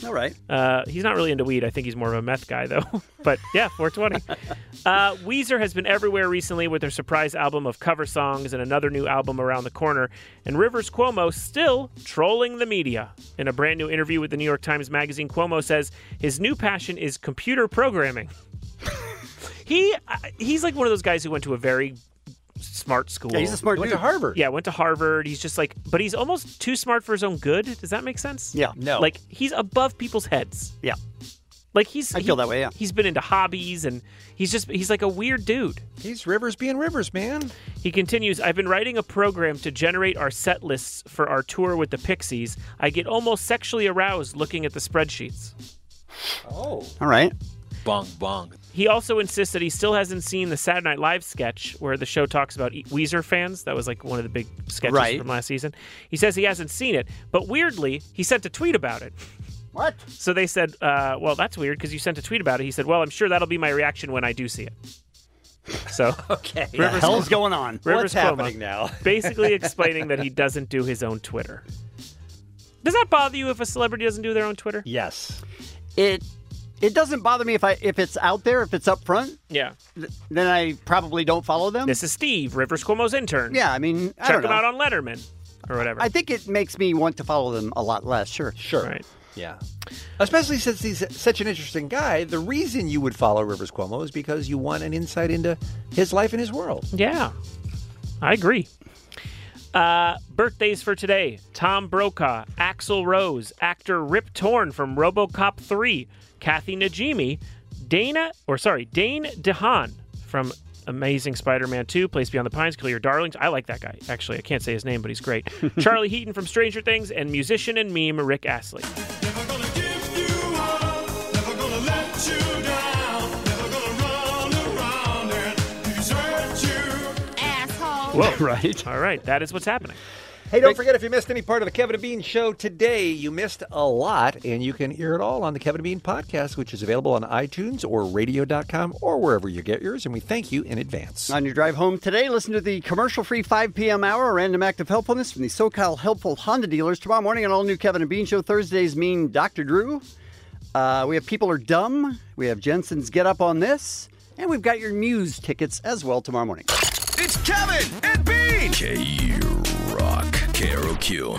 S9: All right.
S5: Uh, he's not really into weed. I think he's more of a meth guy, though. but yeah, 420. Uh, Weezer has been everywhere recently with their surprise album of cover songs and another new album around the corner. And Rivers Cuomo still trolling the media. In a brand new interview with the New York Times Magazine, Cuomo says his new passion is computer programming. he I- he's like one of those guys who went to a very smart school.
S9: Yeah, he's a smart He went to dude. Harvard.
S5: Yeah, went to Harvard. He's just like, but he's almost too smart for his own good. Does that make sense?
S9: Yeah. No.
S5: Like he's above people's heads.
S9: Yeah.
S5: Like he's
S9: I feel that way, yeah.
S5: He's been into hobbies and he's just he's like a weird dude.
S8: He's Rivers being Rivers, man.
S5: He continues, I've been writing a program to generate our set lists for our tour with the Pixies. I get almost sexually aroused looking at the spreadsheets.
S8: Oh.
S9: All right.
S8: Bong bong.
S5: He also insists that he still hasn't seen the Saturday Night Live sketch where the show talks about E- Weezer fans. That was like one of the big sketches
S9: Right.
S5: from last season. He says he hasn't seen it, but weirdly, he sent a tweet about it.
S9: What?
S5: So they said, uh, well, that's weird because you sent a tweet about it. He said, well, I'm sure that'll be my reaction when I do see it. So,
S8: okay.
S9: The hell's going on? What's happening now?
S5: basically explaining that he doesn't do his own Twitter. Does that bother you if a celebrity doesn't do their own Twitter?
S9: Yes. It it doesn't bother me if I if it's out there, if it's up front,
S5: Yeah.
S9: th- then I probably don't follow them.
S5: This is Steve, Rivers Cuomo's intern.
S9: Yeah, I mean, I
S5: check
S9: don't
S5: him
S9: know.
S5: out on Letterman or whatever.
S9: I think it makes me want to follow them a lot less. Sure.
S8: Sure.
S5: Right.
S8: Yeah. Especially since he's such an interesting guy, the reason you would follow Rivers Cuomo is because you want an insight into his life and his world.
S5: Yeah. I agree. Uh, birthdays for today Tom Brokaw, Axel Rose, actor Rip Torn from Robocop 3, Kathy Najimy, Dana, or sorry, Dane DeHaan from Amazing Spider Man 2, Place Beyond the Pines, Kill Your Darlings. I like that guy, actually. I can't say his name, but he's great. Charlie Heaton from Stranger Things, and musician and meme Rick Astley.
S21: Never gonna let you down. Never gonna run around and desert you. Asshole.
S5: Whoa. right. All right. That is what's happening.
S8: Hey, don't forget if you missed any part of the Kevin and Bean show today, you missed a lot, and you can hear it all on the Kevin and Bean podcast, which is available on iTunes or radio.com or wherever you get yours. And we thank you in advance.
S9: On your drive home today, listen to the commercial free 5 p.m. hour, random act of helpfulness from the SoCal Helpful Honda dealers tomorrow morning on all new Kevin and Bean Show. Thursdays mean Dr. Drew. Uh, we have People Are Dumb. We have Jensen's Get Up on This. And we've got your Muse tickets as well tomorrow morning.
S42: It's Kevin and Bean. K Rock. K R O Q.